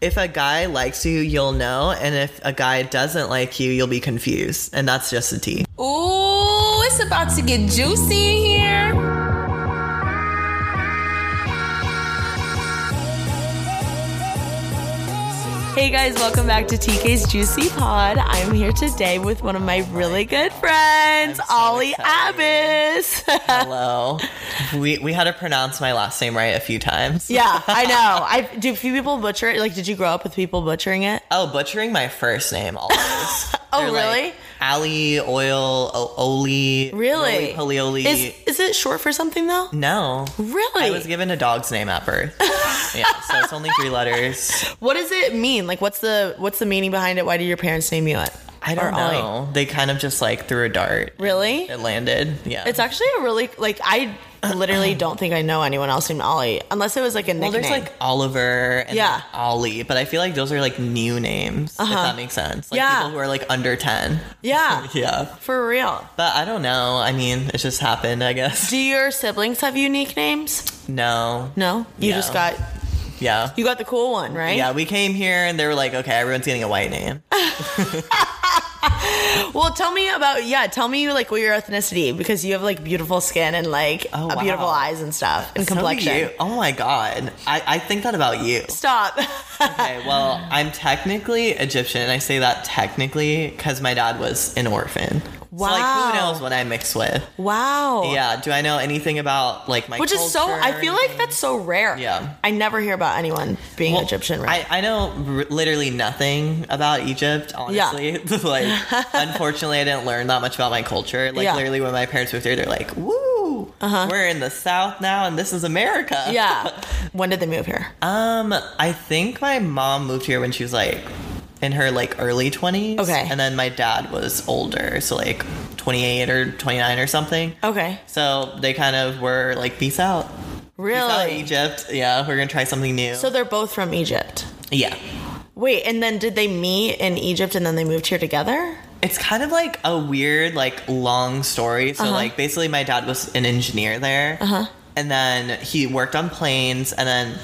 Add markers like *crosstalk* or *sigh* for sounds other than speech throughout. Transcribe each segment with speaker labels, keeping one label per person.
Speaker 1: If a guy likes you, you'll know. And if a guy doesn't like you, you'll be confused. And that's just a
Speaker 2: *laughs*
Speaker 1: T.
Speaker 2: Ooh, it's about to get juicy in here. Hey guys, welcome back to TK's Juicy Pod. I'm here today with one of my really good friends,
Speaker 1: I'm so
Speaker 2: Ollie
Speaker 1: excited.
Speaker 2: Abbas.
Speaker 1: *laughs* Hello. we, we had to pronounce my last name right a few times.
Speaker 2: yeah, I know. I do few people butcher it? Like, did you grow up with people butchering it?
Speaker 1: Oh, butchering my first name
Speaker 2: *laughs*
Speaker 1: always.
Speaker 2: Oh,
Speaker 1: They're
Speaker 2: really?
Speaker 1: Like, Ali, oil, o- Oli.
Speaker 2: Really?
Speaker 1: Polioli.
Speaker 2: Is is it short for something though?
Speaker 1: no.
Speaker 2: Really?
Speaker 1: I was given a dog's name at
Speaker 2: *laughs*
Speaker 1: birth. yeah, so it's only three letters.
Speaker 2: what does it mean? Like, what's the what's the meaning behind it? Why did your parents name you it?
Speaker 1: I
Speaker 2: Or
Speaker 1: don't
Speaker 2: Ollie?
Speaker 1: know. They kind of just like threw a dart.
Speaker 2: Really?
Speaker 1: It landed. Yeah.
Speaker 2: It's actually a really like I
Speaker 1: *clears throat*
Speaker 2: literally don't think I know anyone else named Ollie unless it was like a
Speaker 1: well,
Speaker 2: nickname.
Speaker 1: there's like Oliver and
Speaker 2: Yeah. Uh-huh.
Speaker 1: like Ollie, but I feel like those are like new names, if that makes sense. Like
Speaker 2: Yeah.
Speaker 1: people who are like under 10.
Speaker 2: yeah,
Speaker 1: Yeah.
Speaker 2: for real.
Speaker 1: But I don't know. I mean, it just happened, I guess. *laughs*
Speaker 2: Do your siblings have unique names?
Speaker 1: No.
Speaker 2: No, you
Speaker 1: No.
Speaker 2: just got
Speaker 1: Yeah.
Speaker 2: you got the cool one, right?
Speaker 1: Yeah, we came here and they were like, okay, everyone's getting a white name.
Speaker 2: Well, tell me about yeah. Tell me like what your ethnicity because you have like beautiful skin and like
Speaker 1: Oh,
Speaker 2: uh, beautiful
Speaker 1: wow.
Speaker 2: eyes and stuff *laughs* and
Speaker 1: So do
Speaker 2: complexion.
Speaker 1: you. Oh my God. I, I think that about you. *laughs*
Speaker 2: Stop.
Speaker 1: Okay, well, I'm technically Egyptian, and I say that technically because my dad was an orphan. So, like,
Speaker 2: Wow.
Speaker 1: who knows what I mix with?
Speaker 2: wow.
Speaker 1: Yeah. Do I know anything about like my
Speaker 2: Which is so.
Speaker 1: culture?
Speaker 2: I feel like that's so rare.
Speaker 1: Yeah.
Speaker 2: I never hear about anyone being
Speaker 1: Well,
Speaker 2: Egyptian. Right?
Speaker 1: I, I know r- literally nothing about Egypt, honestly. *laughs*
Speaker 2: *laughs*
Speaker 1: like, unfortunately, I didn't learn that much about my culture. Like,
Speaker 2: Yeah. Uh-huh.
Speaker 1: literally, when my parents moved here, they're like, "Woo, we're in the South now, and this is America."
Speaker 2: Yeah. when did they move here?
Speaker 1: Um, *laughs* I think my mom moved here when she was like in her like early 20s.
Speaker 2: Okay.
Speaker 1: And then my dad was older, so like 28 or 29 or something.
Speaker 2: Okay.
Speaker 1: So they kind of were like, peace out. Peace out,
Speaker 2: Really?
Speaker 1: Egypt. Yeah, we're going to try something new.
Speaker 2: So they're both from Egypt.
Speaker 1: yeah.
Speaker 2: Wait, and then did they meet in Egypt and then they moved here together?
Speaker 1: It's kind of like a weird, like long story.
Speaker 2: Uh-huh.
Speaker 1: So, like, basically, my dad was an engineer there. And then he worked on planes. And then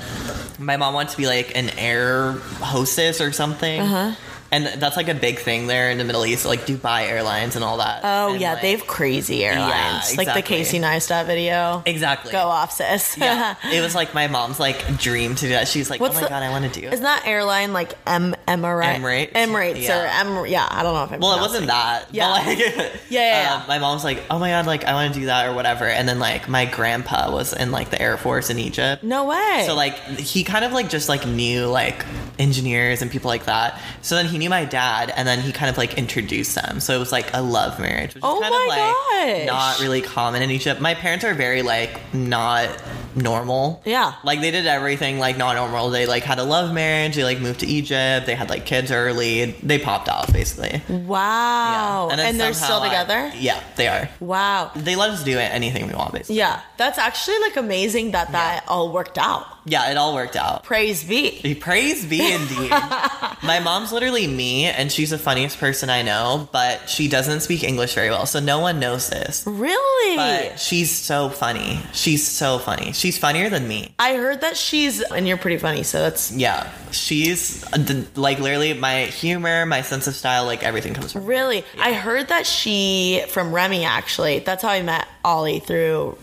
Speaker 1: my mom wanted to be like an air hostess or something.
Speaker 2: Uh-huh.
Speaker 1: And that's like a big thing there in the Middle East, like Dubai Airlines and all that.
Speaker 2: Oh
Speaker 1: And,
Speaker 2: yeah,
Speaker 1: like-
Speaker 2: they've crazy airlines. Like the
Speaker 1: exactly.
Speaker 2: Casey Neistat video.
Speaker 1: Exactly.
Speaker 2: Go off,
Speaker 1: *laughs*
Speaker 2: sis.
Speaker 1: Yeah.
Speaker 2: *laughs*
Speaker 1: it was like my mom's like dream to do that. She's like,
Speaker 2: What's
Speaker 1: oh my
Speaker 2: the-
Speaker 1: God, I want to do it.
Speaker 2: Isn't that airline like M Emirates?
Speaker 1: Emirates?
Speaker 2: Emirates
Speaker 1: Yeah.
Speaker 2: or Em? Yeah, I don't know if I'm
Speaker 1: Well, it wasn't that.
Speaker 2: Yeah.
Speaker 1: But like, *laughs*
Speaker 2: yeah, yeah.
Speaker 1: um, my mom was like, "Oh my god, like I want to do that or whatever." And then like my grandpa was in like the Air Force in Egypt.
Speaker 2: No way.
Speaker 1: So like he kind of like just like knew like engineers and people like that. So then he knew my dad, and then he kind of like introduced them. So it was like a love marriage, which
Speaker 2: Oh
Speaker 1: is kind of
Speaker 2: my
Speaker 1: like
Speaker 2: gosh.
Speaker 1: not really common in Egypt. My parents are very like not normal.
Speaker 2: Yeah.
Speaker 1: Like they did everything like not normal. They like had a love marriage. They like moved to Egypt. They had like kids early. They popped off basically.
Speaker 2: Wow.
Speaker 1: Yeah.
Speaker 2: And,
Speaker 1: then
Speaker 2: they're
Speaker 1: somehow
Speaker 2: still
Speaker 1: I-
Speaker 2: together?
Speaker 1: yeah, they are.
Speaker 2: Wow.
Speaker 1: They let us do it, anything we want, basically.
Speaker 2: Yeah. That's actually like amazing that that all worked out.
Speaker 1: Yeah, it all worked out.
Speaker 2: Praise be.
Speaker 1: Praise be indeed. My mom's literally me, and she's the funniest person I know, but she doesn't speak English very well, so no one knows this.
Speaker 2: Really?
Speaker 1: But she's so funny. She's so funny. She's funnier than me.
Speaker 2: I heard that she's and you're pretty funny, so that's
Speaker 1: Yeah, she's uh, d- like literally my humor, my sense of style, like everything comes from. her.
Speaker 2: really I heard that she from Remy actually. That's how I met Ollie through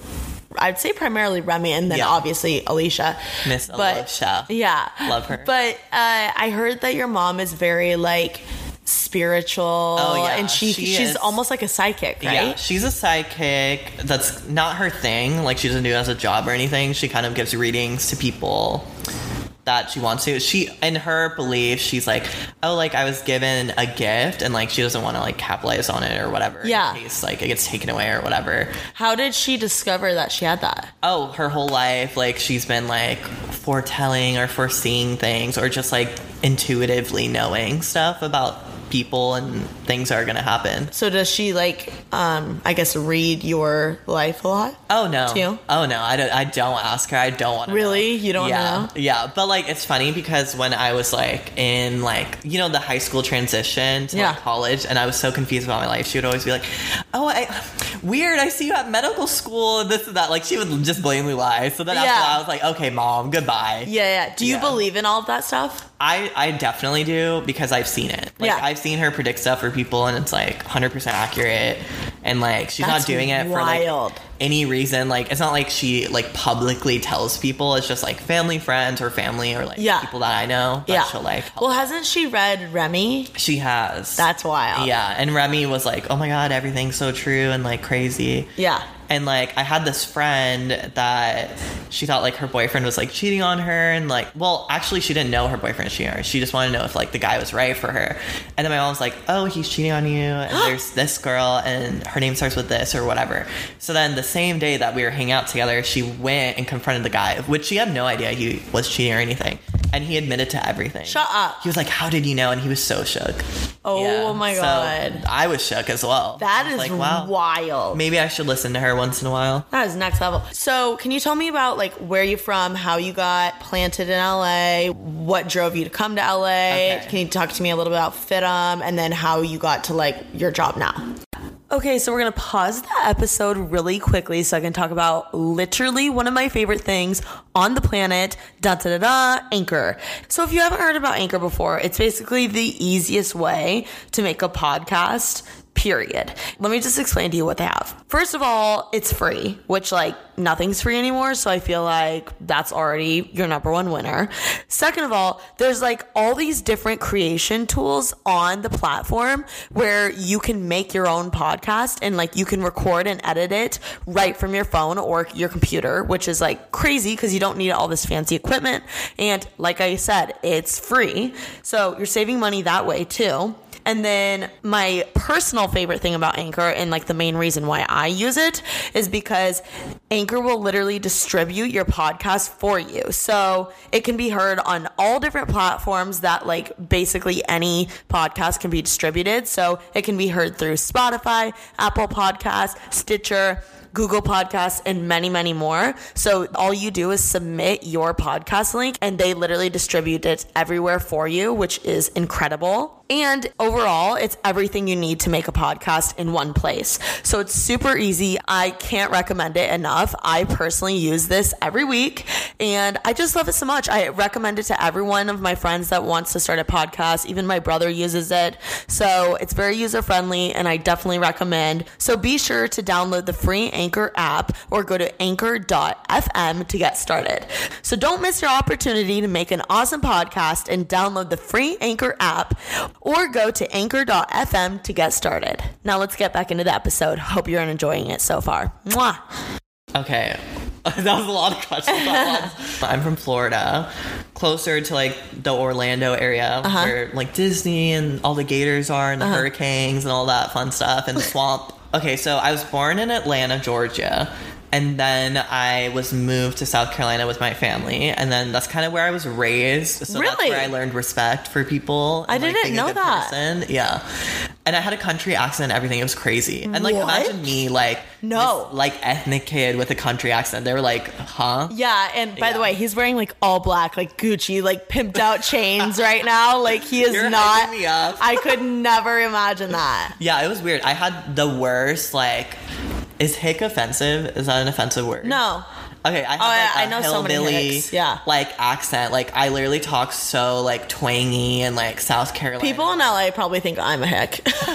Speaker 2: I'd say primarily Remy and then
Speaker 1: Yeah.
Speaker 2: obviously Alicia.
Speaker 1: Miss Alicia.
Speaker 2: Yeah.
Speaker 1: Love her.
Speaker 2: But uh, I heard that your mom is very like spiritual
Speaker 1: Oh, yeah,
Speaker 2: and she,
Speaker 1: she
Speaker 2: she's
Speaker 1: is.
Speaker 2: almost like a psychic, right?
Speaker 1: Yeah, she's a psychic. That's not her thing. Like she doesn't do it as a job or anything. She kind of gives readings to people. that she wants to. She, in her belief, she's like, oh, like I was given a gift, and like she doesn't want to like capitalize on it or whatever. in
Speaker 3: Yeah.
Speaker 1: case like it gets taken away or whatever.
Speaker 3: How did she discover that she had that?
Speaker 1: Oh, her whole life, like she's been like foretelling or foreseeing things, or just like intuitively knowing stuff about people and things that are gonna happen.
Speaker 3: So does she like um I guess read your life a lot?
Speaker 1: Oh no.
Speaker 3: To you?
Speaker 1: Oh no, I don't I don't ask her. I don't want to
Speaker 3: Really? You don't
Speaker 1: yeah.
Speaker 3: know?
Speaker 1: Yeah, but like it's funny because when I was like in like you know the high school transition to like,
Speaker 3: Yeah.
Speaker 1: college and I was so confused about my life, she would always be like, "Oh, I weird, I see you at medical school and this and that." Like she would just blatantly lie. So then after
Speaker 3: Yeah.
Speaker 1: that, I was like, "Okay, mom, goodbye."
Speaker 3: Yeah, yeah. Do you
Speaker 1: Yeah.
Speaker 3: believe in all of that stuff?
Speaker 1: I I definitely do because I've seen it. Like
Speaker 3: Yeah.
Speaker 1: I've seen her predict stuff for people and it's like 100% accurate and like she's not
Speaker 3: That's
Speaker 1: doing it for like
Speaker 3: wild.
Speaker 1: any reason. Like it's not like she like publicly tells people. It's just like family friends or family or like
Speaker 3: Yeah.
Speaker 1: people that I know that she'll like help.
Speaker 3: Well, hasn't she read Remy?
Speaker 1: she has.
Speaker 3: That's wild.
Speaker 1: Yeah, and Remy was like, "Oh my god, everything's so true and like crazy."
Speaker 3: Yeah.
Speaker 1: And like I had this friend that she thought like her boyfriend was like cheating on her and like well actually she didn't know her boyfriend was cheating on her. She just wanted to know if like the guy was right for her. And then my mom was like, Oh, he's cheating on you
Speaker 3: *gasps*
Speaker 1: and there's this girl and her name starts with this or whatever. So then the same day that we were hanging out together, she went and confronted the guy, which she had no idea he was cheating or anything. And he admitted to everything.
Speaker 3: Shut up.
Speaker 1: He was like, How did you know? And he was so shook.
Speaker 3: Oh
Speaker 1: Yeah.
Speaker 3: my
Speaker 1: So
Speaker 3: god.
Speaker 1: I was shook as well.
Speaker 3: that
Speaker 1: I
Speaker 3: is
Speaker 1: was like, wow.
Speaker 3: wild.
Speaker 1: Maybe I should listen to her once in a while.
Speaker 3: That is next level. So, can you tell me about like where you're from, how you got planted in LA, what drove you to come to LA?
Speaker 1: Okay.
Speaker 3: Can you talk to me a little bit about Fitum and then how you got to like your job now?
Speaker 2: Okay, so we're going to pause the episode really quickly so I can talk about literally one of my favorite things on the planet, da da da da, Anchor. So if you haven't heard about Anchor before, it's basically the easiest way to make a podcast. Period. Let me just explain to you what they have. First of all, it's free, which like nothing's free anymore. So I feel like that's already your number one winner. Second of all, there's like all these different creation tools on the platform where you can make your own podcast and like you can record and edit it right from your phone or your computer, which is like crazy because you don't need all this fancy equipment. And like I said, it's free. So you're saving money that way too. And then my personal favorite thing about Anchor, and like the main reason why I use it, is because Anchor will literally distribute your podcast for you. So it can be heard on all different platforms that, like, basically any podcast can be distributed. So it can be heard through Spotify, Apple Podcasts, Stitcher. Google Podcasts, and many, many more. So all you do is submit your podcast link and they literally distribute it everywhere for you, which is incredible. And overall, it's everything you need to make a podcast in one place. So it's super easy. I can't recommend it enough. I personally use this every week and I just love it so much. I recommend it to every one of my friends that wants to start a podcast. Even my brother uses it. So it's very user friendly and I definitely recommend. So be sure to download the free Anchor app or go to anchor.fm to get started. So don't miss your opportunity to make an awesome podcast and download the free Anchor app or go to anchor.fm to get started. Now let's get back into the episode. Hope you're enjoying it so far. Mwah.
Speaker 1: Okay. *laughs* That was a lot of questions.
Speaker 3: *laughs*
Speaker 1: at once. I'm from Florida, closer to like the Orlando area
Speaker 3: Uh-huh.
Speaker 1: where like Disney and all the gators are and the hurricanes and all that fun stuff
Speaker 3: *laughs*
Speaker 1: and the swamp. Okay, so I was born in Atlanta, Georgia, and then I was moved to South Carolina with my family, and then that's kind of where I was raised. So that's
Speaker 3: Really?
Speaker 1: where I learned respect for people.
Speaker 3: I
Speaker 1: and, like,
Speaker 3: didn't
Speaker 1: being a
Speaker 3: know
Speaker 1: good
Speaker 3: that.
Speaker 1: Person. Yeah. And I had a country accent and everything. It was crazy. And like
Speaker 3: What?
Speaker 1: imagine me like
Speaker 3: No.
Speaker 1: this, like ethnic kid with a country accent. They were like, huh?
Speaker 3: Yeah, and by the
Speaker 1: Yeah.
Speaker 3: way, he's wearing like all black, like Gucci, like pimped out chains right now. Like he is
Speaker 1: You're
Speaker 3: not.
Speaker 1: hyping me up.
Speaker 3: I could never imagine that.
Speaker 1: Yeah, it was weird. I had the worst like is hick offensive? Is that an offensive word?
Speaker 3: No.
Speaker 1: Okay, I have
Speaker 3: Oh,
Speaker 1: like,
Speaker 3: I-
Speaker 1: a
Speaker 3: I know so many
Speaker 1: hillbilly,
Speaker 3: hicks. Yeah.
Speaker 1: like accent. Like I literally talk so like twangy and like South Carolina.
Speaker 3: People in LA probably think I'm a hick. *laughs*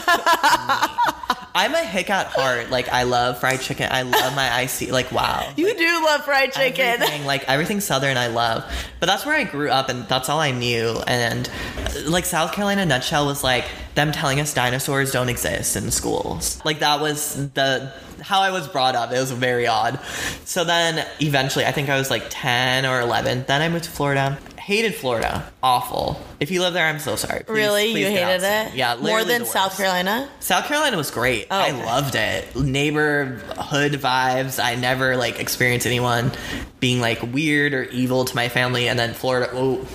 Speaker 1: I'm a hick at heart. Like I love fried chicken. I love my IC. Like wow.
Speaker 3: you do love fried chicken.
Speaker 1: Everything, like everything southern I love. But that's where I grew up and that's all I knew. And uh, like South Carolina nutshell was like them telling us dinosaurs don't exist in schools. Like that was the how I was brought up. It was very odd. So then eventually I think I was like 10 or 11. Then I moved to Florida. Hated Florida. Awful. If you live there, I'm so sorry. Please-
Speaker 3: *laughs* really,
Speaker 1: please
Speaker 3: you
Speaker 1: get
Speaker 3: hated
Speaker 1: out soon.
Speaker 3: it?
Speaker 1: Yeah,
Speaker 3: more
Speaker 1: literally
Speaker 3: than
Speaker 1: the
Speaker 3: South
Speaker 1: worst.
Speaker 3: Carolina.
Speaker 1: South Carolina was great. I
Speaker 3: Oh, okay.
Speaker 1: loved it. Neighborhood vibes. I never like experienced anyone being like weird or evil to my family. And then Florida, oh,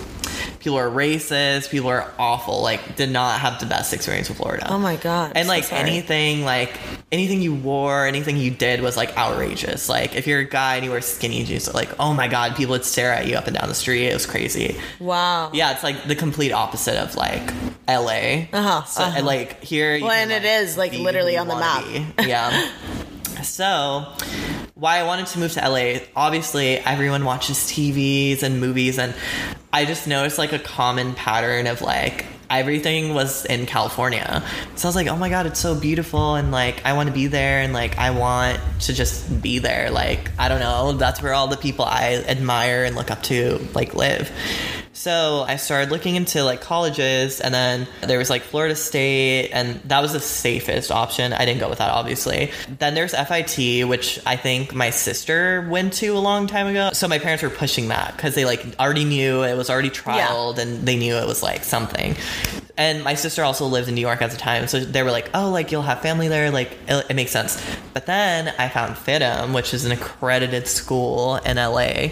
Speaker 1: people are racist. People are awful. Like, did not have the best experience with Florida.
Speaker 3: Oh my god! I'm
Speaker 1: and
Speaker 3: so
Speaker 1: like
Speaker 3: sorry.
Speaker 1: anything, like anything you wore, anything you did was like outrageous. Like if you're a guy and you wear skinny jeans, like oh my god, people would stare at you up and down the street. It was crazy.
Speaker 3: Wow.
Speaker 1: Yeah, it's like the complete opposite of like LA.
Speaker 3: Uh-huh,
Speaker 1: So and, like here, you
Speaker 3: Well,
Speaker 1: can,
Speaker 3: and it is, like,
Speaker 1: be who
Speaker 3: literally
Speaker 1: you
Speaker 3: on the
Speaker 1: wanna
Speaker 3: map.
Speaker 1: be.
Speaker 3: *laughs*
Speaker 1: Yeah. so why I wanted to move to LA, obviously everyone watches TVs and movies and I just noticed like a common pattern of like everything was in California. So I was like, "Oh my god, it's so beautiful and like I want to be there and like I want to just be there." Like, I don't know, that's where all the people I admire and look up to like live. So I started looking into like colleges, and then there was like Florida State, and that was the safest option. I didn't go with that, obviously. Then there's FIT, which I think my sister went to a long time ago. So my parents were pushing that because they like already knew it was already trialed, and they knew it was like something. And my sister also lived in New York at the time, so they were like, "Oh, like you'll have family there, like it, it makes sense." But then I found FITM, which is an accredited school in LA.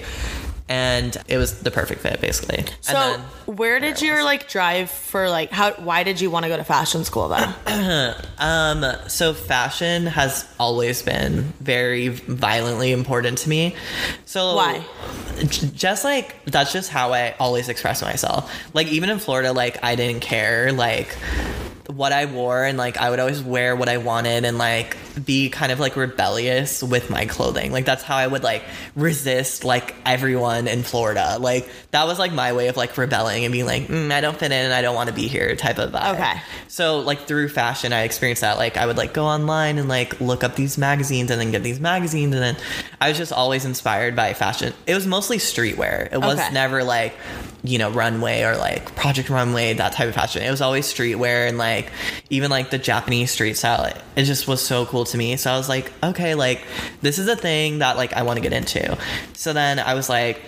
Speaker 1: And it was the perfect fit, basically. And
Speaker 3: So,
Speaker 1: then-
Speaker 3: where did your like drive for like how? Why did you want to go to fashion school though?
Speaker 1: *laughs* Um, so fashion has always been very violently important to me. So
Speaker 3: Why?
Speaker 1: j- Just like that's just how I always express myself. Like even in Florida, like I didn't care like what I wore and like I would always wear what I wanted and like be kind of like rebellious with my clothing. Like that's how I would like resist like everyone in Florida. Like that was like my way of like rebelling and being like, mm, I don't fit in and I don't want to be here type of vibe.
Speaker 3: Okay.
Speaker 1: So like through fashion, I experienced that. Like I would like go online and like look up these magazines and then get these magazines and then I was just always inspired by fashion. It was mostly streetwear. It was
Speaker 3: Okay.
Speaker 1: never like you know runway or like project runway that type of fashion. It was always streetwear and like even like the Japanese street style. It, it just was so cool to me. So I was like, okay, like this is a thing that like I want to get into. So then I was like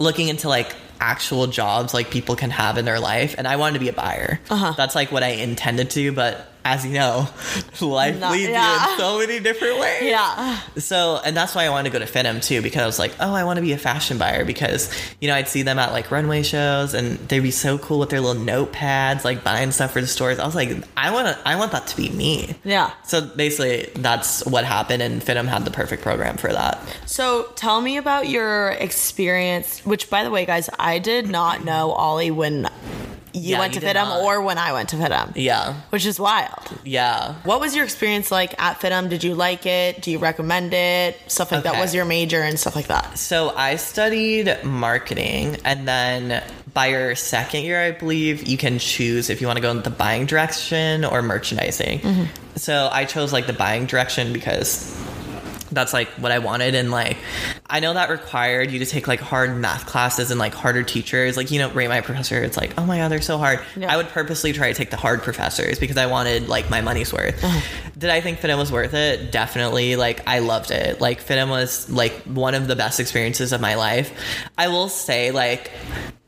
Speaker 1: looking into like actual jobs like people can have in their life and i wanted to be a buyer uh-huh. that's like what i intended to but as you know *laughs* life
Speaker 3: Not-
Speaker 1: leads you
Speaker 3: yeah.
Speaker 1: in so many different ways
Speaker 3: yeah.
Speaker 1: so and that's why i wanted to go to finim too because i was like oh i want to be a fashion buyer because you know i'd see them at like runway shows and they'd be so cool with their little notepads like buying stuff for the stores i was like i want to i want that to be me
Speaker 3: Yeah.
Speaker 1: so basically that's what happened and finim had the perfect program for that
Speaker 3: So tell me about your experience. Which, by the way, guys, I did not know Ollie when you
Speaker 1: Yeah,
Speaker 3: went
Speaker 1: you
Speaker 3: to
Speaker 1: did
Speaker 3: FitM
Speaker 1: not.
Speaker 3: or when I went to FitM.
Speaker 1: yeah
Speaker 3: Which is wild.
Speaker 1: yeah
Speaker 3: What was your experience like at FitM? Did you like it? Do you recommend it? Stuff like that.
Speaker 1: Okay.
Speaker 3: Was your major and stuff like that?
Speaker 1: so I studied marketing, and then by your second year, I believe you can choose if you want to go in the buying direction or merchandising. So I chose like the buying direction because that's like what I wanted. And like, I know that required you to take like hard math classes and like harder teachers. Like, you know, rate my professor. It's like, oh my God, they're so hard. I would purposely try to take the hard professors because I wanted like my money's worth. Did I think FITM was worth it? Definitely. Like, I loved it. Like, FITM was like one of the best experiences of my life. I will say, like,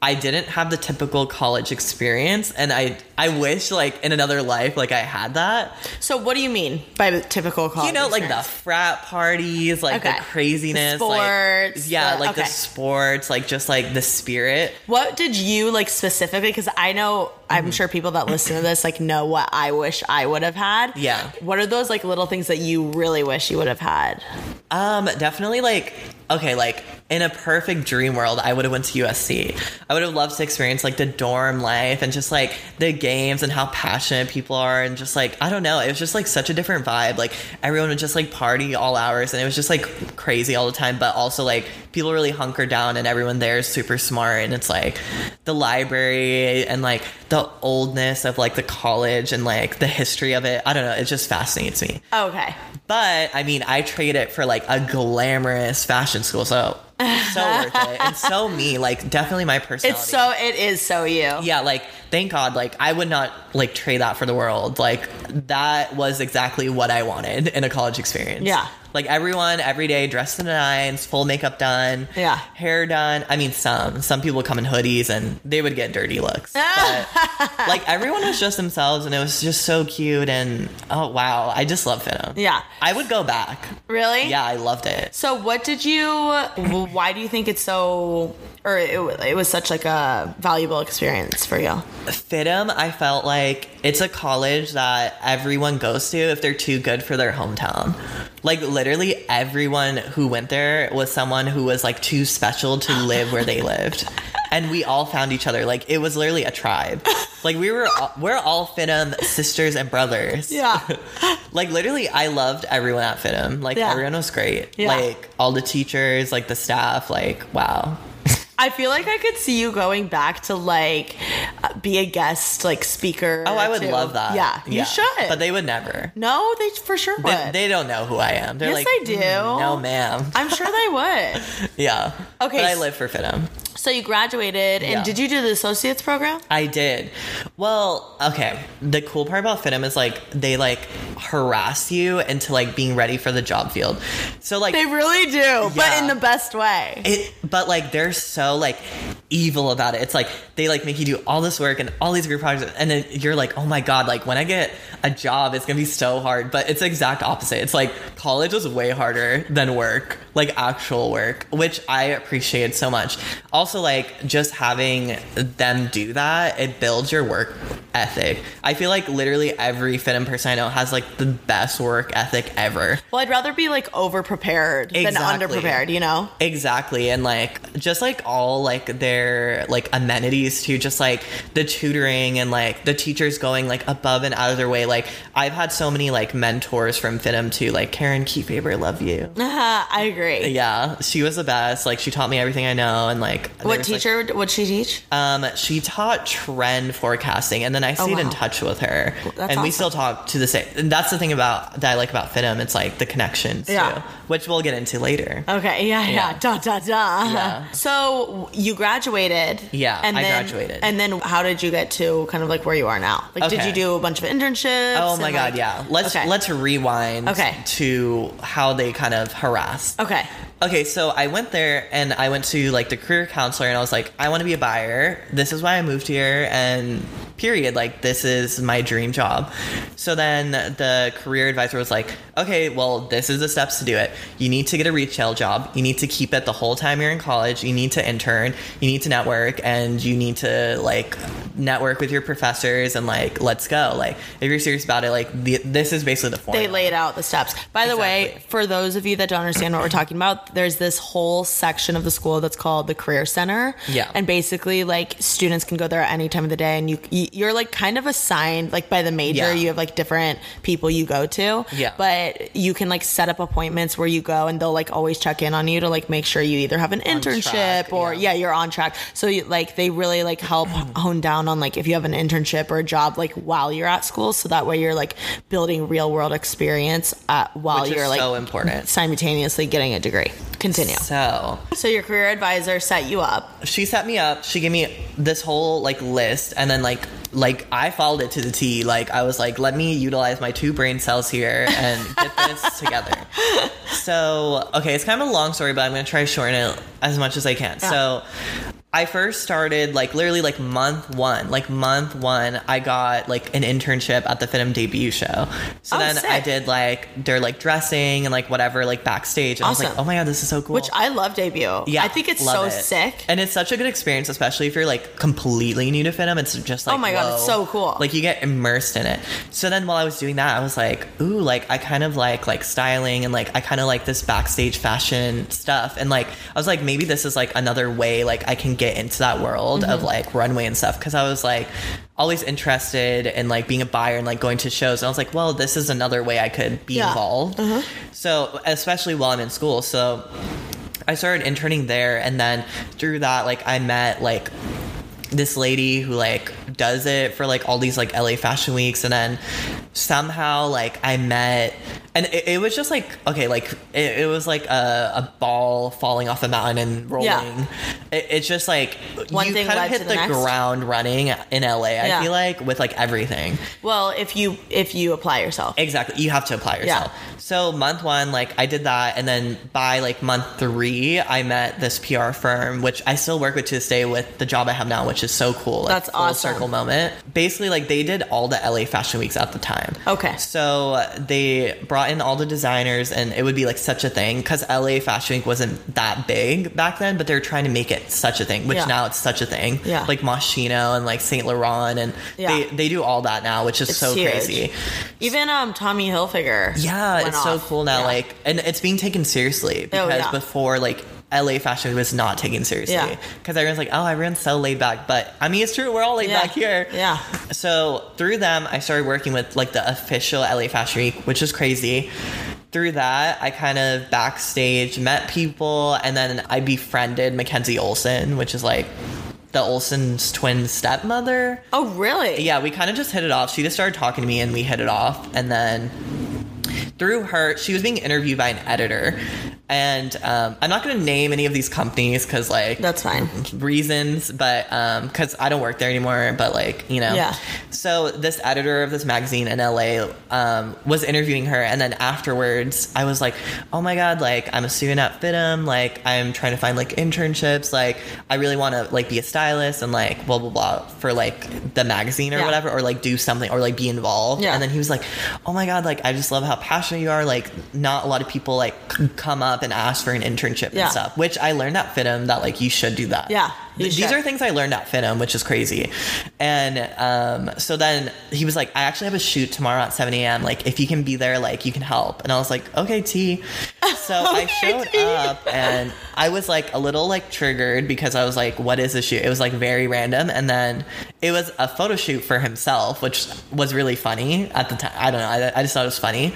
Speaker 1: I didn't have the typical college experience and I I wish like in another life like I had that.
Speaker 3: So, what do you mean by the typical college?
Speaker 1: You know, like
Speaker 3: experience?
Speaker 1: the frat parties, like
Speaker 3: Okay.
Speaker 1: the craziness,
Speaker 3: The sports,
Speaker 1: like, yeah,
Speaker 3: the-
Speaker 1: like the
Speaker 3: okay.
Speaker 1: sports, like just like the spirit.
Speaker 3: What did you like specifically? Because I know
Speaker 1: Mm-hmm.
Speaker 3: I'm sure people that listen to this like know what I wish I would have had.
Speaker 1: Yeah.
Speaker 3: What are those like little things that you really wish you would have had?
Speaker 1: Um, definitely like okay, like in a perfect dream world, I would have went to USC. I would have loved to experience like the dorm life and just like the games and how passionate people are and just like I don't know, it was just like such a different vibe. Like everyone would just like party all hours and it was just like crazy all the time, but also like people really hunker down and everyone there is super smart and it's like the library and like the oldness of like the college and like the history of it. I don't know, it just fascinates me.
Speaker 3: Okay.
Speaker 1: But I mean, I trade it for like a glamorous fashion school, so so worth it, and so
Speaker 2: *laughs*
Speaker 1: me. Like definitely my personality.
Speaker 2: It's so it is so you.
Speaker 1: yeah, like thank God, like I would not like trade that for the world. Like that was exactly what I wanted in a college experience.
Speaker 2: Yeah.
Speaker 1: Like everyone, every day, dressed to the nines, full makeup done,
Speaker 2: Yeah.
Speaker 1: hair done. I mean, some some people come in hoodies and they would get dirty looks.
Speaker 2: *laughs*
Speaker 1: But like everyone was just themselves, and it was just so cute. And oh wow, I just love Phenom.
Speaker 2: Yeah.
Speaker 1: I would go back.
Speaker 2: Really?
Speaker 1: Yeah, I loved it.
Speaker 2: So what did you why do you think it's so or it, it was such like a valuable experience for you?
Speaker 1: Fitum, I felt like it's a college that everyone goes to if they're too good for their hometown. Like literally everyone who went there was someone who was like too special to live where they lived. And we all found each other. Like it was literally a tribe. Like we were all, we're all Fitum sisters and brothers.
Speaker 2: Yeah.
Speaker 1: Like literally I loved everyone at Fitum. Like
Speaker 2: Yeah.
Speaker 1: everyone was great.
Speaker 2: Yeah.
Speaker 1: Like all the teachers, like the staff, like wow.
Speaker 2: *laughs* I feel like I could see you going back to like uh, be a guest like speaker.
Speaker 1: Oh, I would
Speaker 2: to-
Speaker 1: love that.
Speaker 2: Yeah, you should.
Speaker 1: But they would never.
Speaker 2: no, they for sure would.
Speaker 1: They, they don't know who I am. They're
Speaker 2: Yes,
Speaker 1: like,
Speaker 2: they do.
Speaker 1: "Mm, No, ma'am.
Speaker 2: I'm sure they would.
Speaker 1: *laughs* yeah.
Speaker 2: Okay,
Speaker 1: But I
Speaker 2: s-
Speaker 1: live for Fitum.
Speaker 2: So you graduated, and
Speaker 1: Yeah.
Speaker 2: did you do the associates program?
Speaker 1: I did. Well, okay. The cool part about Fitum is like they like harass you into like being ready for the job field. So like
Speaker 2: They really do, but
Speaker 1: Yeah.
Speaker 2: in the best way.
Speaker 1: it but like they're so like evil about it it's like they like make you do all this work and all these group projects and then you're like oh my god like when i get a job it's gonna be so hard but it's the exact opposite it's like college was way harder than work like actual work which i appreciated so much also like just having them do that it builds your work ethic i feel like literally every fit in person i know has like the best work ethic ever
Speaker 2: Well, I'd rather be like over prepared than
Speaker 1: Exactly.
Speaker 2: underprepared. You know?
Speaker 1: Exactly. And like just like all like their like amenities too, just like the tutoring and like the teachers going like above and out of their way. Like I've had so many like mentors from Finham too, like Karen Keyfaber, love you.
Speaker 2: I agree.
Speaker 1: Yeah. She was the best. Like she taught me everything I know and like there
Speaker 2: What
Speaker 1: was, like,
Speaker 2: teacher would would she teach?
Speaker 1: um, she taught trend forecasting, and then I stayed in
Speaker 2: Oh, wow.
Speaker 1: touch with her, and
Speaker 2: That's
Speaker 1: we still talk to this day. And that's the thing about that I like about Finham. It's like the connections,
Speaker 2: Yeah.
Speaker 1: too, which we'll get into later.
Speaker 2: Okay, yeah, yeah,
Speaker 1: Yeah.
Speaker 2: da da da.
Speaker 1: Yeah.
Speaker 2: So you graduated.
Speaker 1: Yeah,
Speaker 2: and
Speaker 1: I
Speaker 2: then,
Speaker 1: graduated.
Speaker 2: And then how did you get to kind of like where you are now? Like, did
Speaker 1: Okay.
Speaker 2: you do a bunch of internships?
Speaker 1: Oh
Speaker 2: and,
Speaker 1: my god,
Speaker 2: like-
Speaker 1: yeah. Let's
Speaker 2: Okay.
Speaker 1: let's rewind
Speaker 2: Okay.
Speaker 1: to how they kind of harass.
Speaker 2: Okay.
Speaker 1: Okay, so I went there and I went to like the career counselor and I was like, I want to be a buyer. This is why I moved here and period, like this is my dream job. So then the career advisor was like, "Okay, well, this is the steps to do it. You need to get a retail job. You need to keep it the whole time you're in college. You need to intern. You need to network and you need to like network with your professors and like let's go. Like if you're serious about it, like the, this is basically the formula.
Speaker 2: They laid out the steps. By the way,
Speaker 1: Exactly.
Speaker 2: for those of you that don't understand what we're talking about, there's this whole section of the school that's called the Career Center.
Speaker 1: Yeah.
Speaker 2: And basically, like students can go there at any time of the day, and you you- you're like kind of assigned like by the major.
Speaker 1: Yeah.
Speaker 2: You have like different people you go to.
Speaker 1: Yeah.
Speaker 2: But you can like set up appointments where you go, and they'll like always check in on you to like make sure you either have an internship
Speaker 1: track,
Speaker 2: or
Speaker 1: yeah.
Speaker 2: yeah. you're on track. So you, like they really like help
Speaker 1: Mm-hmm.
Speaker 2: hone down on like if you have an internship or a job like while you're at school, so that way you're like building real world experience uh, while
Speaker 1: Which is
Speaker 2: you're like
Speaker 1: so important.
Speaker 2: simultaneously getting a degree. Continue.
Speaker 1: So
Speaker 2: So your career advisor set you up.
Speaker 1: she set me up she gave me this whole like list and then like like i followed it to the t like i was like let me utilize my two brain cells here and get this
Speaker 2: *laughs*
Speaker 1: together so okay it's kind of a long story but i'm gonna try to shorten it as much as i can so i first started like literally like month one like month one i got like an internship at the finim debut show so
Speaker 2: Oh,
Speaker 1: then i
Speaker 2: sick.
Speaker 1: did like their like dressing and like whatever like backstage and i was
Speaker 2: Awesome.
Speaker 1: like oh my god this is so cool
Speaker 2: Which I love debut.
Speaker 1: yeah,
Speaker 2: I think it's so
Speaker 1: love it.
Speaker 2: sick.
Speaker 1: and it's such a good experience, especially if you're like completely new to Phenom. It's just like
Speaker 2: Oh my God, it's
Speaker 1: whoa.
Speaker 2: so cool.
Speaker 1: Like you get immersed in it. So then while I was doing that, I was like, ooh, like I kind of like like styling and like I kind of like this backstage fashion stuff. And like I was like, maybe this is like another way like I can get into that world
Speaker 2: Mm-hmm.
Speaker 1: of like runway and stuff because I was like always interested in like being a buyer and like going to shows and I was like well this is another way I could be
Speaker 2: Yeah. Uh-huh.
Speaker 1: involved so especially while I'm in school so I started interning there, and then through that, like I met like this lady who like does it for like all these like LA fashion weeks and then somehow like I met and it, it was just like okay like it, it was like a, a ball falling off a mountain and rolling
Speaker 3: Yeah.
Speaker 1: it, it's just like
Speaker 3: One
Speaker 1: you
Speaker 3: thing
Speaker 1: kind of
Speaker 3: led
Speaker 1: hit
Speaker 3: to the
Speaker 1: the,
Speaker 3: next.
Speaker 1: ground running in LA I
Speaker 3: Yeah.
Speaker 1: feel like with like everything
Speaker 3: Well, if you if you apply yourself.
Speaker 1: Exactly. You have to apply yourself. So month one, like I did that, and then by like month three, I met this PR firm, which I still work with to this day with the job I have now, which is so cool. Like,
Speaker 3: That's
Speaker 1: full
Speaker 3: awesome.
Speaker 1: Circle moment. Basically, like they did all the LA fashion weeks at the time.
Speaker 3: Okay.
Speaker 1: So uh, they brought in all the designers, and it would be like such a thing because LA Fashion Week wasn't that big back then, but they were trying to make it such a thing, which
Speaker 3: Yeah.
Speaker 1: now it's such a thing.
Speaker 3: Yeah.
Speaker 1: Like Moschino and like Saint Laurent, and
Speaker 3: Yeah.
Speaker 1: they they do all that now, which is
Speaker 3: It's
Speaker 1: so
Speaker 3: huge.
Speaker 1: crazy.
Speaker 3: Even um Tommy Hilfiger.
Speaker 1: Yeah,
Speaker 3: went
Speaker 1: it's so
Speaker 3: off.
Speaker 1: cool now.
Speaker 3: Yeah.
Speaker 1: Like, and it's being taken seriously because
Speaker 3: Oh, yeah.
Speaker 1: before, like, LA fashion was not taken seriously.
Speaker 3: Yeah.
Speaker 1: Because everyone's like, oh, everyone's so laid back. But I mean, it's true. We're all laid
Speaker 3: Yeah.
Speaker 1: back here.
Speaker 3: Yeah.
Speaker 1: So through them, I started working with like the official LA Fashion Week, which is crazy. Through that, I kind of backstage met people, and then I befriended Mackenzie Olson, which is like the Olsen's twin stepmother
Speaker 3: Oh really?
Speaker 1: yeah, we kind of just hit it off. She just started talking to me and we hit it off. And then through her, she was being interviewed by an editor. And um, I'm not going to name any of these companies because, like,
Speaker 3: That's fine.
Speaker 1: reasons, but because I don't work there anymore, but like, you know.
Speaker 3: Yeah.
Speaker 1: So this editor of this magazine in LA um, was interviewing her, and then afterwards, I was like, oh my god, like I'm a student at FITM, like I'm trying to find like internships, like I really want to like be a stylist and like blah blah blah for like the magazine or
Speaker 3: Yeah.
Speaker 1: whatever, or like do something or like be involved.
Speaker 3: Yeah.
Speaker 1: And then he was like, oh my god, like I just love how passionate you are. Like not a lot of people like c- come up and ask for an internship
Speaker 3: Yeah.
Speaker 1: and stuff, which I learned at FITM that like you should do that.
Speaker 3: Yeah, you
Speaker 1: Th- These
Speaker 3: should.
Speaker 1: are things I learned at FINM, which is crazy. And um, so then he was like, I actually have a shoot tomorrow at 7 a.m. Like, if you can be there, like, you can help. And I was like, okay,
Speaker 3: *laughs*
Speaker 1: T. So I showed up and I was like a little like triggered because I was like, what is this shoot? It was like very random. And then it was a photo shoot for himself, which was really funny at the time. I don't know. I, I just thought it was funny.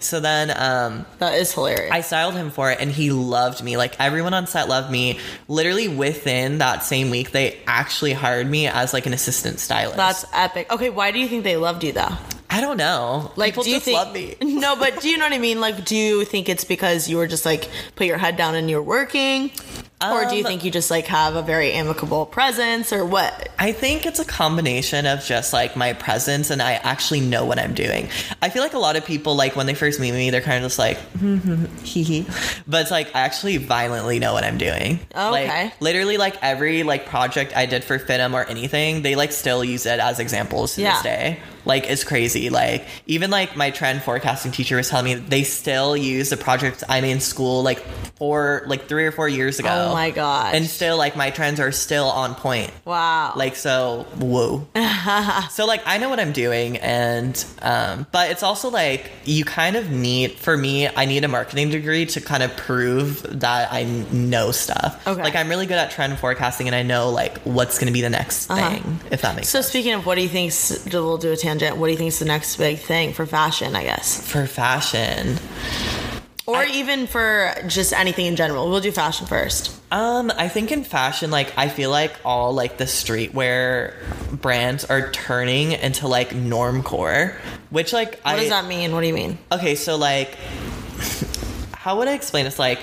Speaker 1: So then, um,
Speaker 3: That is hilarious.
Speaker 1: I styled him for it and he loved me. Like everyone on set loved me. Literally within that same week, they actually hired me as like an assistant stylist.
Speaker 3: That's epic. Okay, why do you think they loved you though?
Speaker 1: I don't know.
Speaker 3: Like,
Speaker 1: People
Speaker 3: do you
Speaker 1: just
Speaker 3: think?
Speaker 1: love me.
Speaker 3: *laughs* No, but do you know what I mean? Like, do you think it's because you were just like put your head down and you're working, or do you
Speaker 1: Um,
Speaker 3: think you just like have a very amicable presence, or what?
Speaker 1: I think it's a combination of just like my presence and I actually know what I'm doing. I feel like a lot of people like when they first meet me, they're kind of just like *laughs* hee hee, but it's like I actually violently know what I'm doing.
Speaker 3: Oh,
Speaker 1: Like,
Speaker 3: okay.
Speaker 1: literally, like every like project I did for Fitum or anything, they like still use it as examples to
Speaker 3: Yeah.
Speaker 1: this day. Like it's crazy. Like even like my trend forecasting teacher was telling me they still use the projects I made in school like four like three or four years ago.
Speaker 3: Oh my gosh.
Speaker 1: And still like my trends are still on point.
Speaker 3: Wow.
Speaker 1: Like so,
Speaker 3: *laughs*
Speaker 1: whoa. so like I know what I'm doing, and um, but it's also like you kind of need for me. I need a marketing degree to kind of prove that I know stuff.
Speaker 3: Okay.
Speaker 1: Like I'm really good at trend forecasting, and I know like what's going to be the next thing. If that makes
Speaker 3: Uh-huh. so
Speaker 1: sense.
Speaker 3: speaking of what do you think? We'll do a tangent. What do you think is the next big thing for fashion? I guess,
Speaker 1: For fashion,
Speaker 3: or even for just anything in general. We'll do fashion first.
Speaker 1: Um, I think in fashion, like I feel like all like the streetwear brands are turning into like normcore, which like
Speaker 3: What
Speaker 1: I
Speaker 3: does that mean? What do you mean?
Speaker 1: okay, so like how would I explain this? Like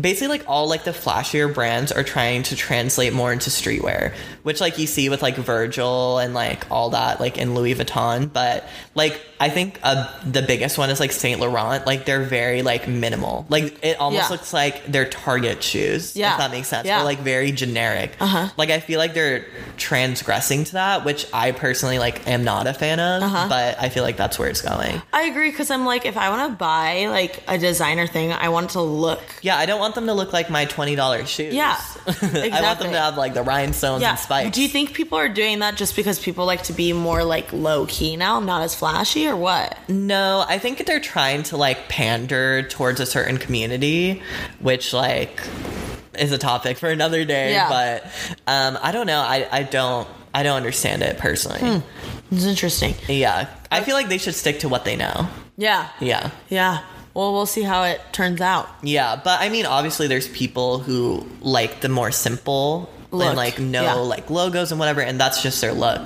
Speaker 1: basically like all like the flashier brands are trying to translate more into streetwear, which like you see with like Virgil and like all that, like in Louis Vuitton. But like I think uh, the biggest one is like Saint Laurent. Like they're very like minimal. Like it almost
Speaker 3: Yeah.
Speaker 1: looks like they're Target shoes.
Speaker 3: Yeah.
Speaker 1: If that makes sense.
Speaker 3: Yeah.
Speaker 1: Or like very generic.
Speaker 3: Uh-huh.
Speaker 1: Like I feel like they're transgressing to that, which I personally like am not a fan of.
Speaker 3: Uh-huh.
Speaker 1: But I feel like that's where it's going.
Speaker 3: I agree because I'm like, if I want to buy like a designer thing, I want it to look.
Speaker 1: Yeah, I don't want them to look like my twenty dollars shoes.
Speaker 3: Yeah,
Speaker 1: *laughs* I want them
Speaker 3: exactly.
Speaker 1: to have like the rhinestones and spikes.
Speaker 3: Do you think people are doing that just because people like to be more like low key now, not as flashy, or what?
Speaker 1: no, I think they're trying to like pander towards a certain community, which like is a topic for another day.
Speaker 3: Yeah.
Speaker 1: But um, I don't know. I, I don't I don't understand it
Speaker 3: Hmm.
Speaker 1: personally.
Speaker 3: It's interesting.
Speaker 1: Yeah, I feel like they should stick to what they know.
Speaker 3: Yeah.
Speaker 1: Yeah.
Speaker 3: Yeah. Well, we'll see how it turns out.
Speaker 1: Yeah, but I mean, obviously, there's people who like the more simple
Speaker 2: Look,
Speaker 1: and like no
Speaker 2: yeah.
Speaker 1: like logos and whatever, and that's just their look.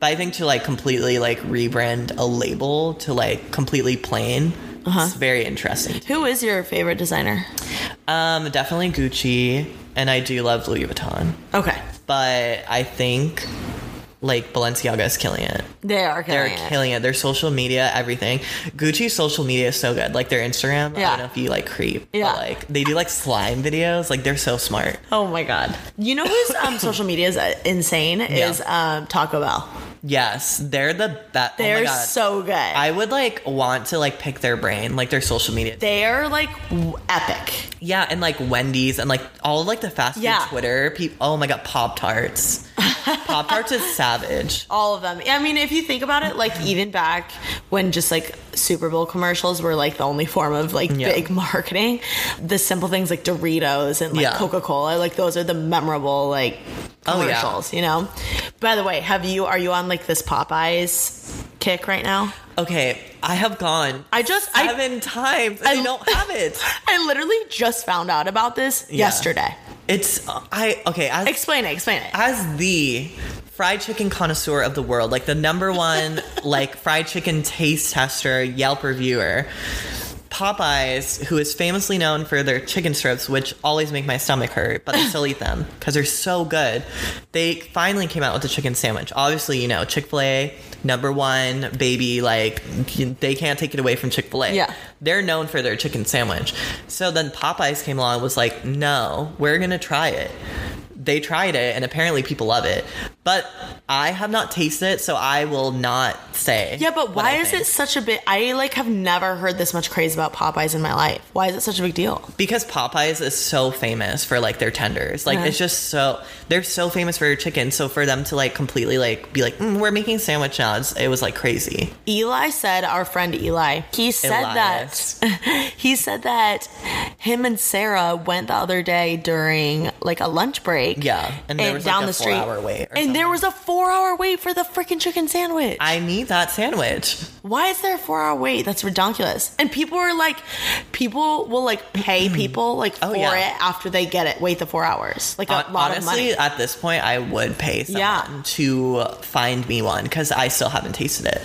Speaker 1: But I think to like completely like rebrand a label to like completely plain,
Speaker 2: Uh-huh.
Speaker 1: it's very interesting.
Speaker 2: Who is your favorite designer?
Speaker 1: Um, definitely Gucci, and I do love Louis Vuitton,
Speaker 2: Okay.
Speaker 1: but I think like Balenciaga is killing it.
Speaker 2: They are
Speaker 1: They're
Speaker 2: killing it.
Speaker 1: killing it. Their social media, everything. Gucci's social media is so good. Like their Instagram. I
Speaker 2: Yeah.
Speaker 1: don't know if you like creep. but,
Speaker 2: Yeah.
Speaker 1: like they do like slime videos. Like they're so smart.
Speaker 2: Oh my god! You know whose
Speaker 1: *laughs*
Speaker 2: um, social media is uh, insane is um, Taco Bell.
Speaker 1: Yes, they're the best.
Speaker 2: They're
Speaker 1: oh my Oh God.
Speaker 2: so good.
Speaker 1: I would like want to like pick their brain, like their social media.
Speaker 2: they're like w- epic.
Speaker 1: yeah, and like Wendy's and like all like the fast food
Speaker 2: Yeah.
Speaker 1: Twitter people. Oh my god, Pop
Speaker 2: *laughs*
Speaker 1: Tarts. Pop Tarts is savage.
Speaker 2: All of them. I mean, if you think about it, like even back when just like Super Bowl commercials were like the only form of like
Speaker 1: Yeah.
Speaker 2: big *laughs* marketing, the simple things like Doritos and like
Speaker 1: Yeah.
Speaker 2: Coca Cola, like those are the memorable like
Speaker 1: Oh, yeah.
Speaker 2: commercials. You know. By the way, have you are you on like this Popeyes kick right now?
Speaker 1: Okay, I have gone
Speaker 2: I just I
Speaker 1: seven times. And I,
Speaker 2: I-
Speaker 1: don't have it.
Speaker 2: I literally just found out about this
Speaker 1: Yeah.
Speaker 2: *laughs* yesterday.
Speaker 1: It's uh, I okay. I
Speaker 2: Explain it. Explain it.
Speaker 1: as the fried chicken connoisseur of the world, like the number one like fried chicken taste tester, Yelp reviewer, Popeyes, who is famously known for their chicken strips, which always make my stomach hurt, but I still eat them because they're so good. They finally came out with a chicken sandwich. Obviously, you know Chick Fil A, number one baby. Like they can't take it away from Chick Fil A.
Speaker 2: Yeah.
Speaker 1: They're known for their chicken sandwich. So then Popeyes came along and was like, no, we're going to try it. They tried it and apparently people love it. But I have not tasted it, so I will not say.
Speaker 2: Yeah, but
Speaker 1: what
Speaker 2: why
Speaker 1: I
Speaker 2: is
Speaker 1: think.
Speaker 2: it such a big? I like have never heard this much craze about Popeyes in my life. Why is it such a big deal?
Speaker 1: Because Popeyes is so famous for like their tenders.
Speaker 2: Uh-huh.
Speaker 1: Like it's just so they're so famous for their chicken. So for them to like completely like be like, mm, we're making sandwich now, it's, it was like crazy.
Speaker 2: Eli said, our friend Eli, he said
Speaker 1: Elias.
Speaker 2: that *laughs* he said that him and Sarah went the other day during like a lunch break.
Speaker 1: Yeah, and there was, like, a four-hour wait or
Speaker 2: and there was a four hour wait for the freaking chicken sandwich.
Speaker 1: I need that sandwich.
Speaker 2: Why is there a four hour wait? That's ridiculous. And people are like, people will
Speaker 1: *clears throat*
Speaker 2: like pay people like
Speaker 1: Oh,
Speaker 2: for
Speaker 1: yeah.
Speaker 2: it after they get it. Wait the four hours, like a
Speaker 1: Hon-
Speaker 2: lot of
Speaker 1: honestly,
Speaker 2: money.
Speaker 1: at this point, I would pay someone
Speaker 2: Yeah.
Speaker 1: to find me one because I still haven't tasted it.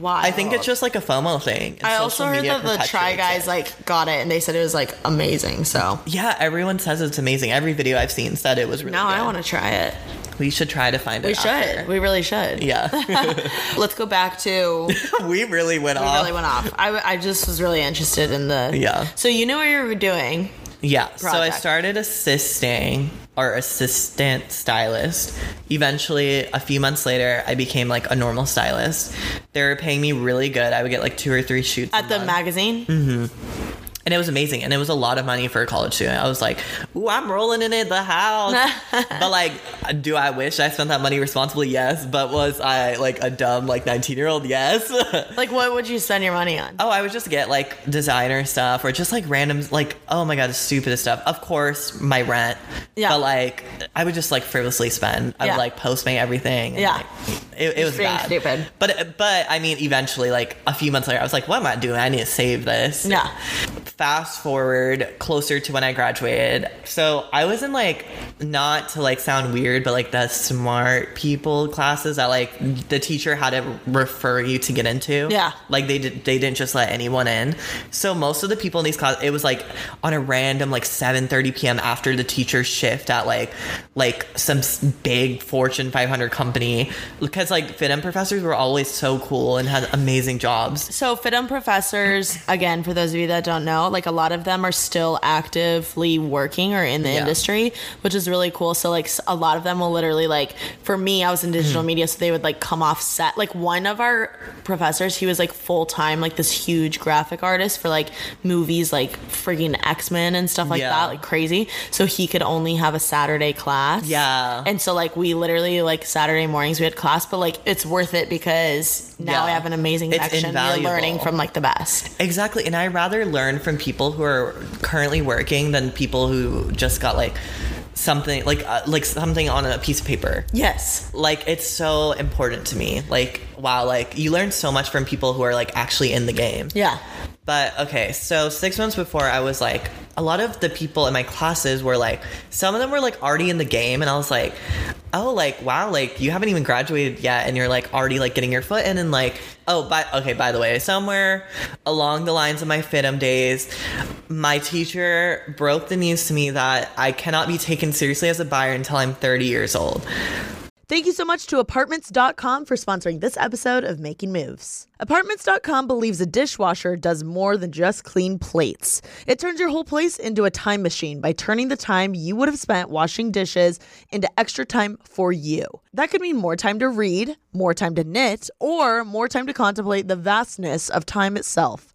Speaker 2: Why?
Speaker 1: I think it's just like a FOMO thing. and
Speaker 2: I
Speaker 1: social
Speaker 2: also heard
Speaker 1: media
Speaker 2: that the Try
Speaker 1: perpetuates
Speaker 2: Guys
Speaker 1: it.
Speaker 2: like got it and they said it was like amazing. So
Speaker 1: yeah, everyone says it's amazing. Every video I've seen said it was really.
Speaker 2: now I
Speaker 1: good.
Speaker 2: want to try it.
Speaker 1: We should try to find
Speaker 2: We
Speaker 1: it.
Speaker 2: should.
Speaker 1: after.
Speaker 2: We really should. *laughs*
Speaker 1: yeah, *laughs*
Speaker 2: Let's go back to we
Speaker 1: we really went off.
Speaker 2: really went off. I, I just was really interested in the
Speaker 1: Yeah.
Speaker 2: So you knew what you were doing.
Speaker 1: Yeah. So I
Speaker 2: project.
Speaker 1: started assisting or assistant stylist. Eventually, a few months later, I became like a normal stylist. They were paying me really good. I would get like two or three shoots a
Speaker 2: At the
Speaker 1: month.
Speaker 2: magazine,
Speaker 1: Mm-hmm. and it was amazing and it was a lot of money for a college student i was like ooh i'm rolling in at the
Speaker 2: *laughs*
Speaker 1: house but like do i wish i spent that money responsibly yes but was i like a dumb like 19 year old yes *laughs*
Speaker 2: like what would you spend your money on?
Speaker 1: oh i would just get like designer stuff or just like random like oh my god the stupidest stuff of course my rent
Speaker 2: Yeah.
Speaker 1: but like i would just like frivolously spend i
Speaker 2: Yeah.
Speaker 1: would like post my everything and,
Speaker 2: Yeah.
Speaker 1: like, it, it was
Speaker 2: being
Speaker 1: bad
Speaker 2: stupid.
Speaker 1: but but i mean eventually like a few months later i was like what am i doing i need to save this
Speaker 2: Yeah.
Speaker 1: fast forward closer to when I graduated. So I was in like not to like sound weird, but like the smart people classes that like the teacher had to refer you to get into.
Speaker 2: Yeah.
Speaker 1: Like they did they didn't just let anyone in. So most of the people in these classes it was like on a random like 7:30 p.m. after the teacher's shift at like like some s- big Fortune 500 company because like FITM professors were always so cool and had amazing jobs.
Speaker 2: So FITM professors, again, for those of you that don't know, like a lot of them are still actively working or in the
Speaker 1: Yeah.
Speaker 2: industry, which is really cool. So like s- a lot of them will literally like, for me, I was in
Speaker 1: Mm.
Speaker 2: digital media, so they would like come off set. Like one of our professors, he was like full time, like this huge graphic artist for like movies, like friggin' X Men and stuff like
Speaker 1: Yeah.
Speaker 2: that, like crazy. So he could only have a Saturday class.
Speaker 1: Yeah.
Speaker 2: And so like we literally like Saturday mornings we had class, but like it's worth it because now
Speaker 1: Yeah.
Speaker 2: I have an amazing
Speaker 1: It's
Speaker 2: connection.
Speaker 1: invaluable.
Speaker 2: You're learning from like the best.
Speaker 1: Exactly. And I rather learn from people who are currently working than people who just got like something like uh, like something on a piece of paper.
Speaker 3: Yes.
Speaker 1: Like it's so important to me. Like wow, like you learn so much from people who are like actually in the game.
Speaker 3: Yeah.
Speaker 1: But okay, so six months before, I was like, a lot of the people in my classes were like, some of them were like already in the game, and I was like, oh, like wow, like you haven't even graduated yet, and you're like already like getting your foot in, and like, oh, by okay, by the way, somewhere along the lines of my fitum days, my teacher broke the news to me that I cannot be taken seriously as a buyer until I'm 30 years old.
Speaker 2: Thank you so much to Apartments.com for sponsoring this episode of Making Moves. Apartments.com believes a dishwasher does more than just clean plates. It turns your whole place into a time machine by turning the time you would have spent washing dishes into extra time for you. That could mean more time to read, more time to knit, or more time to contemplate the vastness of time itself.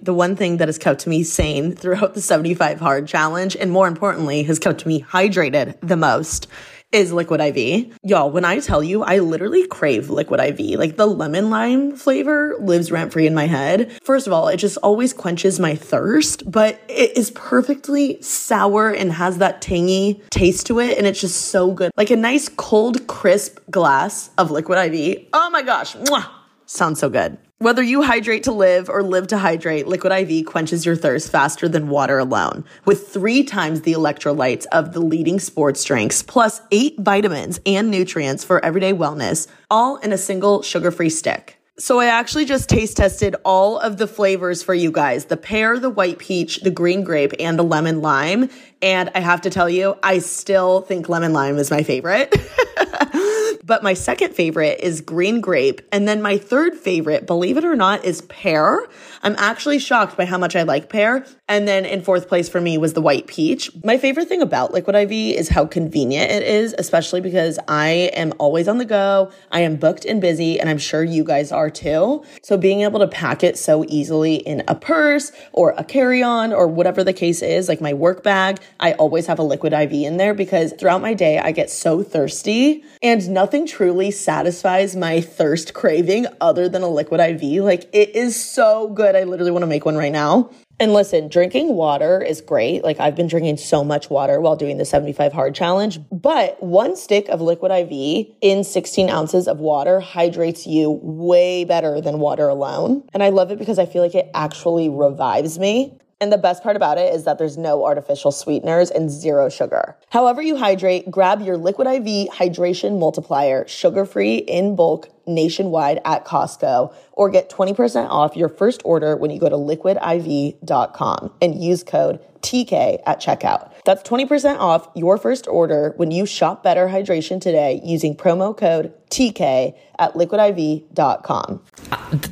Speaker 2: The one thing that has kept me sane throughout the 75 hard challenge, and more importantly, has kept me hydrated the most, is liquid IV. Y'all, when I tell you, I literally crave liquid IV. Like the lemon lime flavor lives rent free in my head. First of all, it just always quenches my thirst, but it is perfectly sour and has that tangy taste to it. And it's just so good. Like a nice cold, crisp glass of liquid IV. Oh my gosh. Mwah! Sounds so good. Whether you hydrate to live or live to hydrate, Liquid IV quenches your thirst faster than water alone, with three times the electrolytes of the leading sports drinks, plus eight vitamins and nutrients for everyday wellness, all in a single sugar free stick. So I actually just taste tested all of the flavors for you guys the pear, the white peach, the green grape, and the lemon lime. And I have to tell you, I still think lemon lime is my favorite. *laughs* but my second favorite is green grape. And then my third favorite, believe it or not, is pear. I'm actually shocked by how much I like pear. And then in fourth place for me was the white peach. My favorite thing about Liquid IV is how convenient it is, especially because I am always on the go. I am booked and busy, and I'm sure you guys are too. So being able to pack it so easily in a purse or a carry on or whatever the case is, like my work bag, I always have a Liquid IV in there because throughout my day, I get so thirsty and nothing truly satisfies my thirst craving other than a liquid IV. Like it is so good. I literally want to make one right now. And listen, drinking water is great. Like I've been drinking so much water while doing the 75 hard challenge, but one stick of liquid IV in 16 ounces of water hydrates you way better than water alone. And I love it because I feel like it actually revives me. And the best part about it is that there's no artificial sweeteners and zero sugar. However, you hydrate, grab your Liquid IV Hydration Multiplier, sugar free in bulk nationwide at Costco, or get 20% off your first order when you go to liquidiv.com and use code TK at checkout. That's 20% off your first order when you shop Better Hydration today using promo code TK at liquidiv.com.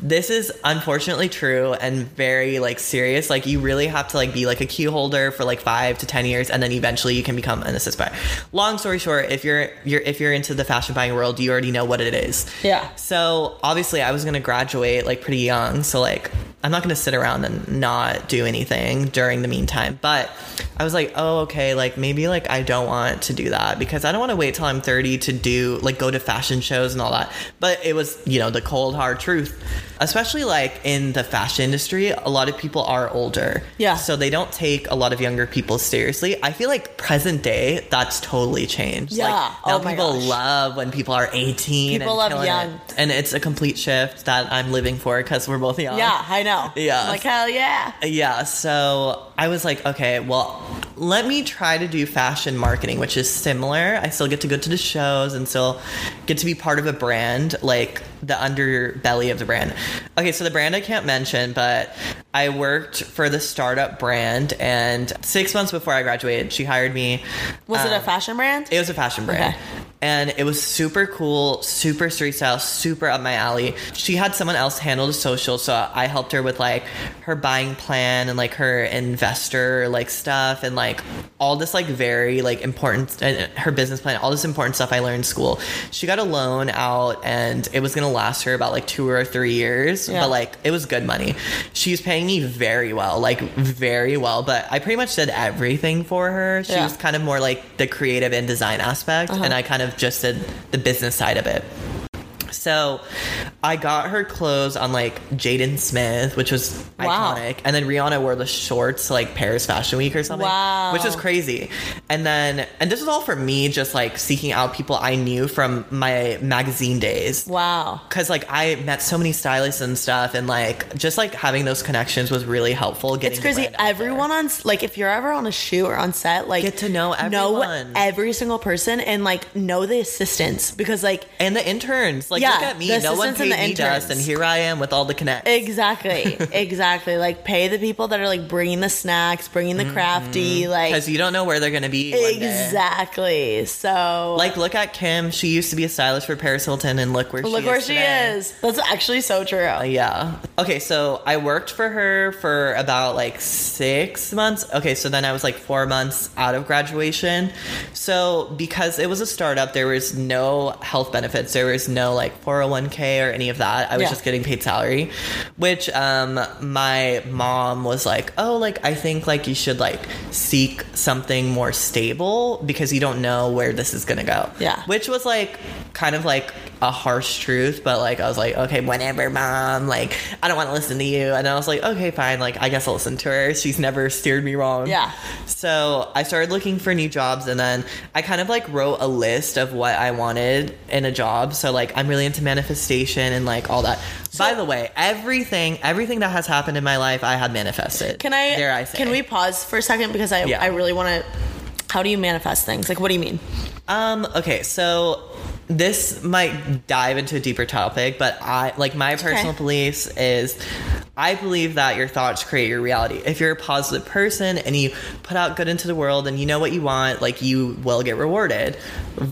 Speaker 1: this is unfortunately true and very like serious like you really have to like be like a queue holder for like five to ten years and then eventually you can become an assist buyer long story short if you're you're if you're into the fashion buying world you already know what it is
Speaker 2: Yeah.
Speaker 1: so obviously i was gonna graduate like pretty young so like i'm not gonna sit around and not do anything during the meantime but i was like oh okay like maybe like i don't want to do that because i don't want to wait till i'm 30 to do like go to fashion shows and all that but it was you know the cold hard truth especially like in the fashion industry a lot of people are older
Speaker 3: Yeah.
Speaker 1: so they don't take a lot of younger people seriously i feel like present day that's totally changed like
Speaker 3: Yeah.
Speaker 1: now
Speaker 3: Oh my
Speaker 1: people
Speaker 3: gosh.
Speaker 1: love when people are 18
Speaker 3: People
Speaker 1: and
Speaker 3: love
Speaker 1: killing it.
Speaker 3: young.
Speaker 1: and it's a complete shift that i'm living for because we're both young
Speaker 3: Yeah, I know.
Speaker 1: Yeah.
Speaker 3: I'm like, hell yeah.
Speaker 1: yeah so i was like okay well let me try to do fashion marketing which is similar i still get to go to the shows and still get to be part of a brand like the underbelly of the brand okay so the brand i can't mention but i worked for the startup brand and six months before i graduated she hired me
Speaker 3: Was it a fashion brand?
Speaker 1: Um, it was a fashion brand.
Speaker 3: Okay.
Speaker 1: And it was super cool, super street style, super up my alley. She had someone else handle the social, so I helped her with like her buying plan and like her investor like stuff and like all this like very like important and her business plan, all this important stuff I learned in school. She got a loan out and it was gonna gonna last her about like two or three years,
Speaker 3: Yeah.
Speaker 1: but like it was good money. She was paying me very well, like very well. But I pretty much did everything for her. She
Speaker 3: Yeah. Uh-huh.
Speaker 1: was kind of more like the creative and design aspect, and I kind of just did the business side of it. So I got her clothes on like Jaden Smith, which was
Speaker 3: Wow.
Speaker 1: iconic. And then Rihanna wore the shorts to, like Paris Fashion Week or something.
Speaker 3: Wow.
Speaker 1: Which was crazy. And then and this was all for me just like seeking out people I knew from my magazine days.
Speaker 3: Wow.
Speaker 1: Cause like I met so many stylists and stuff, and like just like having those connections was really helpful. Getting
Speaker 3: It's
Speaker 1: the
Speaker 3: crazy.
Speaker 1: brand out there.
Speaker 3: Everyone on s- like if you're ever on a shoot or on set, like
Speaker 1: Get to know
Speaker 3: know
Speaker 1: everyone.
Speaker 3: every single person, and like know the assistants because like
Speaker 1: and the interns, like
Speaker 3: Yeah,
Speaker 1: look at me,
Speaker 3: the
Speaker 1: no one
Speaker 3: assistants and
Speaker 1: paid
Speaker 3: the
Speaker 1: me dust,
Speaker 3: interns.
Speaker 1: and here I am with all the connects. *laughs*
Speaker 3: exactly, exactly. Like pay the people that are like bringing the snacks, bringing the crafty, like
Speaker 1: Because Mm-hmm. you don't know where they're gonna be. one day.
Speaker 3: exactly. So
Speaker 1: Like, look at Kim. She used to be a stylist for Paris Hilton, and look where she
Speaker 3: look
Speaker 1: is
Speaker 3: where she
Speaker 1: today.
Speaker 3: is. That's actually so true.
Speaker 1: Yeah. Okay, so I worked for her for about like six months. Okay, so then I was like four months out of graduation. So because it was a startup, there was no health benefits. There was no like 401k or any of that. I was
Speaker 3: Yeah.
Speaker 1: just getting paid salary, which um, my mom was like, oh, like I think like you should like seek something more stable because you don't know where this is going to go.
Speaker 3: Yeah.
Speaker 1: Which was like kind of like a harsh truth, but like I was like, okay, whatever, mom. Like, I don't want to listen to you. And I was like, okay, fine. Like, I guess I'll listen to her. She's never steered me wrong.
Speaker 3: Yeah.
Speaker 1: So I started looking for new jobs and then I kind of like wrote a list of what I wanted in a job. So like I'm really into manifestation and like all that. By the way, everything everything that has happened in my life I had manifested.
Speaker 3: Can I?
Speaker 1: Dare I say.
Speaker 3: Can we pause for a second because I
Speaker 1: Yeah.
Speaker 3: I really want to. How do you manifest things? Like what do you mean?
Speaker 1: Um, okay, so this might dive into a deeper topic, but I like my personal beliefs is I believe that your thoughts create your reality. If you're a positive person and you put out good into the world and you know what you want, like you will get rewarded.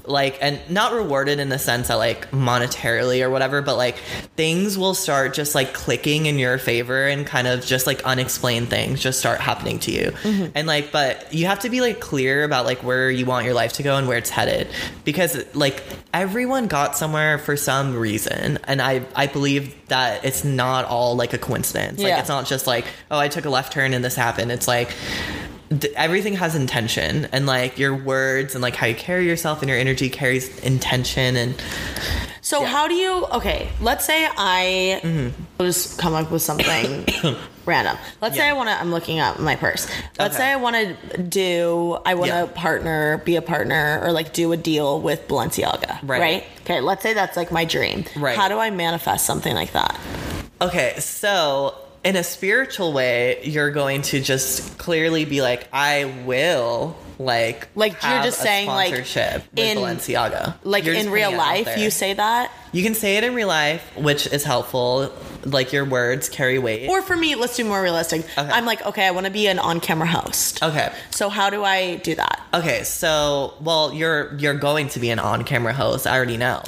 Speaker 1: Like and not rewarded in the sense that like monetarily or whatever, but like things will start just like clicking in your favor and kind of just like unexplained things just start happening to you. And like but you have to be like clear about like where you want your life to go and where it's headed because like everyone got somewhere for some reason and I I believe that it's not all like a coincidence. Like
Speaker 3: Yeah.
Speaker 1: it's not just like oh I took a left turn and this happened. It's like th- everything has intention and like your words and like how you carry yourself and your energy carries intention and
Speaker 3: So how do you? Okay, let's say I
Speaker 1: Mm-hmm.
Speaker 3: will just come up with
Speaker 1: *coughs*
Speaker 3: something random. Let's say I want to. I'm looking up my purse. Let's
Speaker 1: Okay.
Speaker 3: say I want to do. I want to
Speaker 1: Yeah.
Speaker 3: partner, be a partner, or like do a deal with Balenciaga. Right.
Speaker 1: Right.
Speaker 3: Okay. Let's say that's like my dream.
Speaker 1: Right.
Speaker 3: How do I manifest something like that?
Speaker 1: Okay, so in a spiritual way, you're going to just clearly be like, I will like
Speaker 3: Like, you're
Speaker 1: have
Speaker 3: just
Speaker 1: a
Speaker 3: saying, like,
Speaker 1: sponsorship with
Speaker 3: in-
Speaker 1: Balenciaga.
Speaker 3: Like
Speaker 1: You're just
Speaker 3: in
Speaker 1: putting
Speaker 3: real
Speaker 1: it out
Speaker 3: life,
Speaker 1: there.
Speaker 3: you say that.
Speaker 1: you can say it in real life, which is helpful. Like your words carry weight.
Speaker 3: Or for me, let's do more realistic. I'm like, okay, I want to be an on-camera host.
Speaker 1: okay.
Speaker 3: So how do I do that?
Speaker 1: Okay, so well, you're you're going to be an on-camera host. I already
Speaker 3: *laughs*
Speaker 1: know.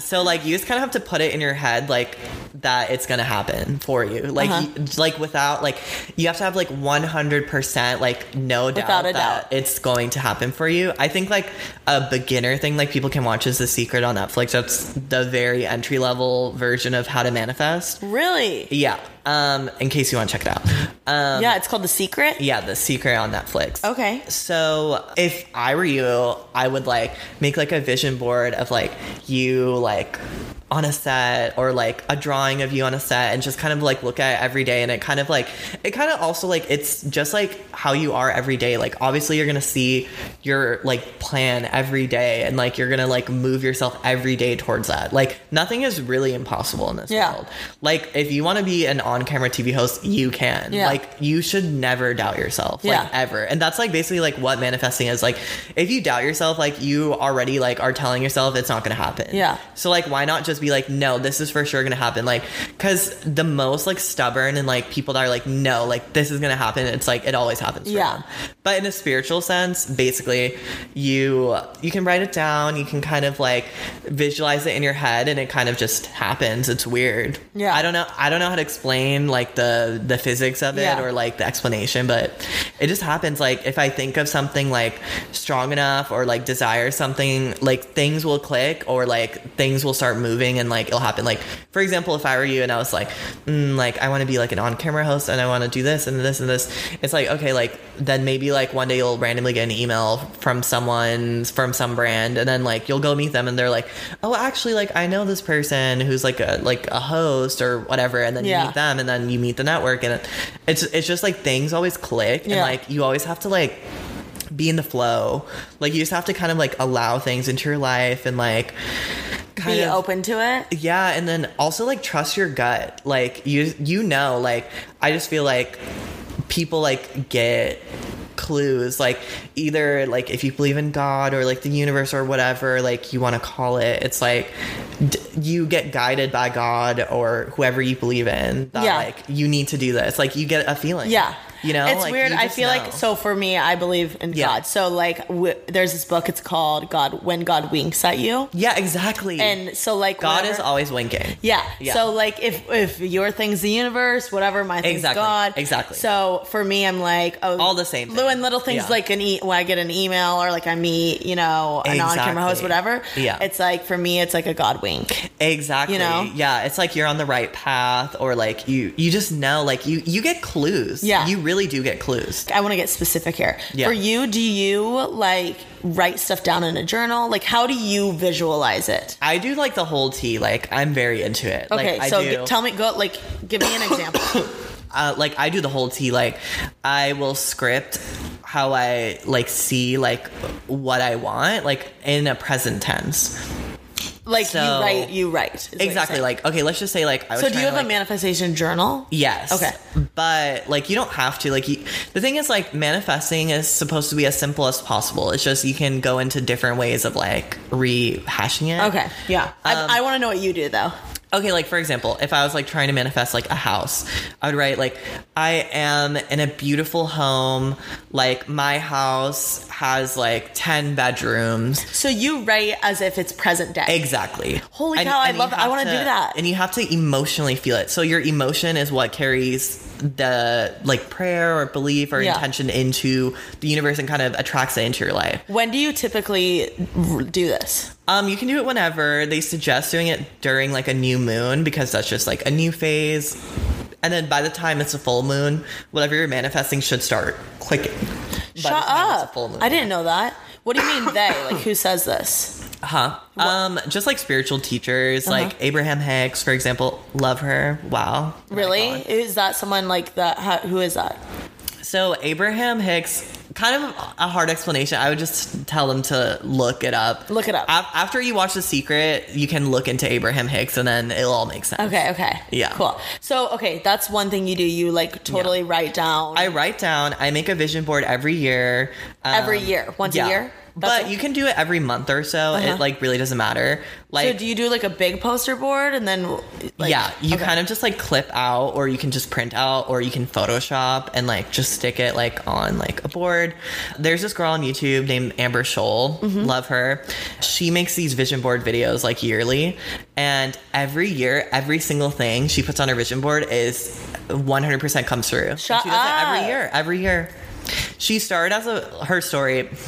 Speaker 1: so like, you just kind of have to put it in your head like that it's gonna happen for you. Like
Speaker 3: Uh-huh.
Speaker 1: you- like without like you have to have like one hundred percent like no doubt
Speaker 3: Without
Speaker 1: that
Speaker 3: a doubt.
Speaker 1: it's going to happen for you. I think like a beginner thing like people can watch is The Secret on Netflix. That's the very entry level version of how to manifest.
Speaker 3: Really?
Speaker 1: Yeah. Um, in case you want to check it out. Um,
Speaker 3: yeah. It's called The Secret.
Speaker 1: yeah, The Secret on Netflix.
Speaker 3: Okay.
Speaker 1: So if I were you, I would like make like a vision board of like you like on a set or like a drawing of you on a set and just kind of like look at it every day and it kind of like it kind of also like it's just like how you are every day like obviously you're gonna see your like plan every day and like you're gonna like move yourself every day towards that like nothing is really impossible in this
Speaker 3: Yeah.
Speaker 1: world like if you want to be an on-camera tv host you can
Speaker 3: Yeah.
Speaker 1: like you should never doubt yourself
Speaker 3: Yeah.
Speaker 1: like ever and that's like basically like what manifesting is like if you doubt yourself like you already like are telling yourself it's not gonna happen
Speaker 3: Yeah.
Speaker 1: so like why not just be like no this is for sure gonna happen like because the most like stubborn and like people that are like no like this is gonna happen it's like it always happens for
Speaker 3: Yeah.
Speaker 1: them. but but in a spiritual sense, basically, you you can write it down. You can kind of like visualize it in your head, and it kind of just happens. It's weird.
Speaker 2: Yeah.
Speaker 1: I don't know. I don't know how to explain like the the physics of it
Speaker 2: Yeah.
Speaker 1: or like the explanation, but it just happens. Like if I think of something like strong enough or like desire something, like things will click or like things will start moving and like it'll happen. Like for example, if I were you and I was like, mm, like I want to be like an on camera host and I want to do this and this and this, it's like okay, like then maybe like one day you'll randomly get an email from someone from some brand and then like you'll go meet them and they're like, oh actually like I know this person who's like a like a host or whatever, and then
Speaker 2: Yeah.
Speaker 1: you meet them them, and then you meet the network and it, it's it's just like things always click and
Speaker 2: Yeah.
Speaker 1: like you always have to like be in the flow like you just have to kind of like allow things into your life and like kind
Speaker 2: Be
Speaker 1: of
Speaker 2: open to it.
Speaker 1: yeah and then also like trust your gut like you you know like i just feel like people like get clues like either like if you believe in god or like the universe or whatever like you want to call it it's like d- you get guided by god or whoever you believe in that
Speaker 2: Yeah.
Speaker 1: like you need to do this like you get a feeling
Speaker 2: Yeah.
Speaker 1: you know
Speaker 3: it's
Speaker 1: Like,
Speaker 3: weird.
Speaker 1: you
Speaker 3: I
Speaker 1: just
Speaker 3: feel
Speaker 1: know.
Speaker 3: like so for me, I believe in
Speaker 1: Yeah.
Speaker 3: God. So like, w- there's this book. It's called God When God Winks at You.
Speaker 1: yeah exactly
Speaker 3: And so like,
Speaker 1: god
Speaker 3: whenever-
Speaker 1: is always winking
Speaker 3: Yeah.
Speaker 1: Yeah.
Speaker 3: So like if if your thing's the universe, whatever my thing's
Speaker 1: Exactly.
Speaker 3: God.
Speaker 1: Exactly.
Speaker 3: So for me, I'm like oh,
Speaker 1: All the same
Speaker 3: Lou
Speaker 1: thing.
Speaker 3: and little things
Speaker 1: Yeah.
Speaker 3: like an e- when I get an email or like I meet you know a
Speaker 1: Exactly.
Speaker 3: non-camera host, whatever.
Speaker 1: Yeah.
Speaker 3: It's like for me, it's like a God wink.
Speaker 1: Exactly.
Speaker 3: You know?
Speaker 1: Yeah, it's like you're on the right path or like you you just know like you you get clues.
Speaker 3: Yeah.
Speaker 1: You really do get clues.
Speaker 3: I want to get specific here.
Speaker 1: Yeah.
Speaker 3: For you, do you like write stuff down in a journal? Like how do you visualize it?
Speaker 1: I do like the whole tea. Like I'm very into it.
Speaker 3: Okay,
Speaker 1: like,
Speaker 3: so
Speaker 1: I do.
Speaker 3: g- tell me, go like give me an example.
Speaker 1: *coughs* uh, like I do the whole tea. Like I will script how I like see like what I want like in a present tense.
Speaker 3: like
Speaker 1: So-
Speaker 3: you write, you write is what you're
Speaker 1: Exactly.
Speaker 3: saying.
Speaker 1: Like okay, let's just say like I was
Speaker 3: So do you
Speaker 1: trying
Speaker 3: have
Speaker 1: to,
Speaker 3: a
Speaker 1: like-
Speaker 3: manifestation journal?
Speaker 1: Yes.
Speaker 3: Okay.
Speaker 1: But like you don't have to like you, the thing is like manifesting is supposed to be as simple as possible. It's just you can go into different ways of like rehashing it.
Speaker 3: Okay. Yeah.
Speaker 1: Um,
Speaker 3: I, I want to know what you do though.
Speaker 1: Okay, like for example, if I was like trying to manifest like a house, I would write like I am in a beautiful home, like my house has like 10 bedrooms.
Speaker 3: So you write as if it's present day.
Speaker 1: Exactly.
Speaker 3: Holy cow, I love-
Speaker 1: you
Speaker 3: I
Speaker 1: have
Speaker 3: wanna do that.
Speaker 1: And you have to emotionally feel it. So your emotion is what carries the like prayer or belief or
Speaker 3: Yeah.
Speaker 1: intention into the universe and kind of attracts it into your life.
Speaker 3: When do you typically r- do this?
Speaker 1: Um, you can do it whenever. They suggest doing it during like a new moon because that's just like a new phase. And then by the time it's a full moon, whatever you're manifesting should start clicking. By
Speaker 3: Shut
Speaker 1: the time it's a
Speaker 3: up.
Speaker 1: full moon.
Speaker 3: I didn't know that. What do you
Speaker 1: *coughs*
Speaker 3: mean they? Like who says this?
Speaker 1: Huh. Um, just like spiritual teachers,
Speaker 3: Uh-huh.
Speaker 1: like Abraham Hicks, for example, love her. Wow.
Speaker 3: Really?
Speaker 1: Icon.
Speaker 3: Is that someone like that? How, who is that?
Speaker 1: So Abraham Hicks, kind of a hard explanation. I would just tell them to look it up.
Speaker 3: Look it up.
Speaker 1: Af- after you watch The Secret, you can look into Abraham Hicks, and then it'll all make sense.
Speaker 3: Okay. Okay.
Speaker 1: Yeah.
Speaker 3: Cool. So okay, that's one thing you do. You like totally write down
Speaker 1: I write down. I make a vision board every year. Um,
Speaker 3: every year, once
Speaker 1: yeah.
Speaker 3: a year. That's
Speaker 1: But
Speaker 3: it? Uh-huh.
Speaker 1: you can do it every month or so. It like really doesn't matter. Like
Speaker 3: So do you do like a big poster board and then? Like,
Speaker 1: yeah, you
Speaker 3: okay.
Speaker 1: kind of just like clip out, or you can just print out, or you can Photoshop and like just stick it like on like a board. There's this girl on YouTube named Amber Scholl.
Speaker 3: Mm-hmm.
Speaker 1: Love her. She makes these vision board videos like yearly, and every year, every single thing she puts on her vision board is 100% comes through. And
Speaker 3: Shut
Speaker 1: she does it
Speaker 3: up.
Speaker 1: every year. Every year. She started as a her story *laughs*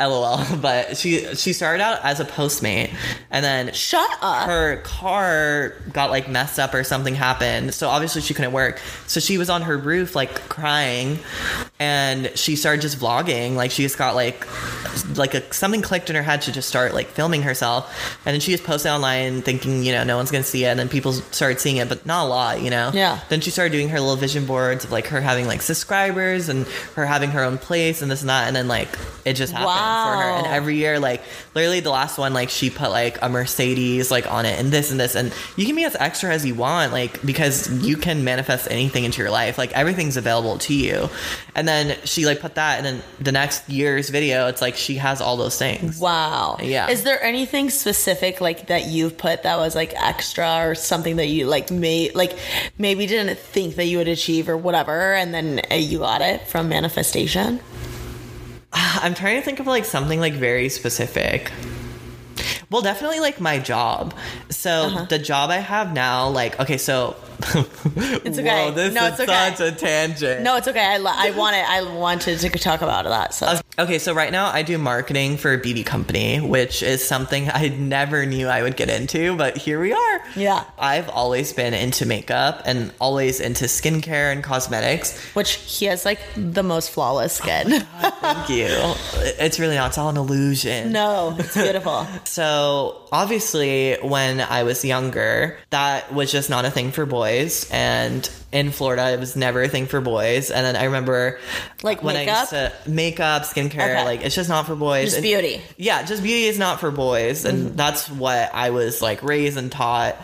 Speaker 1: LOL, *laughs* but she she started out as a postmate and then
Speaker 3: Shut up.
Speaker 1: her car got like messed up or something happened. So obviously she couldn't work. So she was on her roof like crying and she started just vlogging. Like she just got like like a, something clicked in her head to just start like filming herself. And then she just posted online thinking, you know, no one's going to see it and then people started seeing it, but not a lot, you know.
Speaker 3: Yeah.
Speaker 1: Then she started doing her little vision boards of like her having like subscribers and her having her own place and this and that and then like it just happened for her and
Speaker 3: Wow.
Speaker 1: every every year like literally the last one like she put like a mercedes like on it and this and this and you can be as extra as you want like because you can manifest anything into your life like everything's available to you and then she like put that and then the next year's video it's like she has all those things.
Speaker 3: Wow.
Speaker 1: Yeah.
Speaker 3: Is there anything specific like that you've put that was like extra or something that you like made like maybe didn't think that you would achieve or whatever and then uh, you got it from manifestation?
Speaker 1: I'm trying to think of like something like very specific. Well, definitely like my job. So
Speaker 3: Uh-huh.
Speaker 1: the job I have now, like okay, so *laughs* it's
Speaker 3: okay.
Speaker 1: Whoa, this
Speaker 3: No,
Speaker 1: is
Speaker 3: it's okay.
Speaker 1: such a tangent.
Speaker 3: No, it's okay. I lo- I want it. I wanted to talk about that. So
Speaker 1: Okay, so right now I do marketing for a beauty company, which is something I never knew I would get into, but here we are.
Speaker 3: Yeah.
Speaker 1: I've always been into makeup and always into skincare and cosmetics.
Speaker 3: *laughs* which he has like the most
Speaker 1: *laughs*
Speaker 3: flawless skin. *laughs*
Speaker 1: Thank you. It's really not, it's all an illusion.
Speaker 3: no, it's beautiful.
Speaker 1: So obviously, when I was younger, that was just not a thing for boys, and in Florida, it was never a thing for boys. And then I remember,
Speaker 3: Like
Speaker 1: when I
Speaker 3: makeup?
Speaker 1: used to makeup, skincare,
Speaker 3: Okay.
Speaker 1: like it's just not for boys.
Speaker 3: Just
Speaker 1: It-
Speaker 3: beauty.
Speaker 1: Yeah, just beauty is not for boys, and that's what I was like raised and taught,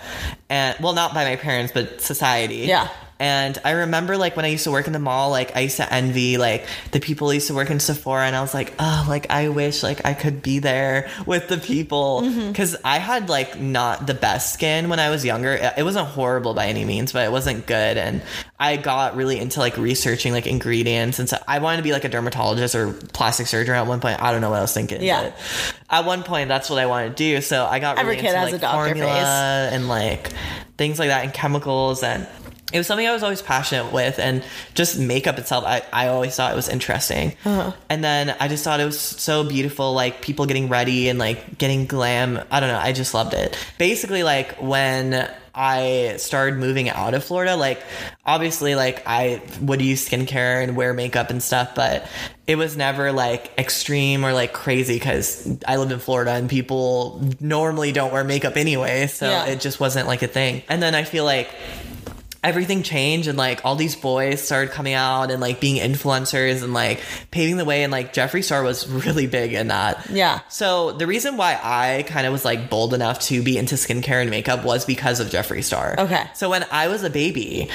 Speaker 1: and well, not by my parents, but society.
Speaker 3: Yeah.
Speaker 1: And I remember like when I used to work in the mall, like I used to envy like the people who used to work in Sephora and I was like, oh, like I wish like I could be there with the people.
Speaker 3: Mm-hmm.
Speaker 1: Cause I had like not the best skin when I was younger. It- It wasn't horrible by any means, but it wasn't good. And I got really into like researching like ingredients. And so I wanted to be like a dermatologist or plastic surgeon at one point. I don't know what I was thinking.
Speaker 3: Yeah.
Speaker 1: but At one point, that's what I wanted to do. So I got
Speaker 3: Every
Speaker 1: really
Speaker 3: kid
Speaker 1: into
Speaker 3: has a
Speaker 1: like
Speaker 3: doctor
Speaker 1: formula
Speaker 3: face.
Speaker 1: and like things like that and chemicals and it was something I was always passionate with and just makeup itself I, I always thought it was interesting. And then I just thought it was so beautiful, like people getting ready and like getting glam. I don't know, I just loved it. Basically like when I started moving out of Florida, like obviously like I would use skincare and wear makeup and stuff, but it was never like extreme or like crazy because I lived in Florida and people normally don't wear makeup anyway. So
Speaker 3: Yeah.
Speaker 1: it just wasn't like a thing. And then I feel like everything changed and like all these boys started coming out and like being influencers and like paving the way and like Jeffree Star was really big in that.
Speaker 3: Yeah.
Speaker 1: So the reason why I kind of was like bold enough to be into skincare and makeup was because of Jeffree Star.
Speaker 3: Okay.
Speaker 1: So when I was a baby,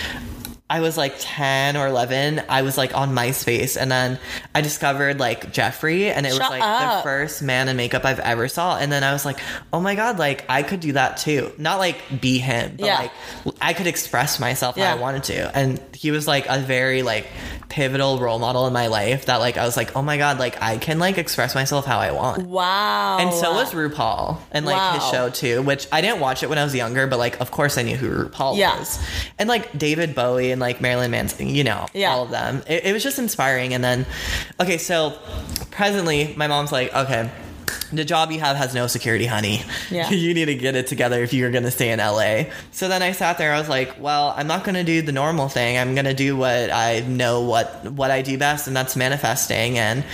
Speaker 1: I was like 10 or 11. I was like on MySpace and then I discovered like Jeffree and it was
Speaker 3: Shut
Speaker 1: like the
Speaker 3: up.
Speaker 1: first man in makeup I've ever saw. And then I was like, oh my God, like I could do that too. Not like be him, but
Speaker 3: Yeah.
Speaker 1: like I could express myself how
Speaker 3: Yeah.
Speaker 1: I wanted to. And he was like a very like pivotal role model in my life that like I was like, oh my God, like I can like express myself how I want.
Speaker 3: Wow.
Speaker 1: And so was RuPaul and like his
Speaker 3: Wow.
Speaker 1: show too, which I didn't watch it when I was younger, but like of course I knew who RuPaul
Speaker 3: Yeah.
Speaker 1: was. And like David Bowie and like Marilyn Manson, you know,
Speaker 3: Yeah.
Speaker 1: all of them. It, it was just inspiring. And then, okay, so presently my mom's like, okay. The job you have has no security, honey. *laughs*
Speaker 3: Yeah.
Speaker 1: you need to get it together if you're going to stay in LA. So then I sat there. I was like, well, I'm not going to do the normal thing. I'm going to do what I know what what I do best, and that's manifesting. And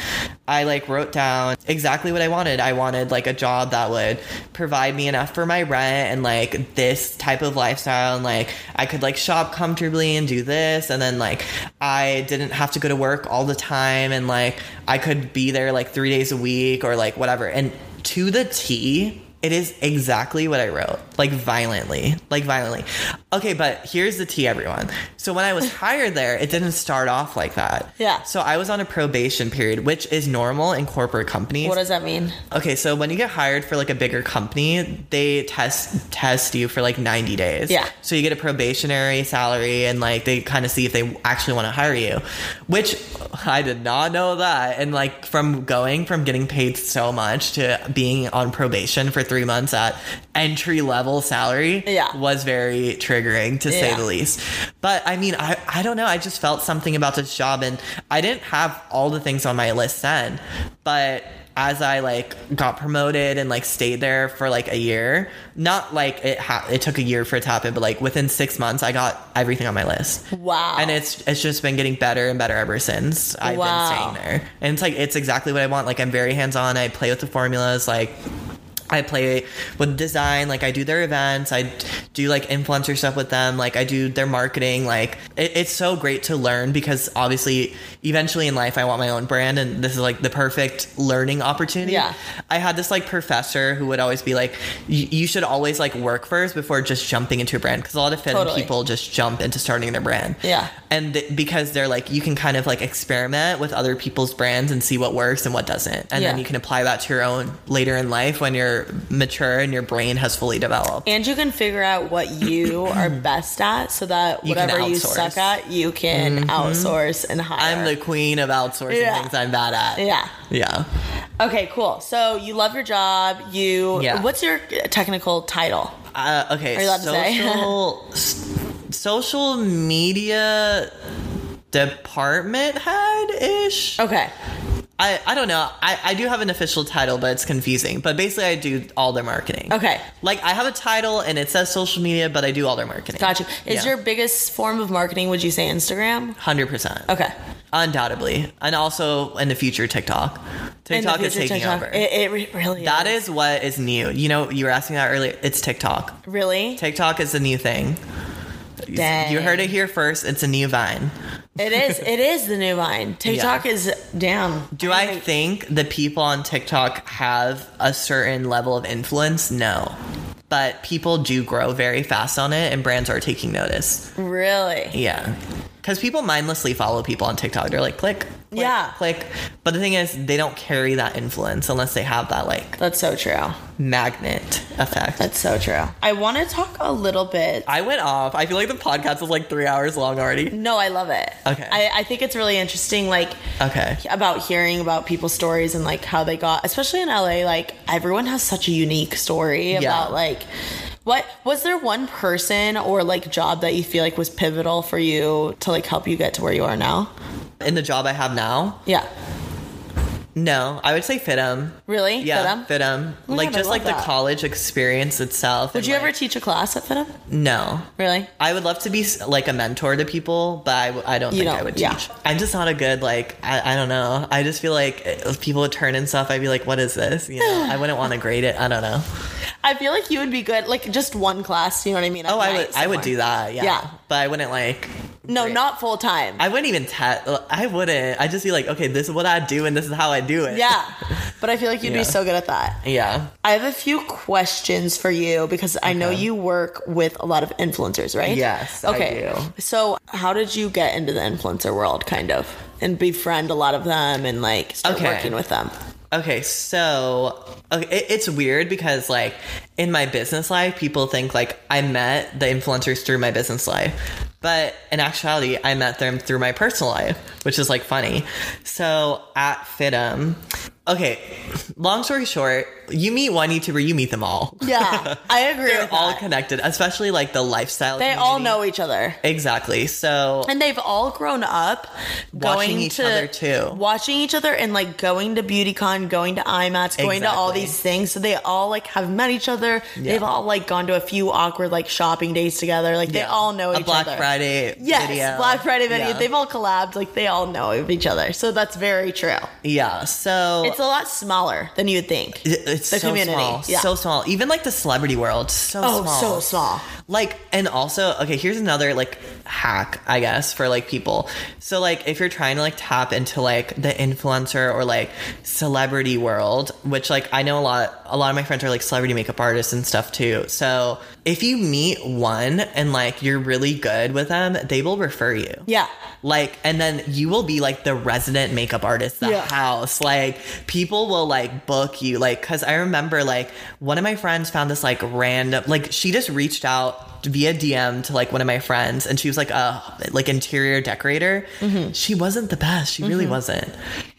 Speaker 1: I like wrote down exactly what I wanted. I wanted like a job that would provide me enough for my rent and like this type of lifestyle, and like I could like shop comfortably and do this, and then like I didn't have to go to work all the time, and like I could be there like three days a week or like whatever. And to the T, it is exactly what I wrote, like violently, like violently. Okay, but here's the tea, everyone. So when I was hired there, it didn't start off like that.
Speaker 3: Yeah.
Speaker 1: So I was on a probation period, which is normal in corporate companies.
Speaker 3: what does that mean?
Speaker 1: okay, so when you get hired for like a bigger company, they test test you for like 90 days.
Speaker 3: Yeah.
Speaker 1: So you get a probationary salary and like they kind of see if they actually want to hire you, which I did not know that. And like from going from getting paid so much to being on probation for three months at entry level salary
Speaker 3: Yeah.
Speaker 1: was very triggering to say
Speaker 3: Yeah.
Speaker 1: the least. But I mean, I, I don't know. I just felt something about this job and I didn't have all the things on my list then, but as I like got promoted and like stayed there for like a year, not like it ha- it took a year for it to happen, but like within six months, I got everything on my list.
Speaker 3: Wow.
Speaker 1: And it's it's just been getting better and better ever since I've
Speaker 3: Wow.
Speaker 1: been staying there. And it's like it's exactly what I want. Like I'm very hands on. I play with the formulas. Like I play with design, like I do their events, I do like influencer stuff with them, like I do their marketing. Like it, it's so great to learn because obviously, eventually in life, I want my own brand, and this is like the perfect learning opportunity.
Speaker 3: Yeah.
Speaker 1: I had this like professor who would always be like, "You you should always like work first before just jumping into a brand," because a lot of fit
Speaker 3: Totally.
Speaker 1: people just jump into starting their brand.
Speaker 3: Yeah.
Speaker 1: and th- because they're like, you can kind of like experiment with other people's brands and see what works and what doesn't, and
Speaker 3: Yeah.
Speaker 1: then you can apply that to your own later in life when you're mature and your brain has fully developed.
Speaker 3: And you can figure out what
Speaker 1: *clears throat*
Speaker 3: you are best at so that
Speaker 1: You can
Speaker 3: whatever you
Speaker 1: outsource. Mm-hmm.
Speaker 3: suck at, you can outsource and hire.
Speaker 1: I'm the queen of outsourcing
Speaker 3: Yeah.
Speaker 1: things I'm bad at.
Speaker 3: Yeah.
Speaker 1: Yeah.
Speaker 3: Okay, cool. So you love your job. You.
Speaker 1: Yeah.
Speaker 3: What's your technical title?
Speaker 1: Uh, okay.
Speaker 3: Are you allowed to say?
Speaker 1: social
Speaker 3: *laughs*
Speaker 1: s- social media department head ish.
Speaker 3: Okay.
Speaker 1: I, I don't know. I, I do have an official title, but it's confusing. But basically, I do all their marketing.
Speaker 3: Okay.
Speaker 1: Like I have a title and it says social media, but I do all their marketing.
Speaker 3: Got you. Is
Speaker 1: Yeah.
Speaker 3: your biggest form of marketing, would you say Instagram?
Speaker 1: hundred percent?
Speaker 3: Okay.
Speaker 1: Undoubtedly, and also in the future TikTok.
Speaker 3: In the
Speaker 1: TikTok is
Speaker 3: future,
Speaker 1: taking
Speaker 3: TikTok.
Speaker 1: over.
Speaker 3: It, it re- really
Speaker 1: That is what is new. You know, you were asking that earlier. It's TikTok.
Speaker 3: Really?
Speaker 1: TikTok is the new thing.
Speaker 3: Dang.
Speaker 1: You heard it here first. It's a new Vine. *laughs*
Speaker 3: It is. It is the new vine. TikTok is damn.
Speaker 1: Do I think the people on TikTok have a certain level of influence? No. But people do grow very fast on it, and brands are taking notice.
Speaker 3: Mm-hmm. really?
Speaker 1: Yeah. Because people mindlessly follow people on TikTok. They're like, click, click,
Speaker 3: Yeah.
Speaker 1: click. But the thing is, they don't carry that influence unless they have that like
Speaker 3: That's so true.
Speaker 1: magnet effect.
Speaker 3: That's so true. I want to talk a little bit.
Speaker 1: I went off. I feel like the podcast is like three hours long already.
Speaker 3: No, I love it.
Speaker 1: Okay.
Speaker 3: I, I think it's really interesting, like
Speaker 1: Okay.
Speaker 3: about hearing about people's stories and like how they got, especially in LA. Like everyone has such a unique story about like what was there one person or like job that you feel like was pivotal for you to like help you get to where you are now?
Speaker 1: In the job I have now,
Speaker 3: Yeah.
Speaker 1: no, I would say Fitum.
Speaker 3: Really?
Speaker 1: Yeah,
Speaker 3: Fitem?
Speaker 1: Fitum.
Speaker 3: Oh my
Speaker 1: like
Speaker 3: God, I
Speaker 1: just
Speaker 3: love
Speaker 1: like
Speaker 3: that.
Speaker 1: the college experience itself.
Speaker 3: Would you ever teach a class at Fitem?
Speaker 1: no.
Speaker 3: Really?
Speaker 1: I would love to be like a mentor to people, but I, w- I don't
Speaker 3: You
Speaker 1: think
Speaker 3: don't-
Speaker 1: I would teach.
Speaker 3: yeah.
Speaker 1: I'm just not a good like I, I don't know. I just feel like eh, if people would turn and stuff. I'd be like, what is this? You know, I wouldn't want to grade it. I don't know.
Speaker 3: I feel like you would be good, like just one class. You know what I mean? at
Speaker 1: Oh, I
Speaker 3: night
Speaker 1: would I would
Speaker 3: somewhere.
Speaker 1: do that. Yeah.
Speaker 3: Yeah.
Speaker 1: but I wouldn't like.
Speaker 3: No, not full time.
Speaker 1: I wouldn't even test. I wouldn't. I'd just be like, okay, this is what I do, and this is how I do it.
Speaker 3: yeah, but I feel like you'd
Speaker 1: Yeah.
Speaker 3: be so good at that.
Speaker 1: Yeah.
Speaker 3: I have a few questions for you because I know you work with a lot of influencers, right?
Speaker 1: Yes, I
Speaker 3: Okay.
Speaker 1: do.
Speaker 3: So, how did you get into the influencer world, kind of, and befriend a lot of them and like start
Speaker 1: Okay.
Speaker 3: working
Speaker 1: *laughs*
Speaker 3: with them?
Speaker 1: Okay, so okay, it, it's weird because like in my business life, people think like I met the influencers through my business life, but in actuality, I met them through my personal life, which is like funny. So at Fitum, okay, long story short, you meet one YouTuber, you meet them all.
Speaker 3: Yeah, I agree.
Speaker 1: They're
Speaker 3: with
Speaker 1: all
Speaker 3: that.
Speaker 1: connected, especially like the lifestyle.
Speaker 3: They all
Speaker 1: community.
Speaker 3: know each other.
Speaker 1: exactly. So
Speaker 3: And they've all grown up
Speaker 1: Watching
Speaker 3: going
Speaker 1: each
Speaker 3: to,
Speaker 1: other, too.
Speaker 3: Watching each other and like going to BeautyCon, going to IMATS, going to all
Speaker 1: Exactly.
Speaker 3: these things. So they all like have met each other. They've all like gone to a few awkward like shopping days together. Like they
Speaker 1: yeah.
Speaker 3: all know
Speaker 1: a
Speaker 3: each
Speaker 1: Black
Speaker 3: other.
Speaker 1: Friday.
Speaker 3: Yes,
Speaker 1: video.
Speaker 3: Black Friday video.
Speaker 1: Yeah.
Speaker 3: They've all collabed. Like they all know of each other. So that's very true.
Speaker 1: yeah. So
Speaker 3: It's a lot smaller than you would think.
Speaker 1: It- It's
Speaker 3: The
Speaker 1: so
Speaker 3: community,
Speaker 1: small,
Speaker 3: yeah.
Speaker 1: so small. Even like the celebrity world, so
Speaker 3: Oh,
Speaker 1: small,
Speaker 3: so small.
Speaker 1: Like, and also, okay, here's another like hack, I guess, for like people. So like, if you're trying to like tap into like the influencer or like celebrity world, which like I know a lot, a lot of my friends are like celebrity makeup artists and stuff too. So if you meet one and like you're really good with them, they will refer you.
Speaker 3: Yeah.
Speaker 1: Like, and then you will be like the resident makeup artist at the
Speaker 3: Yeah.
Speaker 1: house. Like, people will like book you. Like, cause I remember like one of my friends found this like random, like, she just reached out via DM to like one of my friends and she was like a like interior decorator.
Speaker 3: Mm-hmm.
Speaker 1: She wasn't the best. She really wasn't.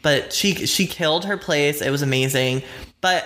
Speaker 1: But she, she killed her place. It was amazing. But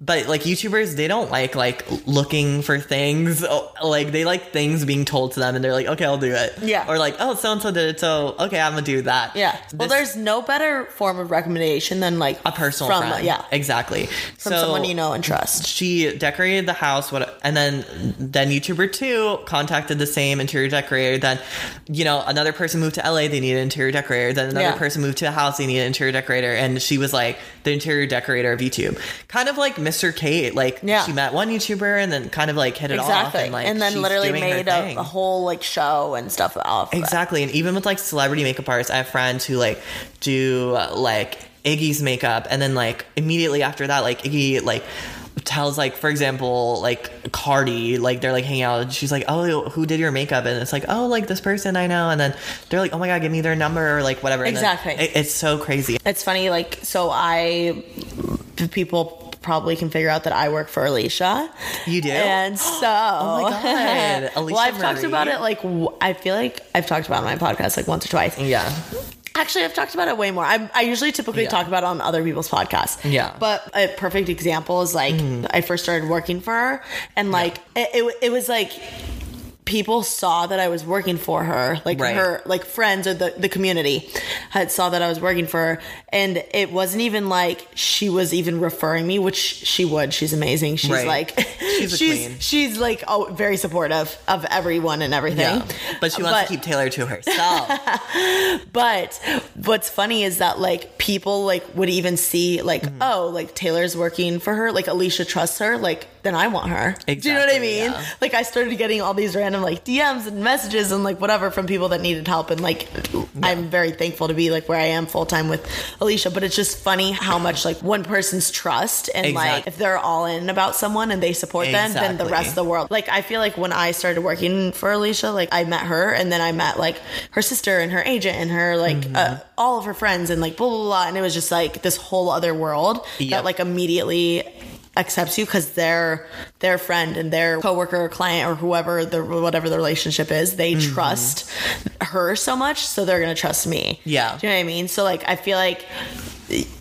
Speaker 1: but like YouTubers, they don't like like looking for things. Oh, Like they like things being told to them, and they're like, okay, I'll do it.
Speaker 3: Yeah.
Speaker 1: Or like, oh, so and so did it, so okay, I'm gonna do that.
Speaker 3: Yeah. well,
Speaker 1: This-
Speaker 3: there's no better form of recommendation than like
Speaker 1: a personal
Speaker 3: from
Speaker 1: friend.
Speaker 3: yeah
Speaker 1: exactly.
Speaker 3: from someone you know and trust.
Speaker 1: She decorated the house, what, and then then YouTuber two contacted the same interior decorator. Then, you know, another person moved to LA. They needed an interior decorator. Then another
Speaker 3: Yeah.
Speaker 1: person moved to a house. They needed an interior decorator, and she was like the interior decorator of YouTube. YouTube. Kind of like Mr. Kate, like
Speaker 3: Yeah.
Speaker 1: she met one YouTuber and then kind of like hit it off,
Speaker 3: exactly.
Speaker 1: and like
Speaker 3: then
Speaker 1: she's
Speaker 3: literally
Speaker 1: doing her
Speaker 3: made a,
Speaker 1: thing.
Speaker 3: a whole like show and stuff off. of it.
Speaker 1: Exactly. And even with like celebrity makeup artists, I have friends who like do uh, like Iggy's makeup and then like immediately after that, like Iggy like tells like for example like Cardi like they're like hanging out and she's like oh who did your makeup and it's like oh like this person I know and then they're like oh my god give me their number or like whatever And then
Speaker 3: Exactly.
Speaker 1: it- it's so crazy
Speaker 3: It's funny, like, so I, people probably can figure out that I work for Alicia.
Speaker 1: you do *gasps* Oh
Speaker 3: And so, *laughs*
Speaker 1: my God. Alicia
Speaker 3: well, I've talked
Speaker 1: Marie.
Speaker 3: about it like w- I feel like I've talked about it on my podcast like once or twice.
Speaker 1: yeah
Speaker 3: Actually, I've talked about it way more. I, I usually typically
Speaker 1: Yeah.
Speaker 3: talk about it on other people's podcasts.
Speaker 1: Yeah.
Speaker 3: But a perfect example is like I first started working for her, and like it, it, w- it was like people saw that I was working for her, like
Speaker 1: Right.
Speaker 3: her like friends or the the community had saw that I was working for her, and it wasn't even like she was even referring me, which she would. She's amazing. She's
Speaker 1: Right.
Speaker 3: like
Speaker 1: She's a
Speaker 3: *laughs* she's
Speaker 1: queen.
Speaker 3: she's like oh very supportive of everyone and everything.
Speaker 1: yeah but she wants
Speaker 3: But-
Speaker 1: to keep Taylor to herself
Speaker 3: *laughs* but what's funny is that like people like would even see like
Speaker 1: Mm-hmm.
Speaker 3: oh like Taylor's working for her like Alicia trusts her like then I want her. Do you know what
Speaker 1: Exactly,
Speaker 3: I mean?
Speaker 1: yeah.
Speaker 3: Like I started getting all these random like DMs and messages and like whatever from people that needed help and like I'm very thankful to be like where I am full time with Alicia, but it's just funny how much like one person's trust and like
Speaker 1: Exact-
Speaker 3: if they're all in about someone and they support them then the
Speaker 1: Exactly.
Speaker 3: rest of the world. Like I feel like when I started working for Alicia, like I met her and then I met like her sister and her agent and her like uh, all of her friends and like blah blah blah, and it was just like this whole other world
Speaker 1: Yeah.
Speaker 3: that like immediately accepts you because their their friend and their coworker or client or whoever the whatever the relationship is they trust her so much so they're gonna trust me
Speaker 1: Yeah.
Speaker 3: do you know what i mean so like i feel like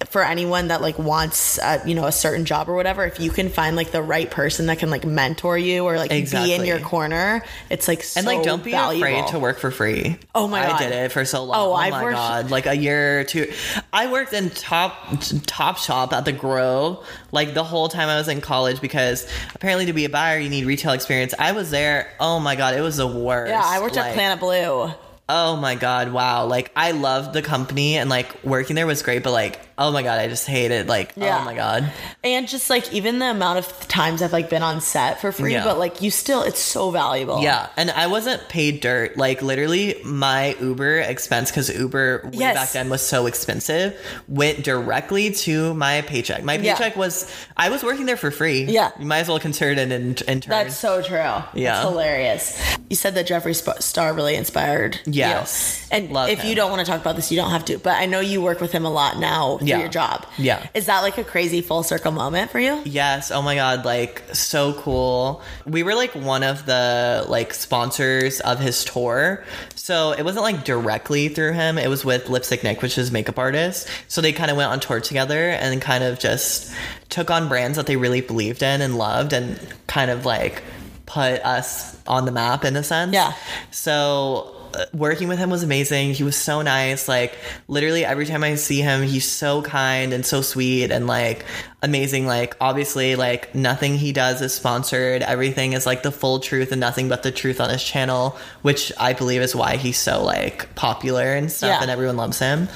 Speaker 3: for anyone that like wants uh, you know a certain job or whatever if you can find like the right person that can like mentor you or like be in
Speaker 1: Exactly.
Speaker 3: your corner it's like so
Speaker 1: And like, don't be
Speaker 3: valuable.
Speaker 1: afraid to work for free.
Speaker 3: Oh my God.
Speaker 1: I did it for so long.
Speaker 3: Oh,
Speaker 1: Oh,
Speaker 3: I've
Speaker 1: my
Speaker 3: worked-
Speaker 1: god, like a year or two. I worked in top Top Shop at the Grove like the whole time I was in college because apparently to be a buyer you need retail experience. I was there. Oh my god, it was the worst.
Speaker 3: yeah i worked at
Speaker 1: Like,
Speaker 3: planet blue
Speaker 1: Oh my god, wow! Like I loved the company and like working there was great, but like oh my god, I just hated like
Speaker 3: Yeah.
Speaker 1: oh my god.
Speaker 3: and just like even the amount of times i've like been on set for free
Speaker 1: Yeah.
Speaker 3: but like you still it's so valuable
Speaker 1: Yeah, and I wasn't paid dirt. Like literally, my Uber expense because Uber way
Speaker 3: Yes.
Speaker 1: back then was so expensive went directly to my paycheck. My
Speaker 3: Yeah.
Speaker 1: paycheck was I was working there for free.
Speaker 3: Yeah.
Speaker 1: you might as well consider it an in- intern.
Speaker 3: That's so true. Yeah,
Speaker 1: Yeah.
Speaker 3: hilarious. You said that Jeffree Sp- Star really inspired. you.
Speaker 1: Yes.
Speaker 3: and
Speaker 1: Love
Speaker 3: if you
Speaker 1: him.
Speaker 3: don't want to talk about this, you don't have to. But I know you work with him a lot now for
Speaker 1: Yeah.
Speaker 3: your job.
Speaker 1: Yeah.
Speaker 3: is that like a crazy full circle moment for you?
Speaker 1: Yes. Oh my God. Like, so cool. We were like one of the like sponsors of his tour. So it wasn't like directly through him. It was with Lipstick Nick, which is a makeup artist. So they kind of went on tour together and kind of just took on brands that they really believed in and loved and kind of like put us on the map in a sense.
Speaker 3: Yeah.
Speaker 1: So uh, working with him was amazing. He was so nice. Like literally every time I see him, he's so kind and so sweet and like amazing. Like obviously like nothing he does is sponsored. Everything is like the full truth and nothing but the truth on his channel, which I believe is why he's so like popular and stuff
Speaker 3: Yeah.
Speaker 1: and everyone loves him.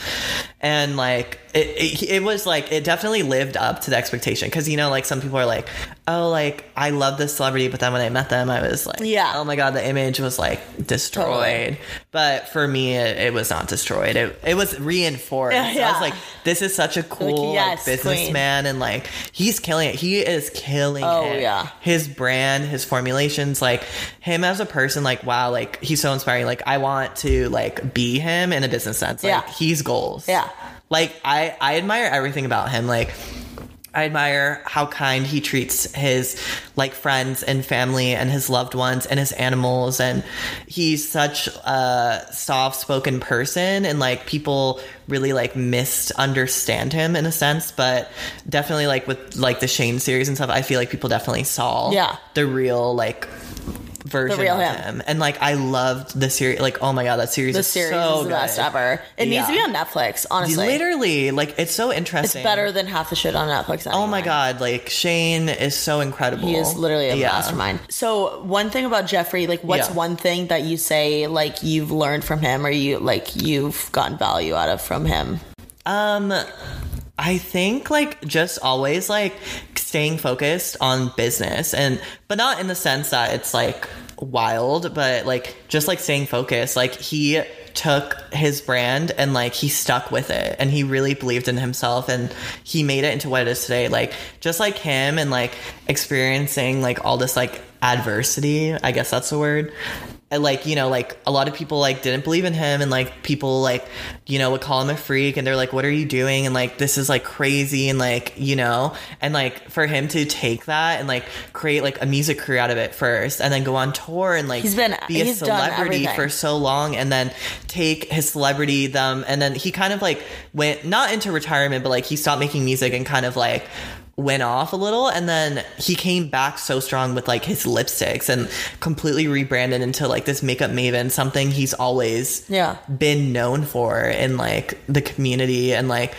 Speaker 1: And like it, it, it was like it definitely lived up to the expectation because you know like some people are like oh like I love this celebrity but then when I met them I was like
Speaker 3: Yeah.
Speaker 1: oh my god the image was like destroyed
Speaker 3: Totally.
Speaker 1: but for me it, it was not destroyed it, it was
Speaker 3: *laughs*
Speaker 1: reinforced
Speaker 3: Yeah,
Speaker 1: i
Speaker 3: yeah.
Speaker 1: was like this is such a cool like,
Speaker 3: yes,
Speaker 1: businessman and like he's killing it he is killing
Speaker 3: Oh,
Speaker 1: it.
Speaker 3: yeah.
Speaker 1: his brand his formulations like him as a person like wow like he's so inspiring like i want to like be him in a business sense like
Speaker 3: Yeah.
Speaker 1: he's goals
Speaker 3: Yeah.
Speaker 1: like i i admire everything about him like I admire how kind he treats his like friends and family and his loved ones and his animals and he's such a soft-spoken person and like people really like misunderstand him in a sense but definitely like with like the Shane series and stuff I feel like people definitely saw
Speaker 3: Yeah.
Speaker 1: the real like version
Speaker 3: real
Speaker 1: of
Speaker 3: him.
Speaker 1: him. and like I loved the series like oh my god that series
Speaker 3: The
Speaker 1: is
Speaker 3: series
Speaker 1: so
Speaker 3: is the
Speaker 1: good.
Speaker 3: best ever. It needs to be
Speaker 1: Yeah.
Speaker 3: on Netflix. Honestly,
Speaker 1: literally like it's so
Speaker 3: it's
Speaker 1: interesting
Speaker 3: better than half the shit on Netflix.
Speaker 1: Oh my
Speaker 3: anyway.
Speaker 1: god, like Shane is so incredible.
Speaker 3: He is literally a
Speaker 1: Yeah.
Speaker 3: mastermind. So one thing about Jeffrey, like what's
Speaker 1: Yeah.
Speaker 3: one thing that you say like you've learned from him or you like you've gotten value out of from him?
Speaker 1: Um I think like just always like staying focused on business and but not in the sense that it's like wild but like just like staying focused like he took his brand and like he stuck with it and he really believed in himself and he made it into what it is today like just like him and like experiencing like all this like adversity i guess that's the word and like you know like a lot of people like didn't believe in him and like people like you know would call him a freak and they're like what are you doing and like this is like crazy and like you know and like for him to take that and like create like a music career out of it first and then go on tour and like
Speaker 3: He's been-
Speaker 1: be a
Speaker 3: he's done
Speaker 1: celebrity
Speaker 3: everything.
Speaker 1: for so long and then take his celebrity them and then he kind of like went not into retirement but like he stopped making music and kind of like went off a little and then he came back so strong with like his lipsticks and completely rebranded into like this makeup maven something he's always
Speaker 2: Yeah.
Speaker 1: been known for in like the community and like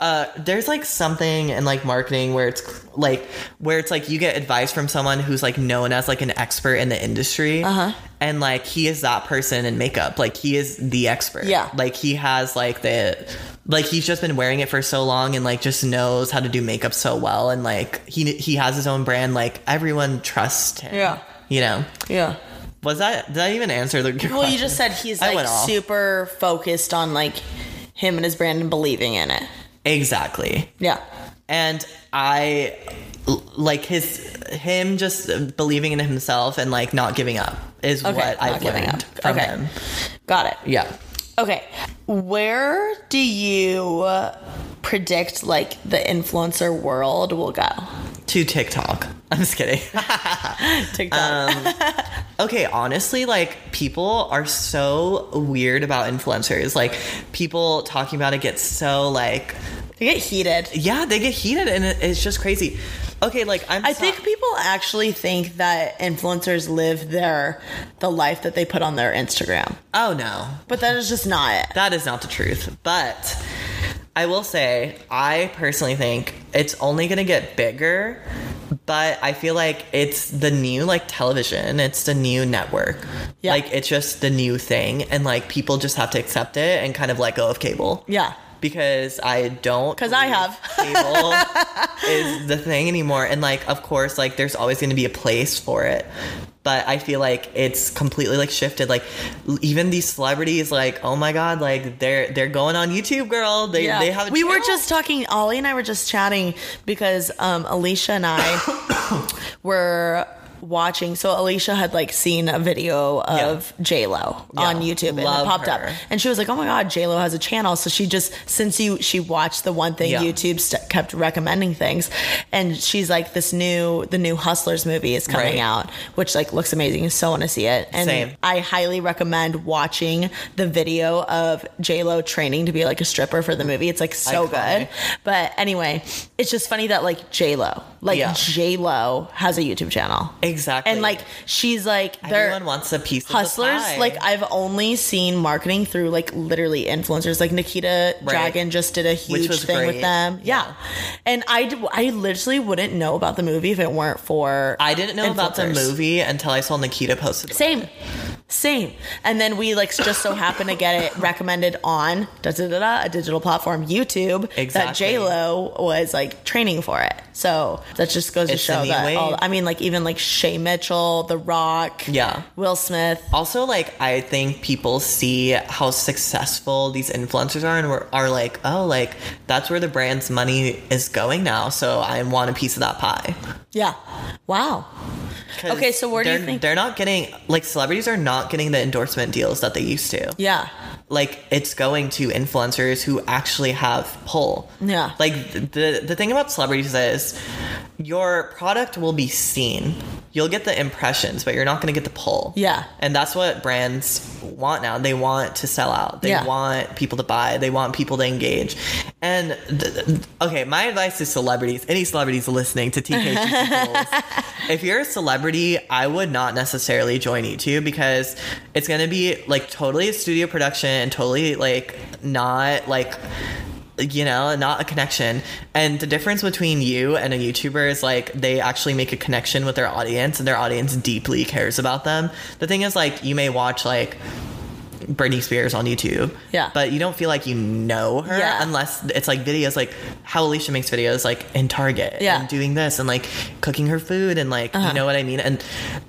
Speaker 1: uh, there's like something in like marketing where it's like where it's like you get advice from someone who's like known as like an expert in the industry uh-huh. and like he is that person in makeup like he is the expert
Speaker 2: Yeah.
Speaker 1: like he has like the like he's just been wearing it for so long and like just knows how to do makeup so well and like he he has his own brand like everyone trusts him
Speaker 2: Yeah.
Speaker 1: you know
Speaker 2: Yeah.
Speaker 1: was that did I even answer the your
Speaker 3: Well,
Speaker 1: question?
Speaker 3: you just said he's
Speaker 1: I
Speaker 3: like
Speaker 1: went off.
Speaker 3: super focused on like him and his brand and believing in it.
Speaker 1: exactly
Speaker 3: Yeah.
Speaker 1: and I l- like his him just believing in himself and like not giving up is what
Speaker 3: not
Speaker 1: I've
Speaker 3: giving
Speaker 1: learned
Speaker 3: up.
Speaker 1: from
Speaker 3: Okay.
Speaker 1: him.
Speaker 3: Got it.
Speaker 1: Yeah.
Speaker 3: Okay. Where do you uh, predict like the influencer world will go?
Speaker 1: To TikTok. *laughs* I'm just
Speaker 3: *laughs*
Speaker 1: kidding.
Speaker 3: TikTok. *laughs*
Speaker 1: okay, honestly, like people are so weird about influencers. Like people talking about it gets so like
Speaker 3: they get heated.
Speaker 1: yeah, they get heated and it, it's just crazy. Okay, like I'm
Speaker 3: I
Speaker 1: so-
Speaker 3: think people actually think that influencers live their the life that they put on their Instagram.
Speaker 1: oh no.
Speaker 3: But that is just not it.
Speaker 1: That is not the truth. But I will say, I personally think it's only going to get bigger. But I feel like it's the new like television. It's the new network.
Speaker 3: Yeah.
Speaker 1: Like it's just the new thing, and like people just have to accept it and kind of let go of cable.
Speaker 3: Yeah.
Speaker 1: Because I don't.
Speaker 3: 'Cause I
Speaker 1: believe
Speaker 3: have.
Speaker 1: cable is the thing anymore, and like of course, like there's always going to be a place for it. But I feel like it's completely like shifted. Like l- even these celebrities, like oh my god, like they're they're going on YouTube, girl. They
Speaker 3: Yeah.
Speaker 1: they have. a
Speaker 3: we were
Speaker 1: channel.
Speaker 3: just talking. Ollie and I were just chatting because um, Alicia and I *coughs* were watching. So Alicia had like seen a video of J Lo on
Speaker 1: Yeah.
Speaker 3: YouTube and
Speaker 1: Love
Speaker 3: it popped
Speaker 1: her.
Speaker 3: up, and she was like, "Oh my god, J Lo has a channel." So she just since you she watched the one thing
Speaker 1: Yeah.
Speaker 3: YouTube st- kept recommending things, and she's like, "This new the new Hustlers movie is coming
Speaker 1: Right.
Speaker 3: out, which like looks amazing. So want to see it." And
Speaker 1: Same.
Speaker 3: I highly recommend watching the video of J Lo training to be like a stripper for the movie. It's like so
Speaker 1: Iconic.
Speaker 3: good. But anyway, it's just funny that like J Lo, like
Speaker 1: Yeah.
Speaker 3: J Lo has a YouTube channel,
Speaker 1: exactly
Speaker 3: and like she's like they're
Speaker 1: everyone wants a piece. of
Speaker 3: hustlers.
Speaker 1: the pie.
Speaker 3: Like I've only seen marketing through like literally influencers. Like Nikita
Speaker 1: Right.
Speaker 3: Dragon just did a huge
Speaker 1: was
Speaker 3: thing
Speaker 1: great.
Speaker 3: with them. Yeah, and I d- I literally wouldn't know about the movie if it weren't for
Speaker 1: I didn't know about the
Speaker 3: influencers.
Speaker 1: movie until I saw Nikita posted. it.
Speaker 3: Same. Same. And then we like just so happened to get it recommended on da, da, da, da, a digital platform, YouTube, that
Speaker 1: Exactly.
Speaker 3: J Lo was like training for it. So that just goes
Speaker 1: It's
Speaker 3: to
Speaker 1: a
Speaker 3: show
Speaker 1: new
Speaker 3: that
Speaker 1: wave.
Speaker 3: all, I mean like even like Shay Mitchell, The Rock,
Speaker 1: Yeah.
Speaker 3: Will Smith.
Speaker 1: also like i think people see how successful these influencers are and we're, are like oh like that's where the brand's money is going now so i want a piece of that pie
Speaker 3: Yeah. Wow.
Speaker 1: 'Cause
Speaker 3: Okay, so where do you
Speaker 1: they're-
Speaker 3: think-
Speaker 1: they're not getting like celebrities are not getting the endorsement deals that they used to
Speaker 3: Yeah.
Speaker 1: like it's going to influencers who actually have pull.
Speaker 3: Yeah.
Speaker 1: Like th- the the thing about celebrities is your product will be seen. You'll get the impressions, but you're not going to get the pull.
Speaker 3: Yeah.
Speaker 1: And that's what brands want now. They want to sell out. They
Speaker 3: Yeah.
Speaker 1: want people to buy. They want people to engage. And th- th- okay, my advice to celebrities, any celebrities listening to TKG
Speaker 3: *laughs*
Speaker 1: Goals, if you're a celebrity, I would not necessarily join E2 because it's going to be like totally a studio production and totally like not like you know, not a connection. And the difference between you and a YouTuber is like they actually make a connection with their audience and their audience deeply cares about them. The thing is like you may watch like Britney Spears on YouTube.
Speaker 3: Yeah.
Speaker 1: But you don't feel like you know her
Speaker 3: Yeah.
Speaker 1: unless it's like videos like how Alicia makes videos like in Target
Speaker 3: Yeah.
Speaker 1: and doing this and like cooking her food and like
Speaker 3: Uh-huh.
Speaker 1: you know what I mean? And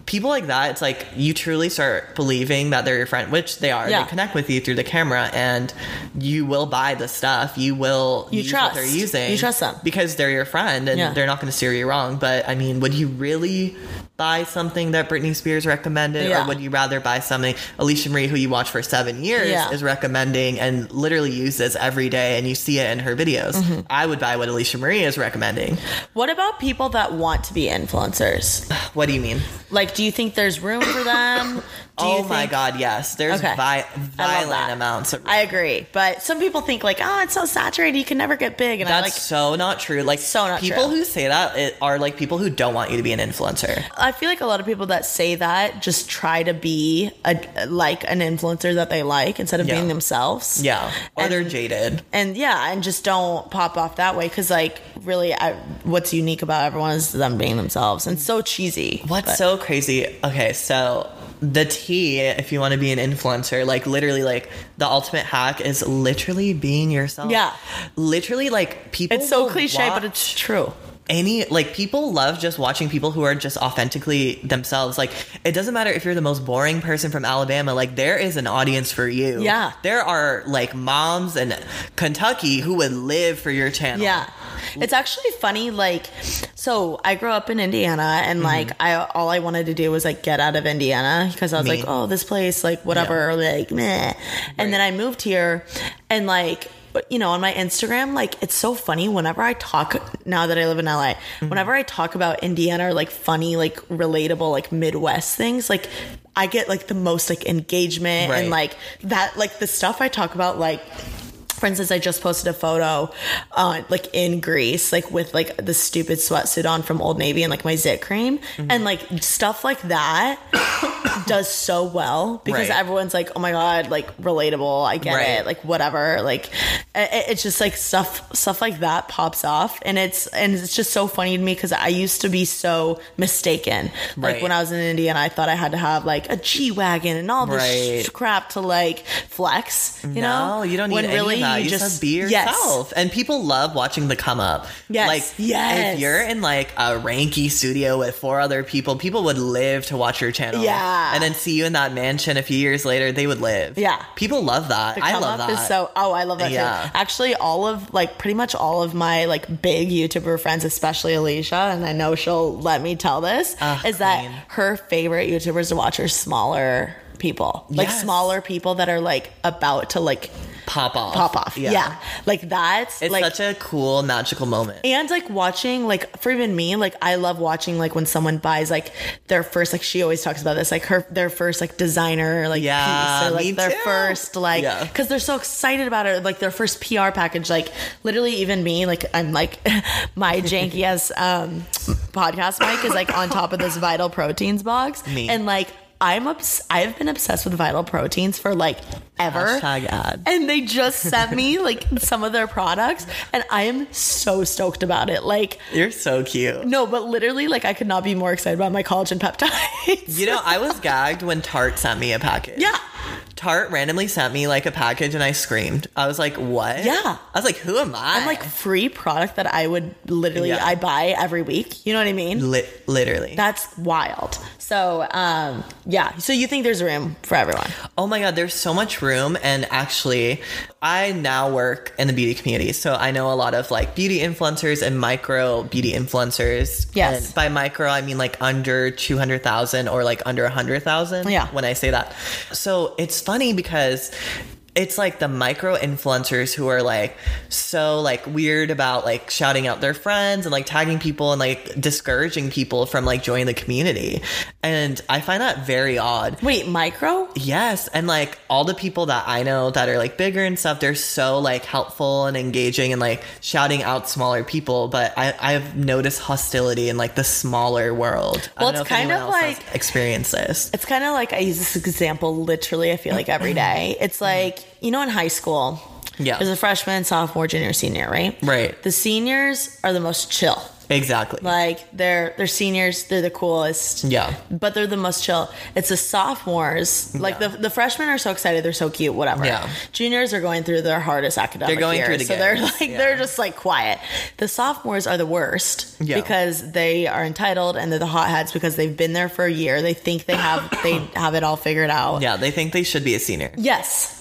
Speaker 1: people like that, it's like you truly start believing that they're your friend, which they are.
Speaker 3: Yeah.
Speaker 1: They connect with you through the camera and you will buy the stuff. You will
Speaker 3: You
Speaker 1: use
Speaker 3: trust.
Speaker 1: what they're using.
Speaker 3: You trust them.
Speaker 1: Because they're your friend and
Speaker 3: Yeah.
Speaker 1: they're not going to steer you wrong. But I mean, would you really buy something that Britney Spears recommended?
Speaker 3: Yeah.
Speaker 1: Or would you rather buy something Alicia Marie, who you watch for seven years,
Speaker 3: Yeah.
Speaker 1: is recommending and literally uses every day and you see it in her videos?
Speaker 3: Mm-hmm.
Speaker 1: I would buy what Alicia Marie is recommending.
Speaker 3: What about people that want to be influencers?
Speaker 1: What do you mean?
Speaker 3: Like, do you think there's room for them?
Speaker 1: *coughs*
Speaker 3: Do
Speaker 1: oh
Speaker 3: you
Speaker 1: my
Speaker 3: think-
Speaker 1: God, yes. There's
Speaker 3: Okay.
Speaker 1: vi-
Speaker 3: I love
Speaker 1: violent
Speaker 3: that.
Speaker 1: amounts of.
Speaker 3: I agree, but some people think like, oh, it's so saturated, you can never get big, and
Speaker 1: that's
Speaker 3: I like
Speaker 1: so not true. Like
Speaker 3: So not
Speaker 1: people
Speaker 3: true.
Speaker 1: who say that it, are like people who don't want you to be an influencer.
Speaker 3: I feel like a lot of people that say that just try to be a, like an influencer that they like instead of
Speaker 1: Yeah.
Speaker 3: being themselves.
Speaker 1: Yeah, or they're
Speaker 3: And-
Speaker 1: jaded.
Speaker 3: And yeah, and just don't pop off that way because, like, really, I, what's unique about everyone is them being themselves and so cheesy.
Speaker 1: What's
Speaker 3: But-
Speaker 1: so crazy? Okay, so the T, if you want to be an influencer, like literally, like the ultimate hack is literally being yourself.
Speaker 3: Yeah.
Speaker 1: literally, like people.
Speaker 3: It's so
Speaker 1: will
Speaker 3: cliche,
Speaker 1: watch-
Speaker 3: but it's true.
Speaker 1: any like people love just watching people who are just authentically themselves like it doesn't matter if you're the most boring person from alabama like there is an audience for you
Speaker 3: Yeah.
Speaker 1: there are like moms in kentucky who would live for your channel
Speaker 3: Yeah. It's actually funny like so I grew up in Indiana
Speaker 1: Mm-hmm.
Speaker 3: and like I all I wanted to do was like get out of Indiana because I was
Speaker 1: Me.
Speaker 3: like oh this place like whatever like meh. And then I moved here and like but, you know on my Instagram like it's so funny whenever I talk now that I live in LA
Speaker 1: Mm-hmm.
Speaker 3: whenever I talk about Indiana or like funny like relatable like Midwest things like I get like the most like engagement and
Speaker 1: Right.
Speaker 3: like that like the stuff I talk about like for instance, I just posted a photo, uh, like in Greece, like with like the stupid sweatsuit on from Old Navy and like my zit cream
Speaker 1: Mm-hmm.
Speaker 3: and like stuff like that *coughs* does so well because
Speaker 1: Right.
Speaker 3: everyone's like, oh my god, like relatable, I get
Speaker 1: Right.
Speaker 3: it, like whatever, like it- it- it's just like stuff stuff like that pops off and it's and it's just so funny to me because I used to be so mistaken, like
Speaker 1: Right.
Speaker 3: when I was in Indiana, I thought I had to have like a G wagon and all this
Speaker 1: Right.
Speaker 3: sh- crap to like flex, you know?
Speaker 1: no, you don't need
Speaker 3: When
Speaker 1: any
Speaker 3: really
Speaker 1: of that. You,
Speaker 3: you
Speaker 1: just,
Speaker 3: just
Speaker 1: be
Speaker 3: yes.
Speaker 1: yourself, and people love watching the come up.
Speaker 3: Yes,
Speaker 1: like
Speaker 3: yes.
Speaker 1: if you're in like a ranky studio with four other people, people would live to watch your channel.
Speaker 3: Yeah.
Speaker 1: and then see you in that mansion a few years later, they would live.
Speaker 3: Yeah.
Speaker 1: people love that.
Speaker 3: The
Speaker 1: I
Speaker 3: come
Speaker 1: love
Speaker 3: up
Speaker 1: that.
Speaker 3: is so oh I love that
Speaker 1: Yeah.
Speaker 3: too. Actually all of like pretty much all of my like big YouTuber friends, especially Alicia, and I know she'll let me tell this,
Speaker 1: Ah,
Speaker 3: is
Speaker 1: queen.
Speaker 3: that her favorite YouTubers to watch are smaller people. Like
Speaker 1: Yes.
Speaker 3: smaller people that are like about to like
Speaker 1: pop off,
Speaker 3: pop off. Yeah. Like that's
Speaker 1: It's
Speaker 3: like
Speaker 1: such a cool, magical moment.
Speaker 3: and like watching like for even me like i love watching like when someone buys like their first like she always talks about this like her their first like designer like
Speaker 1: Yeah,
Speaker 3: piece or like
Speaker 1: me
Speaker 3: their
Speaker 1: too.
Speaker 3: first like
Speaker 1: Yeah.
Speaker 3: because they're so excited about it like their first pr package like literally even me like i'm like *laughs* my janky ass um podcast mic is like on top of this vital proteins box
Speaker 1: Me.
Speaker 3: and like I'm obs- I've been obsessed with vital proteins for like ever
Speaker 1: Hashtag ad.
Speaker 3: and they just sent me like some of their products and i am so stoked about it like
Speaker 1: You're so cute.
Speaker 3: no but literally like i could not be more excited about my collagen peptides
Speaker 1: You know, I was gagged when Tarte sent me a package.
Speaker 3: *laughs* yeah
Speaker 1: Tarte randomly sent me like a package and I screamed. I was like, what?
Speaker 3: Yeah.
Speaker 1: I was like, who am I?
Speaker 3: i'm like free product that i would literally
Speaker 1: Yeah.
Speaker 3: i buy every week you know what i mean
Speaker 1: Li- literally.
Speaker 3: that's wild so um yeah so you think there's room for everyone
Speaker 1: oh my God, there's so much room. And actually, I now work in the beauty community. So I know a lot of like beauty influencers and micro beauty influencers.
Speaker 3: Yes.
Speaker 1: And by micro, I mean like under 200,000 or like under 100,000.
Speaker 3: Yeah.
Speaker 1: When I say that. So it's funny because it's like the micro influencers who are like so like weird about like shouting out their friends and like tagging people and like discouraging people from like joining the community. And I find that very odd.
Speaker 3: wait micro
Speaker 1: Yes, and like all the people that I know that are like bigger and stuff, they're so like helpful and engaging and like shouting out smaller people. But I, I've noticed hostility in like the smaller world.
Speaker 3: Well,
Speaker 1: I don't know
Speaker 3: it's
Speaker 1: if
Speaker 3: kind
Speaker 1: anyone
Speaker 3: of
Speaker 1: else has
Speaker 3: like-
Speaker 1: experienced this.
Speaker 3: it's kind of like I use this example literally, I feel like every day. It's like, you know, in high school,
Speaker 1: Yeah.
Speaker 3: There's a freshman, sophomore, junior, senior, right?
Speaker 1: Right.
Speaker 3: The seniors are the most chill.
Speaker 1: Exactly.
Speaker 3: Like they're they're seniors, they're the coolest.
Speaker 1: Yeah.
Speaker 3: But they're the most chill. It's the sophomores. Like the the freshmen are so excited, they're so cute, whatever.
Speaker 1: Yeah.
Speaker 3: Juniors are going through their hardest academic
Speaker 1: They're going
Speaker 3: year,
Speaker 1: through the
Speaker 3: so they're
Speaker 1: games.
Speaker 3: like they're just like quiet. The sophomores are the worst
Speaker 1: Yeah.
Speaker 3: because they are entitled and they're the hotheads because they've been there for a year. They think they have
Speaker 1: *coughs*
Speaker 3: they have it all figured out.
Speaker 1: yeah, they think they should be a senior.
Speaker 3: Yes.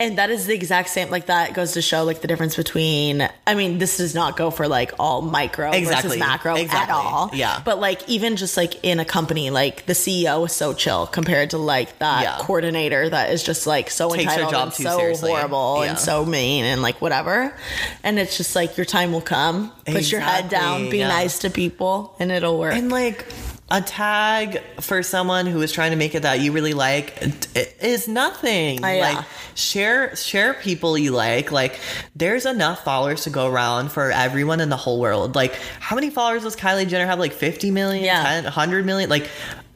Speaker 3: And that is the exact same. Like that goes to show like the difference between. I mean, this does not go for like all micro
Speaker 1: Exactly.
Speaker 3: versus macro at
Speaker 1: Exactly.
Speaker 3: all.
Speaker 1: Yeah.
Speaker 3: But like even just like in a company, like the CEO was so chill compared to like that
Speaker 1: Yeah.
Speaker 3: coordinator that is just like so
Speaker 1: Takes her
Speaker 3: entitled
Speaker 1: job
Speaker 3: and
Speaker 1: too
Speaker 3: so
Speaker 1: seriously.
Speaker 3: horrible and
Speaker 1: Yeah.
Speaker 3: so mean and like whatever. And it's just like your time will come. Put your head down.
Speaker 1: Exactly,
Speaker 3: Be
Speaker 1: yeah.
Speaker 3: nice to people, and it'll work.
Speaker 1: And like a tag for someone who is trying to make it that you really like d- is nothing.
Speaker 3: Oh, yeah.
Speaker 1: Like share share people you like. Like there's enough followers to go around for everyone in the whole world. Like how many followers does Kylie Jenner have? Like 50 million,
Speaker 3: Yeah.
Speaker 1: 10, 100 million? Like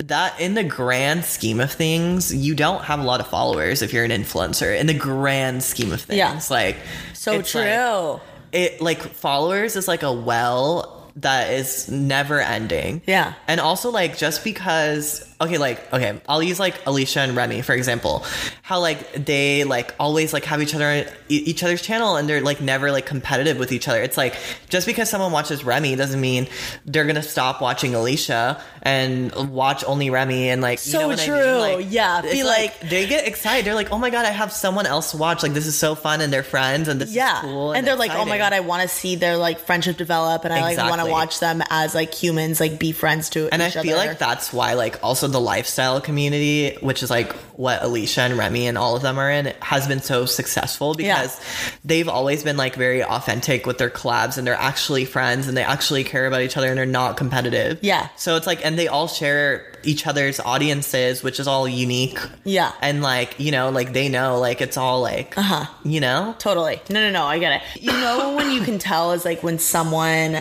Speaker 1: that in the grand scheme of things, you don't have a lot of followers if you're an influencer in the grand scheme of things.
Speaker 3: Yeah.
Speaker 1: Like
Speaker 3: so
Speaker 1: it's like-
Speaker 3: true.
Speaker 1: it like followers is like a well that is never ending.
Speaker 3: Yeah.
Speaker 1: And also like just because okay, like okay, I'll use like Alicia and Remy for example. How like they like always like have each other e- each other's channel and they're like never like competitive with each other. It's like just because someone watches Remy doesn't mean they're going to stop watching Alicia and watch only Remy and like
Speaker 3: So
Speaker 1: you know what I
Speaker 3: true.
Speaker 1: mean? Like,
Speaker 3: Yeah.
Speaker 1: it's
Speaker 3: Be like-
Speaker 1: they get excited. They're like, "Oh my god, I have someone else watch. Like this is so fun and they're friends and this
Speaker 3: yeah
Speaker 1: is cool."
Speaker 3: and, they're like oh my
Speaker 1: exciting."
Speaker 3: god i want to see their like friendship develop and i like want to
Speaker 1: Exactly.
Speaker 3: watch them as like humans like be friends to
Speaker 1: And I
Speaker 3: each
Speaker 1: feel
Speaker 3: other.
Speaker 1: like that's why, like, also the lifestyle community, which is like what Alicia and Remy and all of them are in, has been so successful
Speaker 3: Yeah.
Speaker 1: because they've always been like very authentic with their collabs and they're actually friends and they actually care about each other and they're not competitive.
Speaker 3: Yeah.
Speaker 1: So it's like, and they all share each other's audiences, which is all unique.
Speaker 3: Yeah.
Speaker 1: And like, you know, like they know, like, it's all like, uh-huh. you know?
Speaker 3: totally no no no i get it you know when you can tell is like when someone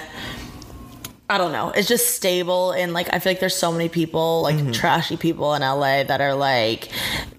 Speaker 3: i don't know it's just stable and like i feel like there's so many people like
Speaker 1: Mm-hmm.
Speaker 3: trashy people in la that are like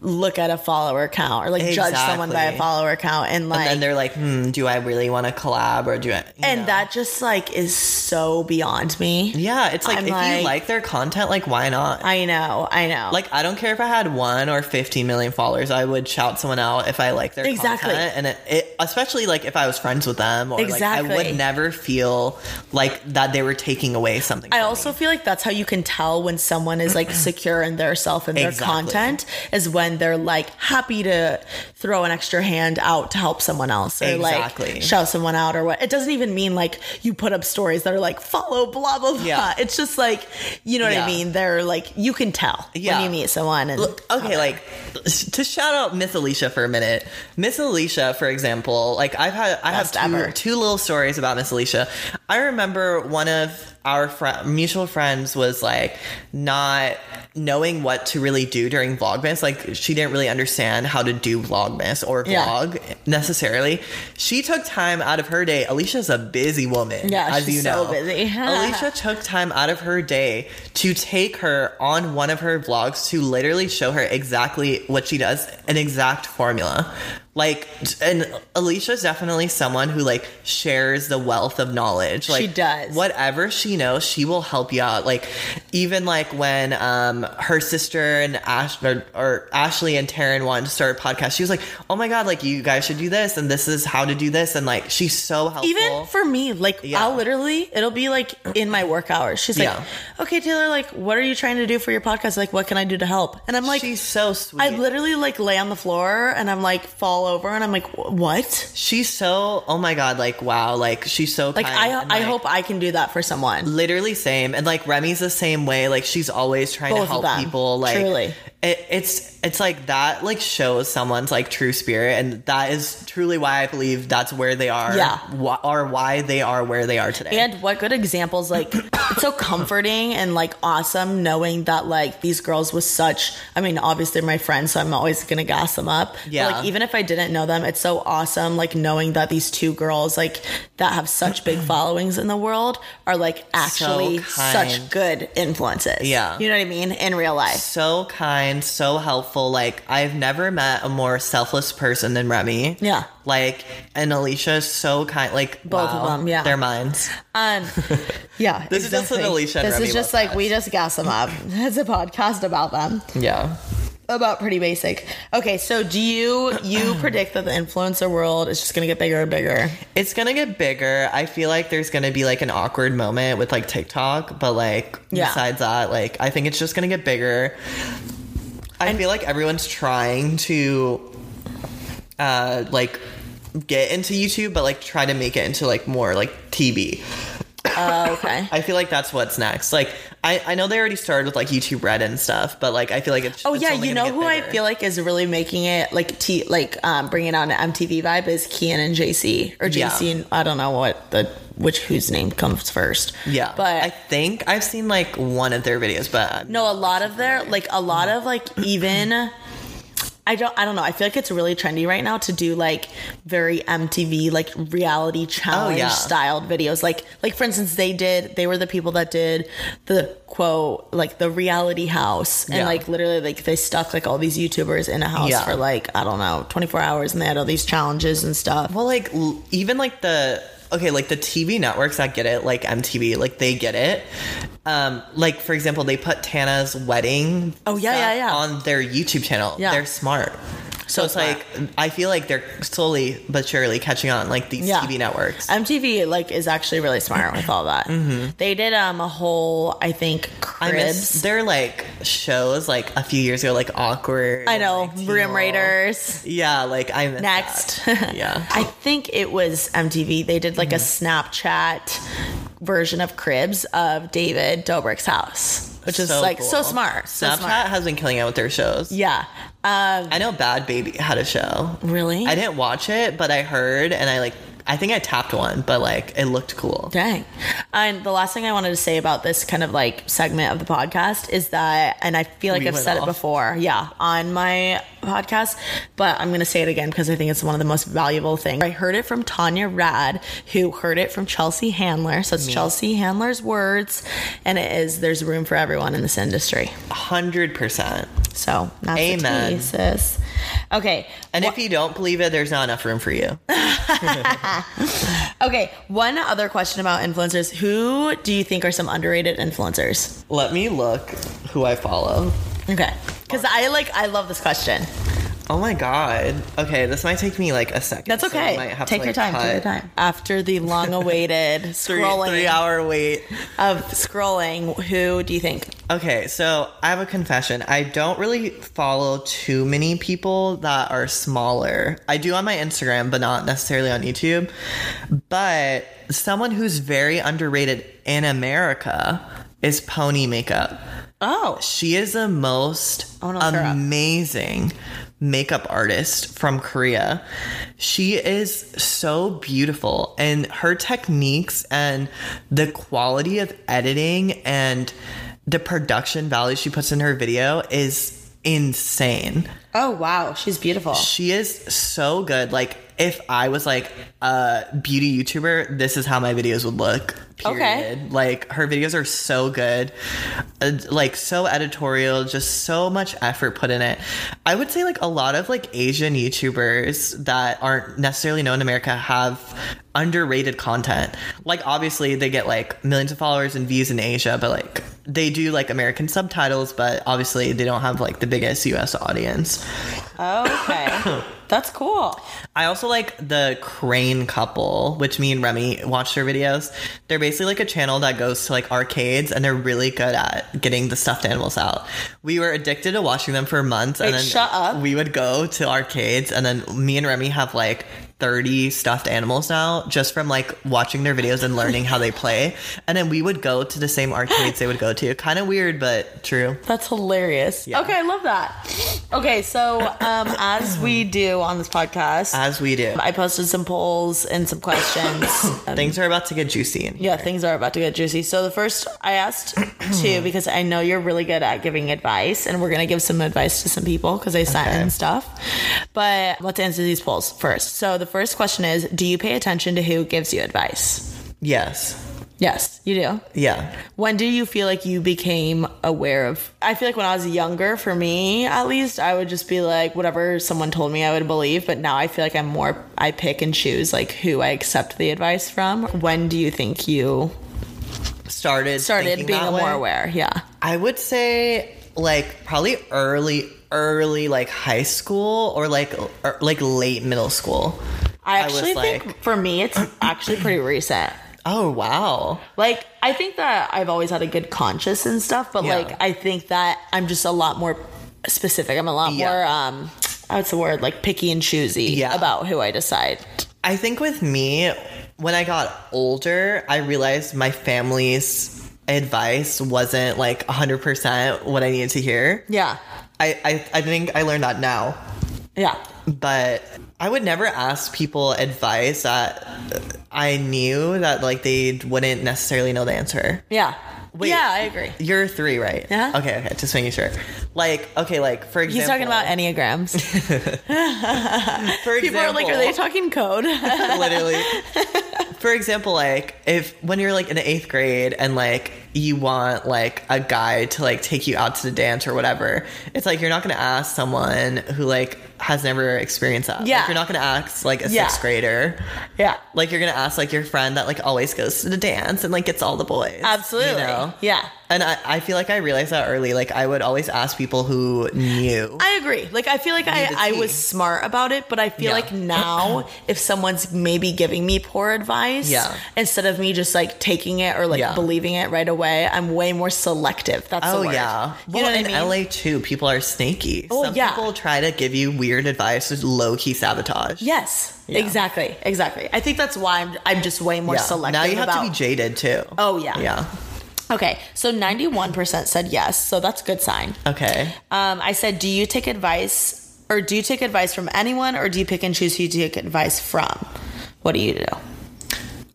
Speaker 3: look at a follower count or like judge someone by a
Speaker 1: Exactly.
Speaker 3: follower count and like
Speaker 1: And then they're like, hmm, do I really want to collab or do I? you
Speaker 3: and
Speaker 1: know?
Speaker 3: that just like is so beyond me
Speaker 1: Yeah, it's like
Speaker 3: I'm
Speaker 1: if
Speaker 3: like-
Speaker 1: you like their content, like why not?
Speaker 3: i know i know
Speaker 1: Like I don't care if I had one or fifteen million followers, I would shout someone out if I like their
Speaker 3: Exactly.
Speaker 1: content. and it, it especially like if I was friends with them, or
Speaker 3: Exactly.
Speaker 1: like I would never feel like that they were taking away something.
Speaker 3: I
Speaker 1: from
Speaker 3: also feel like that's how you can tell when someone
Speaker 1: *clears throat*
Speaker 3: is like secure in their self and their
Speaker 1: Exactly.
Speaker 3: content is when they're like happy to throw an extra hand out to help someone else or
Speaker 1: Exactly.
Speaker 3: like shout someone out or what. It doesn't even mean like you put up stories that are like follow blah blah blah.
Speaker 1: Yeah.
Speaker 3: It's just like you know what I
Speaker 1: Yeah.
Speaker 3: mean. They're like you can tell
Speaker 1: Yeah.
Speaker 3: when you meet someone and
Speaker 1: Look, okay, like to shout out Miss Alicia for a minute. Miss Alicia, for example, like I've had I
Speaker 3: Best
Speaker 1: have two,
Speaker 3: ever.
Speaker 1: two little stories about Miss Alicia. I remember one of our fri mutual friends was like not knowing what to really do during Vlogmas. Like she didn't really understand how to do Vlogmas or
Speaker 3: Yeah.
Speaker 1: vlog necessarily. She took time out of her day. Alicia's a busy woman,
Speaker 3: Yeah,
Speaker 1: as
Speaker 3: she's
Speaker 1: you
Speaker 3: so
Speaker 1: know.
Speaker 3: busy. *laughs*
Speaker 1: Alicia took time out of her day to take her on one of her vlogs to literally show her exactly what she does, an exact formula. Like, and Alicia's definitely someone who like shares the wealth of knowledge. Like,
Speaker 3: does.
Speaker 1: whatever she knows, she will help you out. Like, even like when um her sister and Ash or, or Ashley and Taryn wanted to start a podcast, she was like, "Oh my god, like you guys should do this, and this is how to do this," and like she's so helpful.
Speaker 3: even for me like
Speaker 1: Yeah.
Speaker 3: i'll literally it'll be like in my work hours she's like
Speaker 1: Yeah.
Speaker 3: okay taylor like what are you trying to do for your podcast like what can i do to help and i'm like
Speaker 1: she's so sweet.
Speaker 3: I literally like lay on the floor and I'm like fall over and I'm like "Wh- what?
Speaker 1: She's so oh my god, like wow, like she's so
Speaker 3: Like
Speaker 1: kind,
Speaker 3: I
Speaker 1: and,
Speaker 3: I hope I can do that for someone.
Speaker 1: literally same and like Remy's the same way. Like she's always trying
Speaker 3: Both
Speaker 1: to
Speaker 3: of
Speaker 1: help
Speaker 3: them,
Speaker 1: people. Like
Speaker 3: truly.
Speaker 1: it, it's it's like that like shows someone's like true spirit, and that is truly why I believe that's where they are.
Speaker 3: Yeah.
Speaker 1: wh- or why they are where they are today.
Speaker 3: And what good examples *coughs* like it's so comforting and like awesome knowing that like these girls with such I mean obviously they're my friends so I'm always going to gas them up. But,
Speaker 1: Yeah.
Speaker 3: like even if I didn't know them it's so awesome like knowing that these two girls like that have such *coughs* big followings in the world are like actually
Speaker 1: kind.
Speaker 3: such good influences.
Speaker 1: Yeah.
Speaker 3: You know what I mean in real life.
Speaker 1: so kind find so helpful. Like, I've never met a more selfless person than Remy.
Speaker 3: Yeah.
Speaker 1: Like, and Alicia is so kind. Like,
Speaker 3: Both of
Speaker 1: wow,
Speaker 3: them, yeah.
Speaker 1: Their minds.
Speaker 3: Um, *laughs* yeah.
Speaker 1: This is just an Alicia and
Speaker 3: This
Speaker 1: Remy
Speaker 3: is just
Speaker 1: love
Speaker 3: like we just gas them *laughs* up. It's a podcast about them,
Speaker 1: Yeah.
Speaker 3: about pretty basic. Okay, so do you *clears throat* you predict that the influencer world is just gonna get bigger and bigger?
Speaker 1: It's going to get bigger. I feel like there's going to be like an awkward moment with like TikTok, but like,
Speaker 3: Yeah.
Speaker 1: besides that, like, I think it's just going to get bigger. I feel like everyone's trying to, uh, like, get into YouTube, but like, try to make it into like more like TV.
Speaker 3: Oh, Okay.
Speaker 1: *laughs* I feel like that's what's next. Like I, I know they already started with like YouTube Red and stuff, but like I feel like it's
Speaker 3: Oh
Speaker 1: it's
Speaker 3: yeah,
Speaker 1: only
Speaker 3: you
Speaker 1: gonna
Speaker 3: know
Speaker 1: get
Speaker 3: who I
Speaker 1: bigger.
Speaker 3: feel like is really making it like t like um bringing on an MTV vibe is Kian and JC or
Speaker 1: Yeah.
Speaker 3: JC and I don't know what the which whose name comes first.
Speaker 1: yeah,
Speaker 3: but
Speaker 1: I think I've seen like one of their videos, but um,
Speaker 3: No, a lot of their like a lot of like even I don't I don't know. I feel like it's really trendy right now to do like very MTV like reality challenge
Speaker 1: Oh, yeah.
Speaker 3: styled videos. Like like for instance they did they were the people that did the quote like the reality house and
Speaker 1: Yeah.
Speaker 3: like literally like they stuck like all these YouTubers in a house
Speaker 1: Yeah.
Speaker 3: for like I don't know 24 hours and they had all these challenges and stuff.
Speaker 1: well, like l- even like the okay, like the TV networks that get it, like MTV, like they get it. Um, like for example, they put Tana's wedding.
Speaker 3: Oh, yeah,
Speaker 1: stuff
Speaker 3: yeah, yeah.
Speaker 1: On their YouTube channel,
Speaker 3: Yeah.
Speaker 1: they're smart. So, it's
Speaker 3: smart.
Speaker 1: like I feel like they're slowly but surely catching on, like these
Speaker 3: Yeah.
Speaker 1: TV networks.
Speaker 3: MTV like is actually really smart with all that. They did um a whole I think
Speaker 1: Mm-hmm. I
Speaker 3: cribs.
Speaker 1: miss their like shows like a few years ago, like awkward.
Speaker 3: I
Speaker 1: and,
Speaker 3: know,
Speaker 1: like, Teen
Speaker 3: Rim
Speaker 1: Wolf.
Speaker 3: Raiders.
Speaker 1: Yeah, like I miss
Speaker 3: Next. *laughs*
Speaker 1: that. Yeah. Mm-hmm.
Speaker 3: I think it was MTV. They did like a Snapchat version of Cribs of David Dobrik's house, which is like so
Speaker 1: cool.
Speaker 3: smart. So
Speaker 1: Snapchat
Speaker 3: smart.
Speaker 1: has been killing it with their shows.
Speaker 3: Yeah. Um,
Speaker 1: I know Bad Baby had a show.
Speaker 3: really?
Speaker 1: I didn't watch it, but I heard and I like. I think I tapped one, but like it looked cool.
Speaker 3: Dang. And the last thing I wanted to say about this kind of like segment of the podcast is that, and I feel like
Speaker 1: We
Speaker 3: I've
Speaker 1: went
Speaker 3: said it
Speaker 1: off.
Speaker 3: before, yeah, on my podcast, but I'm going to say it again because I think it's one of the most valuable things. I heard it from Tanya Rad, who heard it from Chelsea Handler. So it's Chelsea Handler's words, and it is there's room for everyone in this industry.
Speaker 1: Hundred percent.
Speaker 3: So that's
Speaker 1: Amen.
Speaker 3: the thesis. Okay.
Speaker 1: And if you don't believe it, there's not enough room for
Speaker 3: *laughs*
Speaker 1: you.
Speaker 3: Okay. One other question about influencers. Who do you think are some underrated influencers?
Speaker 1: Let me look who I follow.
Speaker 3: Okay. Because I like, I love this question.
Speaker 1: Oh my god. Okay, this might take me like a second.
Speaker 3: That's
Speaker 1: so I
Speaker 3: okay.
Speaker 1: might have to,
Speaker 3: Take your
Speaker 1: like,
Speaker 3: time. Take your
Speaker 1: cut.
Speaker 3: time.
Speaker 1: *laughs*
Speaker 3: After the long-awaited scrolling
Speaker 1: Three, three hour wait.
Speaker 3: of scrolling, who do you think?
Speaker 1: Okay, so I have a confession. I don't really follow too many people that are smaller. I do on my Instagram, but not necessarily on YouTube. But someone who's very underrated in America is Pony Makeup.
Speaker 3: Oh,
Speaker 1: She is the most
Speaker 3: wanna look her up.
Speaker 1: amazing makeup artist from Korea. She is so beautiful, and her techniques and the quality of editing and the production value she puts in her video is insane.
Speaker 3: oh wow, she's beautiful.
Speaker 1: She is so good. Like, if I was like a beauty YouTuber, this is how my videos would look. Period.
Speaker 3: Okay.
Speaker 1: Like, her videos are so good. Uh, like, so editorial, just so much effort put in it. I would say, like, a lot of like Asian YouTubers that aren't necessarily known in America have underrated content. Like, obviously, they get like millions of followers and views in Asia, but like, they do like American subtitles, but obviously, they don't have like the biggest US audience.
Speaker 3: *laughs* Okay, that's cool.
Speaker 1: I also like the Crane Couple, which me and Remy watch their videos. They're basically like a channel that goes to like arcades and they're really good at getting the stuffed animals out. We were addicted to watching them for months and
Speaker 3: Wait,
Speaker 1: then
Speaker 3: shut up.
Speaker 1: we would go to arcades and then me and Remy have like 30 stuffed animals now just from like watching their videos and learning how they play. And then we would go to the same arcades they would go to. Kind of weird, but true.
Speaker 3: That's hilarious. Okay, I love that. Okay, so um, as we do on this podcast,
Speaker 1: As we do.
Speaker 3: I posted some polls and some questions.
Speaker 1: *coughs* Things are about to get juicy. In
Speaker 3: Yeah, things are about to get juicy. So the first I asked two because I know you're really good at giving advice, and we're gonna give some advice to some people because they sent in stuff. But let's answer these polls first. So the first question is: Do you pay attention to who gives you advice?
Speaker 1: Yes.
Speaker 3: Yes, you do.
Speaker 1: Yeah.
Speaker 3: When do you feel like you became aware of? I feel like when I was younger, for me at least, I would just be like, whatever someone told me, I would believe. But now I feel like I'm more, I pick and choose like who I accept the advice from. When do you think you
Speaker 1: Started
Speaker 3: started
Speaker 1: thinking
Speaker 3: being
Speaker 1: that
Speaker 3: more
Speaker 1: way.
Speaker 3: aware? Yeah.
Speaker 1: I would say like probably early early like high school or like or, like late middle school.
Speaker 3: I
Speaker 1: I was
Speaker 3: actually think
Speaker 1: like-
Speaker 3: for
Speaker 1: *coughs*
Speaker 3: me, it's actually pretty recent.
Speaker 1: Oh wow.
Speaker 3: Like, I think that I've always had a good conscience and stuff, but
Speaker 1: Yeah.
Speaker 3: like, I think that I'm just a lot more specific. I'm a lot
Speaker 1: Yeah.
Speaker 3: more, um, what's the word? Like picky and choosy
Speaker 1: Yeah.
Speaker 3: about who I decide.
Speaker 1: I think with me, when I got older, I realized my family's advice wasn't like 100% what I needed to hear.
Speaker 3: Yeah.
Speaker 1: I, I, I think I learned that now,
Speaker 3: Yeah.
Speaker 1: but I would never ask people advice that I knew that like they wouldn't necessarily know the answer.
Speaker 3: Yeah.
Speaker 1: Wait.
Speaker 3: Yeah, I agree.
Speaker 1: You're three, right?
Speaker 3: Yeah.
Speaker 1: Okay, okay. Just making sure. Like, okay, like for example,
Speaker 3: He's talking
Speaker 1: *laughs*
Speaker 3: about Enneagrams.
Speaker 1: for
Speaker 3: People are like, are
Speaker 1: example-
Speaker 3: they talking
Speaker 1: *laughs*
Speaker 3: code?
Speaker 1: literally.
Speaker 3: *laughs*
Speaker 1: For example, like if when you're like in the eighth grade and like you want like a guy to like take you out to the dance or whatever, it's like you're not gonna ask someone who like has never experienced that. Like,
Speaker 3: Yeah.
Speaker 1: you're not gonna ask like a
Speaker 3: Yeah.
Speaker 1: sixth grader.
Speaker 3: yeah.
Speaker 1: Like you're gonna ask like your friend that like always goes to the dance and like gets all the boys.
Speaker 3: Absolutely.
Speaker 1: You know?
Speaker 3: Yeah.
Speaker 1: And I, I feel like I realized that early. Like I would always ask people who knew.
Speaker 3: I agree. Like I feel like I,
Speaker 1: the
Speaker 3: I
Speaker 1: tea.
Speaker 3: was smart about it, but I feel
Speaker 1: Yeah.
Speaker 3: like
Speaker 1: *clears throat*
Speaker 3: now if someone's maybe giving me poor advice,
Speaker 1: Yeah.
Speaker 3: instead of me just like taking it or like
Speaker 1: Yeah.
Speaker 3: believing it right away, I'm way more selective. That's the
Speaker 1: Oh
Speaker 3: word.
Speaker 1: yeah.
Speaker 3: You
Speaker 1: well,
Speaker 3: know what I
Speaker 1: in
Speaker 3: mean?
Speaker 1: LA too, people are snaky.
Speaker 3: Oh,
Speaker 1: Some
Speaker 3: yeah.
Speaker 1: people try to give you weird advice with low key sabotage.
Speaker 3: Yes. Exactly. Exactly. I think that's why I'm I'm just way more
Speaker 1: Yeah.
Speaker 3: selective
Speaker 1: Now you have
Speaker 3: about
Speaker 1: to be jaded too.
Speaker 3: Oh, yeah.
Speaker 1: Yeah.
Speaker 3: Okay, so 91% said yes, so that's a good sign.
Speaker 1: Okay.
Speaker 3: Um, I said, do you take advice or do you take advice from anyone or do you pick and choose who you take advice from? What do you do?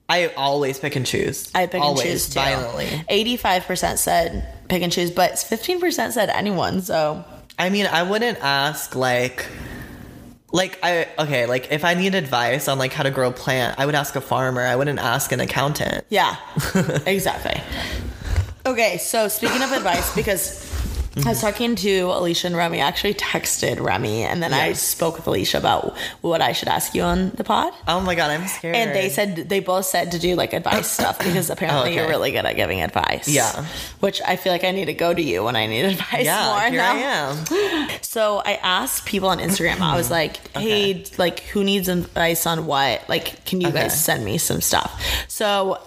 Speaker 1: I always pick and choose.
Speaker 3: I pick
Speaker 1: always,
Speaker 3: and choose too.
Speaker 1: Violently.
Speaker 3: 85% said pick and choose, but 15% said anyone, so
Speaker 1: I mean, I wouldn't ask like like I okay, like if I need advice on like how to grow a plant, I would ask a farmer. I wouldn't ask an accountant. *laughs*
Speaker 3: yeah, exactly. Okay, so speaking of advice, because I
Speaker 1: Mm-hmm.
Speaker 3: was talking to Alicia and Remy. I actually texted Remy, and then I spoke with Alicia about what I should ask you on the pod.
Speaker 1: Oh my god, I'm scared.
Speaker 3: And they said they both said to do like advice
Speaker 1: *coughs*
Speaker 3: stuff because apparently
Speaker 1: okay.
Speaker 3: you're really good at giving advice.
Speaker 1: Yeah.
Speaker 3: Which I feel like I need to go to you when I need *laughs* advice
Speaker 1: yeah,
Speaker 3: more
Speaker 1: here
Speaker 3: now.
Speaker 1: I am.
Speaker 3: So I asked people on Instagram. I
Speaker 1: Mm-hmm.
Speaker 3: was like, "Hey, like, who needs advice on what? Like, can you
Speaker 1: Okay.
Speaker 3: guys send me some stuff?" So,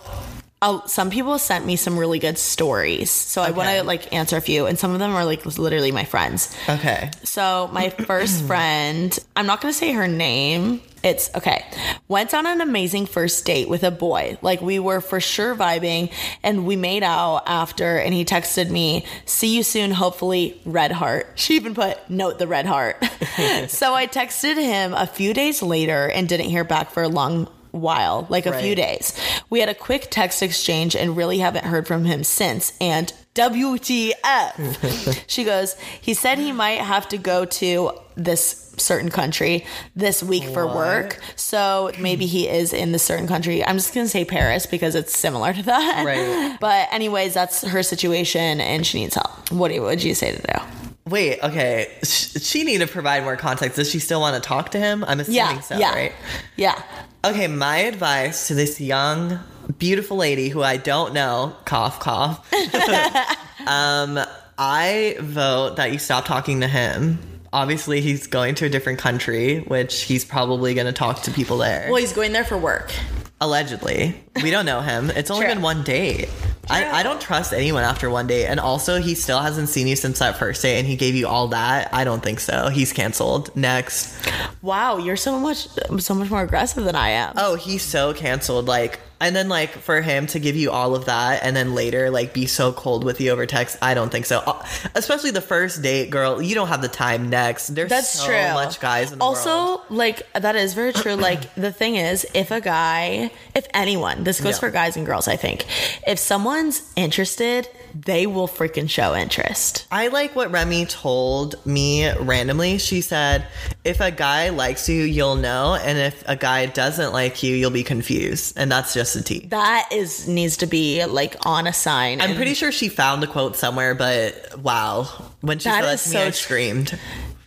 Speaker 3: uh, some people sent me some really good stories. So I want to like answer a few, and some of them are like literally my friends.
Speaker 1: Okay.
Speaker 3: So my first friend, I'm not gonna say her name. It's okay. Went on an amazing first date with a boy. Like we were for sure vibing and we made out after and he texted me, see you soon, hopefully, red heart. She even put note the red heart. *laughs* so I texted him a few days later and didn't hear back for a long while, like a few
Speaker 1: Right.
Speaker 3: days. We had a quick text exchange and really haven't heard from him since. And WTF. she goes, he said he might have to go to this certain country this week for work. So maybe he is in this certain country. I'm just going to say Paris because it's similar to that.
Speaker 1: Right.
Speaker 3: *laughs* But, anyways, that's her situation and she needs help. What do you, would you say to do?
Speaker 1: Wait, okay. Sh- She need to provide more context. Does she still want to talk to him? I'm assuming
Speaker 3: Yeah.
Speaker 1: so,
Speaker 3: yeah.
Speaker 1: right?
Speaker 3: Yeah.
Speaker 1: Okay, my advice to this young, beautiful lady who I don't know, cough,
Speaker 3: *laughs*
Speaker 1: cough. um, I vote that you stop talking to him. Obviously, he's going to a different country, which he's probably going to talk to people there.
Speaker 3: Well, he's going there for work.
Speaker 1: Allegedly. We don't know him. It's only
Speaker 3: True.
Speaker 1: been one date. I, I don't trust anyone after one date. And also, he still hasn't seen you since that first date and he gave you all that. I don't think so. He's canceled. Next.
Speaker 3: Wow, you're so much so much more aggressive than I am.
Speaker 1: Oh, he's so canceled. Like, and then like for him to give you all of that, and then later like be so cold with you over text. I don't think so. Uh, Especially the first date, girl. You don't have the time. Next, there's
Speaker 3: That's
Speaker 1: so
Speaker 3: true.
Speaker 1: much guys. In the
Speaker 3: also,
Speaker 1: world.
Speaker 3: like that is very
Speaker 1: *clears throat*
Speaker 3: true. like the thing is, if a guy, if anyone, this goes
Speaker 1: Yeah.
Speaker 3: for guys and girls, I think, if someone's interested, they will freaking show interest.
Speaker 1: I like what Remy told me randomly. She said, "If a guy likes you, you'll know, and if a guy doesn't like you, you'll be confused." And that's just simplicity.
Speaker 3: That is needs to be like on a sign.
Speaker 1: I'm
Speaker 3: and
Speaker 1: pretty sure she found a quote somewhere, but wow. When she
Speaker 3: That
Speaker 1: said that
Speaker 3: is
Speaker 1: to me,
Speaker 3: so
Speaker 1: I
Speaker 3: tr-
Speaker 1: screamed.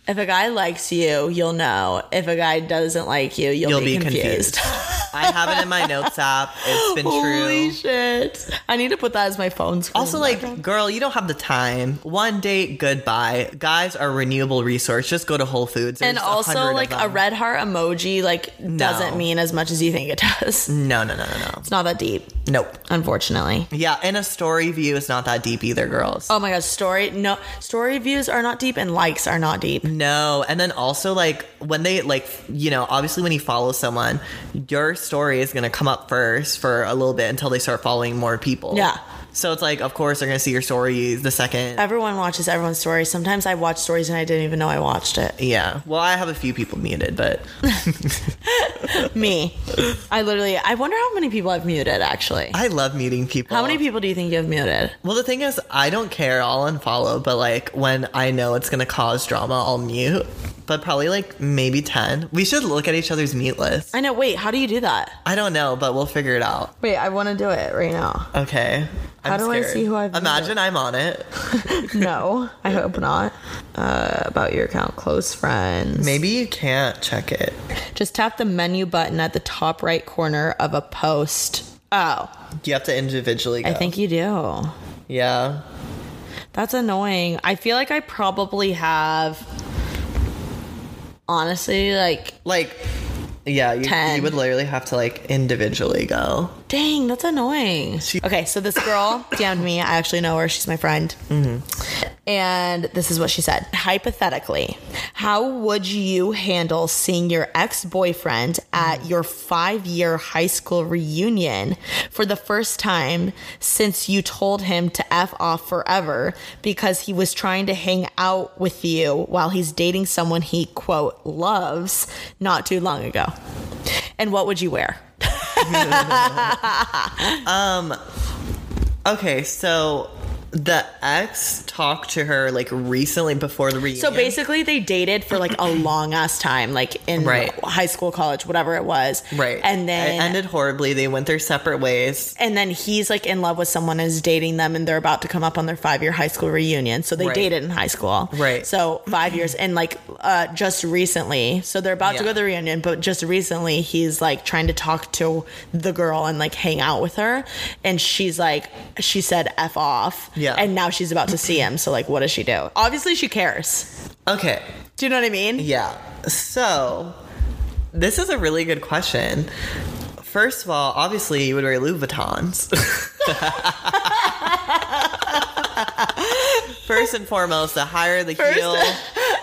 Speaker 3: if a guy likes you, you'll know. If a guy doesn't like you, you'll,
Speaker 1: You'll
Speaker 3: be,
Speaker 1: be
Speaker 3: confused.
Speaker 1: confused. I have it in my notes app. It's been
Speaker 3: *laughs* Holy
Speaker 1: true.
Speaker 3: shit! I need to put that as my phone screen.
Speaker 1: Also, like, girl, you don't have the time. One date, goodbye. Guys are a renewable resource. Just go to Whole Foods. There's
Speaker 3: and
Speaker 1: a
Speaker 3: also
Speaker 1: hundred
Speaker 3: like
Speaker 1: of
Speaker 3: a
Speaker 1: them.
Speaker 3: red heart emoji like doesn't mean as much as you think it does. It's
Speaker 1: No, no, no, no, no.
Speaker 3: not that deep,
Speaker 1: Nope.
Speaker 3: unfortunately.
Speaker 1: Yeah, and a story view is not that deep either, girls.
Speaker 3: Oh my gosh, story no story views are not deep and likes are not deep.
Speaker 1: No, and then also like when they like you know obviously when you follow someone, your story is gonna come up first for a little bit until they start following more people.
Speaker 3: Yeah.
Speaker 1: So it's like of course they're gonna see your story the second.
Speaker 3: Everyone watches everyone's story. Sometimes I watch stories and I didn't even know I watched it.
Speaker 1: yeah. Well, I have a few people muted,
Speaker 3: *laughs*
Speaker 1: but
Speaker 3: Me. I literally I wonder how many people I've muted actually.
Speaker 1: I love muting people.
Speaker 3: How many people do you think you've muted?
Speaker 1: Well, the thing is, I don't care. I'll unfollow, but like when I know it's gonna cause drama, I'll mute. But probably like maybe ten. We should look at each other's mute list.
Speaker 3: I know, wait, how do you do that?
Speaker 1: I don't know, but we'll figure it out.
Speaker 3: Wait, I wanna do it right now.
Speaker 1: Okay.
Speaker 3: How do I see who I've
Speaker 1: Imagine I'm on it.
Speaker 3: No, I hope not. Uh, about your account, close friends.
Speaker 1: Maybe you can't check it.
Speaker 3: Just tap the menu button at the top right corner of a post. Oh,
Speaker 1: You have to individually. Go.
Speaker 3: I think you do.
Speaker 1: Yeah.
Speaker 3: That's annoying. I feel like I probably have honestly like
Speaker 1: Like, yeah, you,
Speaker 3: Ten.
Speaker 1: you would literally have to like individually go.
Speaker 3: dang, that's annoying. okay, so this girl DM'd me. I actually know her. She's my friend. And this is what she said. Hypothetically, how would you handle seeing your ex boyfriend at your five year high school reunion for the first time since you told him to F off forever because he was trying to hang out with you while he's dating someone he, quote, loves not too long ago? And what would you wear?
Speaker 1: Okay, so the ex talked to her like recently before the reunion.
Speaker 3: So basically, they dated
Speaker 1: *clears throat*
Speaker 3: for like a long ass time, like in
Speaker 1: Right.
Speaker 3: high school, college, whatever it was.
Speaker 1: right,
Speaker 3: And then
Speaker 1: it ended horribly. They went their separate ways.
Speaker 3: and then he's like in love with someone and is dating them, and they're about to come up on their five year high school reunion. So they
Speaker 1: Right.
Speaker 3: dated in high school,
Speaker 1: Right.
Speaker 3: So five years, and like uh, just recently, so they're about to
Speaker 1: Yeah.
Speaker 3: go to the reunion, but just recently, he's like trying to talk to the girl and like hang out with her, and she's like, she said f off,
Speaker 1: Yeah.
Speaker 3: and now she's about to see him. So like, what does she do? Obviously, she cares.
Speaker 1: Okay,
Speaker 3: Do you know what I mean?
Speaker 1: Yeah. So, this is a really good question. First of all, obviously, you would wear Louis Vuittons. *laughs* First and foremost, the higher the heel,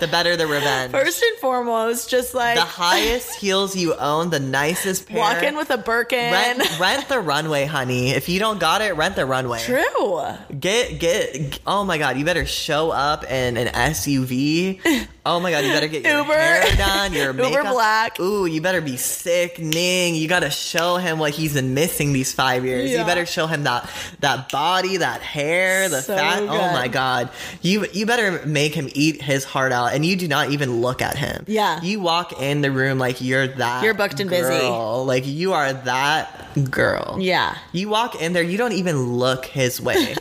Speaker 1: the better the revenge.
Speaker 3: First and foremost, just like
Speaker 1: the highest heels you own, the nicest pair.
Speaker 3: walk in with a Birkin. *laughs*
Speaker 1: rent, rent the runway, honey. If you don't got it, rent the runway.
Speaker 3: True.
Speaker 1: Get get oh my god, you better show up in an SUV. Oh my god, you better get your
Speaker 3: Uber.
Speaker 1: hair done, your
Speaker 3: *laughs* Uber
Speaker 1: makeup.
Speaker 3: black.
Speaker 1: Ooh, you better be sickening. You gotta show him what he's been missing these five years.
Speaker 3: Yeah.
Speaker 1: You better show him that that body, that hair, the
Speaker 3: So
Speaker 1: fat. Oh
Speaker 3: good.
Speaker 1: my god. You you better make him eat his heart out and you do not even look at him.
Speaker 3: Yeah.
Speaker 1: You walk in the room like you're that
Speaker 3: You're booked and busy.
Speaker 1: girl. Like you are that girl.
Speaker 3: Yeah.
Speaker 1: You walk in there, you don't even look his
Speaker 3: *laughs*
Speaker 1: way.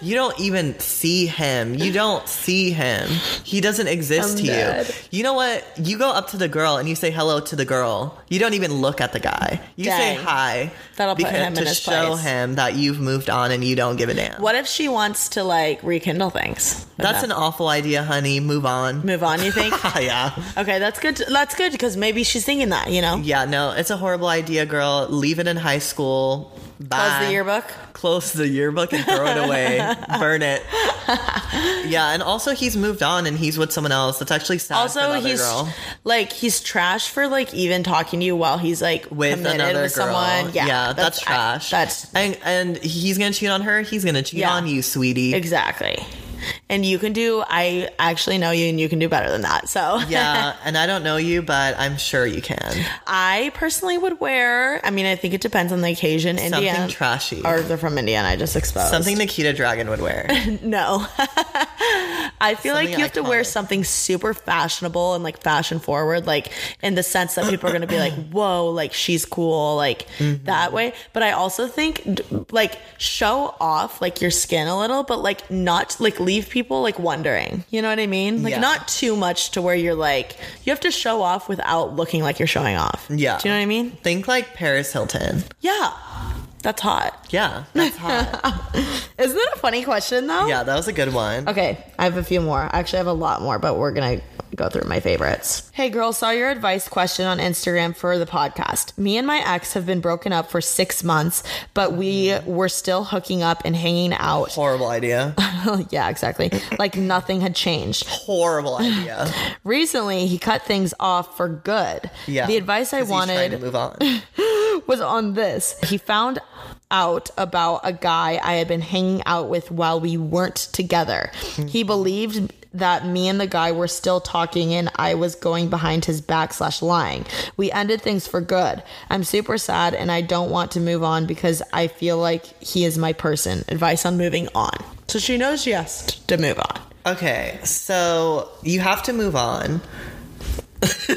Speaker 1: you don't even see him. You don't see him. He doesn't exist to
Speaker 3: dead.
Speaker 1: you. You know what? You go up to the girl and you say hello to the girl. You don't even look at the guy. You say
Speaker 3: Dang.
Speaker 1: hi.
Speaker 3: That'll put him in
Speaker 1: to
Speaker 3: his
Speaker 1: show
Speaker 3: place.
Speaker 1: him that you've moved on and you don't give a damn.
Speaker 3: What if she wants to like rekindle things? with
Speaker 1: That's
Speaker 3: him?
Speaker 1: an awful idea, honey. Move on.
Speaker 3: move on. You think?
Speaker 1: *laughs* yeah.
Speaker 3: okay, that's good. That's good because maybe she's thinking that. You know,
Speaker 1: Yeah, no, it's a horrible idea, girl. Leave it in high school. Bye.
Speaker 3: close the yearbook.
Speaker 1: close the yearbook and throw it away,
Speaker 3: *laughs*
Speaker 1: burn it. Yeah, and also he's moved on and he's with someone else. That's actually sad. for
Speaker 3: Also,
Speaker 1: another
Speaker 3: he's
Speaker 1: girl.
Speaker 3: like he's trash for like even talking to you while he's like
Speaker 1: with
Speaker 3: committed
Speaker 1: another
Speaker 3: with
Speaker 1: girl.
Speaker 3: someone. Yeah,
Speaker 1: that's, trash.
Speaker 3: That's
Speaker 1: and and he's gonna cheat on her. He's gonna cheat
Speaker 3: Yeah.
Speaker 1: on you, sweetie.
Speaker 3: exactly. And you can do. I actually know you, and you can do better than that. So
Speaker 1: yeah, and I don't know you, but I'm sure you
Speaker 3: *laughs*
Speaker 1: can.
Speaker 3: I personally would wear. I mean, I think it depends on the occasion.
Speaker 1: Something
Speaker 3: Indiana,
Speaker 1: trashy.
Speaker 3: or if they're from Indiana. I just exposed *laughs*
Speaker 1: Something Nikita Dragon would wear.
Speaker 3: No, I feel like
Speaker 1: Something
Speaker 3: you have to wear
Speaker 1: iconic.
Speaker 3: something super fashionable and like fashion forward, like in the sense that people are going to
Speaker 1: *clears throat*
Speaker 3: be like, whoa, like she's cool, like
Speaker 1: Mm-hmm.
Speaker 3: that way. But I also think d- like show off like your skin a little, but like not like leave people like wondering. You know what I mean? Like
Speaker 1: Yeah.
Speaker 3: not too much to where you're like, you have to show off without looking like you're showing off.
Speaker 1: Yeah.
Speaker 3: Do you know what I mean?
Speaker 1: Think like Paris Hilton.
Speaker 3: Yeah. That's hot.
Speaker 1: Yeah, that's
Speaker 3: *laughs*
Speaker 1: hot.
Speaker 3: Isn't that a funny question though?
Speaker 1: yeah, that was a good one.
Speaker 3: Okay, I have a few more. Actually, I have a lot more, but we're gonna go through my favorites. Hey, girl, saw your advice question on Instagram for the podcast. Me and my ex have been broken up for six months, but we were still hooking up and hanging out. *laughs*
Speaker 1: Horrible idea.
Speaker 3: yeah, exactly. Like nothing had changed.
Speaker 1: Horrible idea.
Speaker 3: *laughs* Recently, he cut things off for good.
Speaker 1: Yeah.
Speaker 3: The advice I
Speaker 1: 'Cause he's trying to
Speaker 3: wanted
Speaker 1: move on.
Speaker 3: was on this. He found out about a guy I had been hanging out with while we weren't together. He believed that me and the guy were still talking and I was going behind his back slash lying. We ended things for good. I'm super sad and I don't want to move on because I feel like he is my person. Advice on moving on. So she knows she has to move on.
Speaker 1: Okay, so you have to move on. *laughs*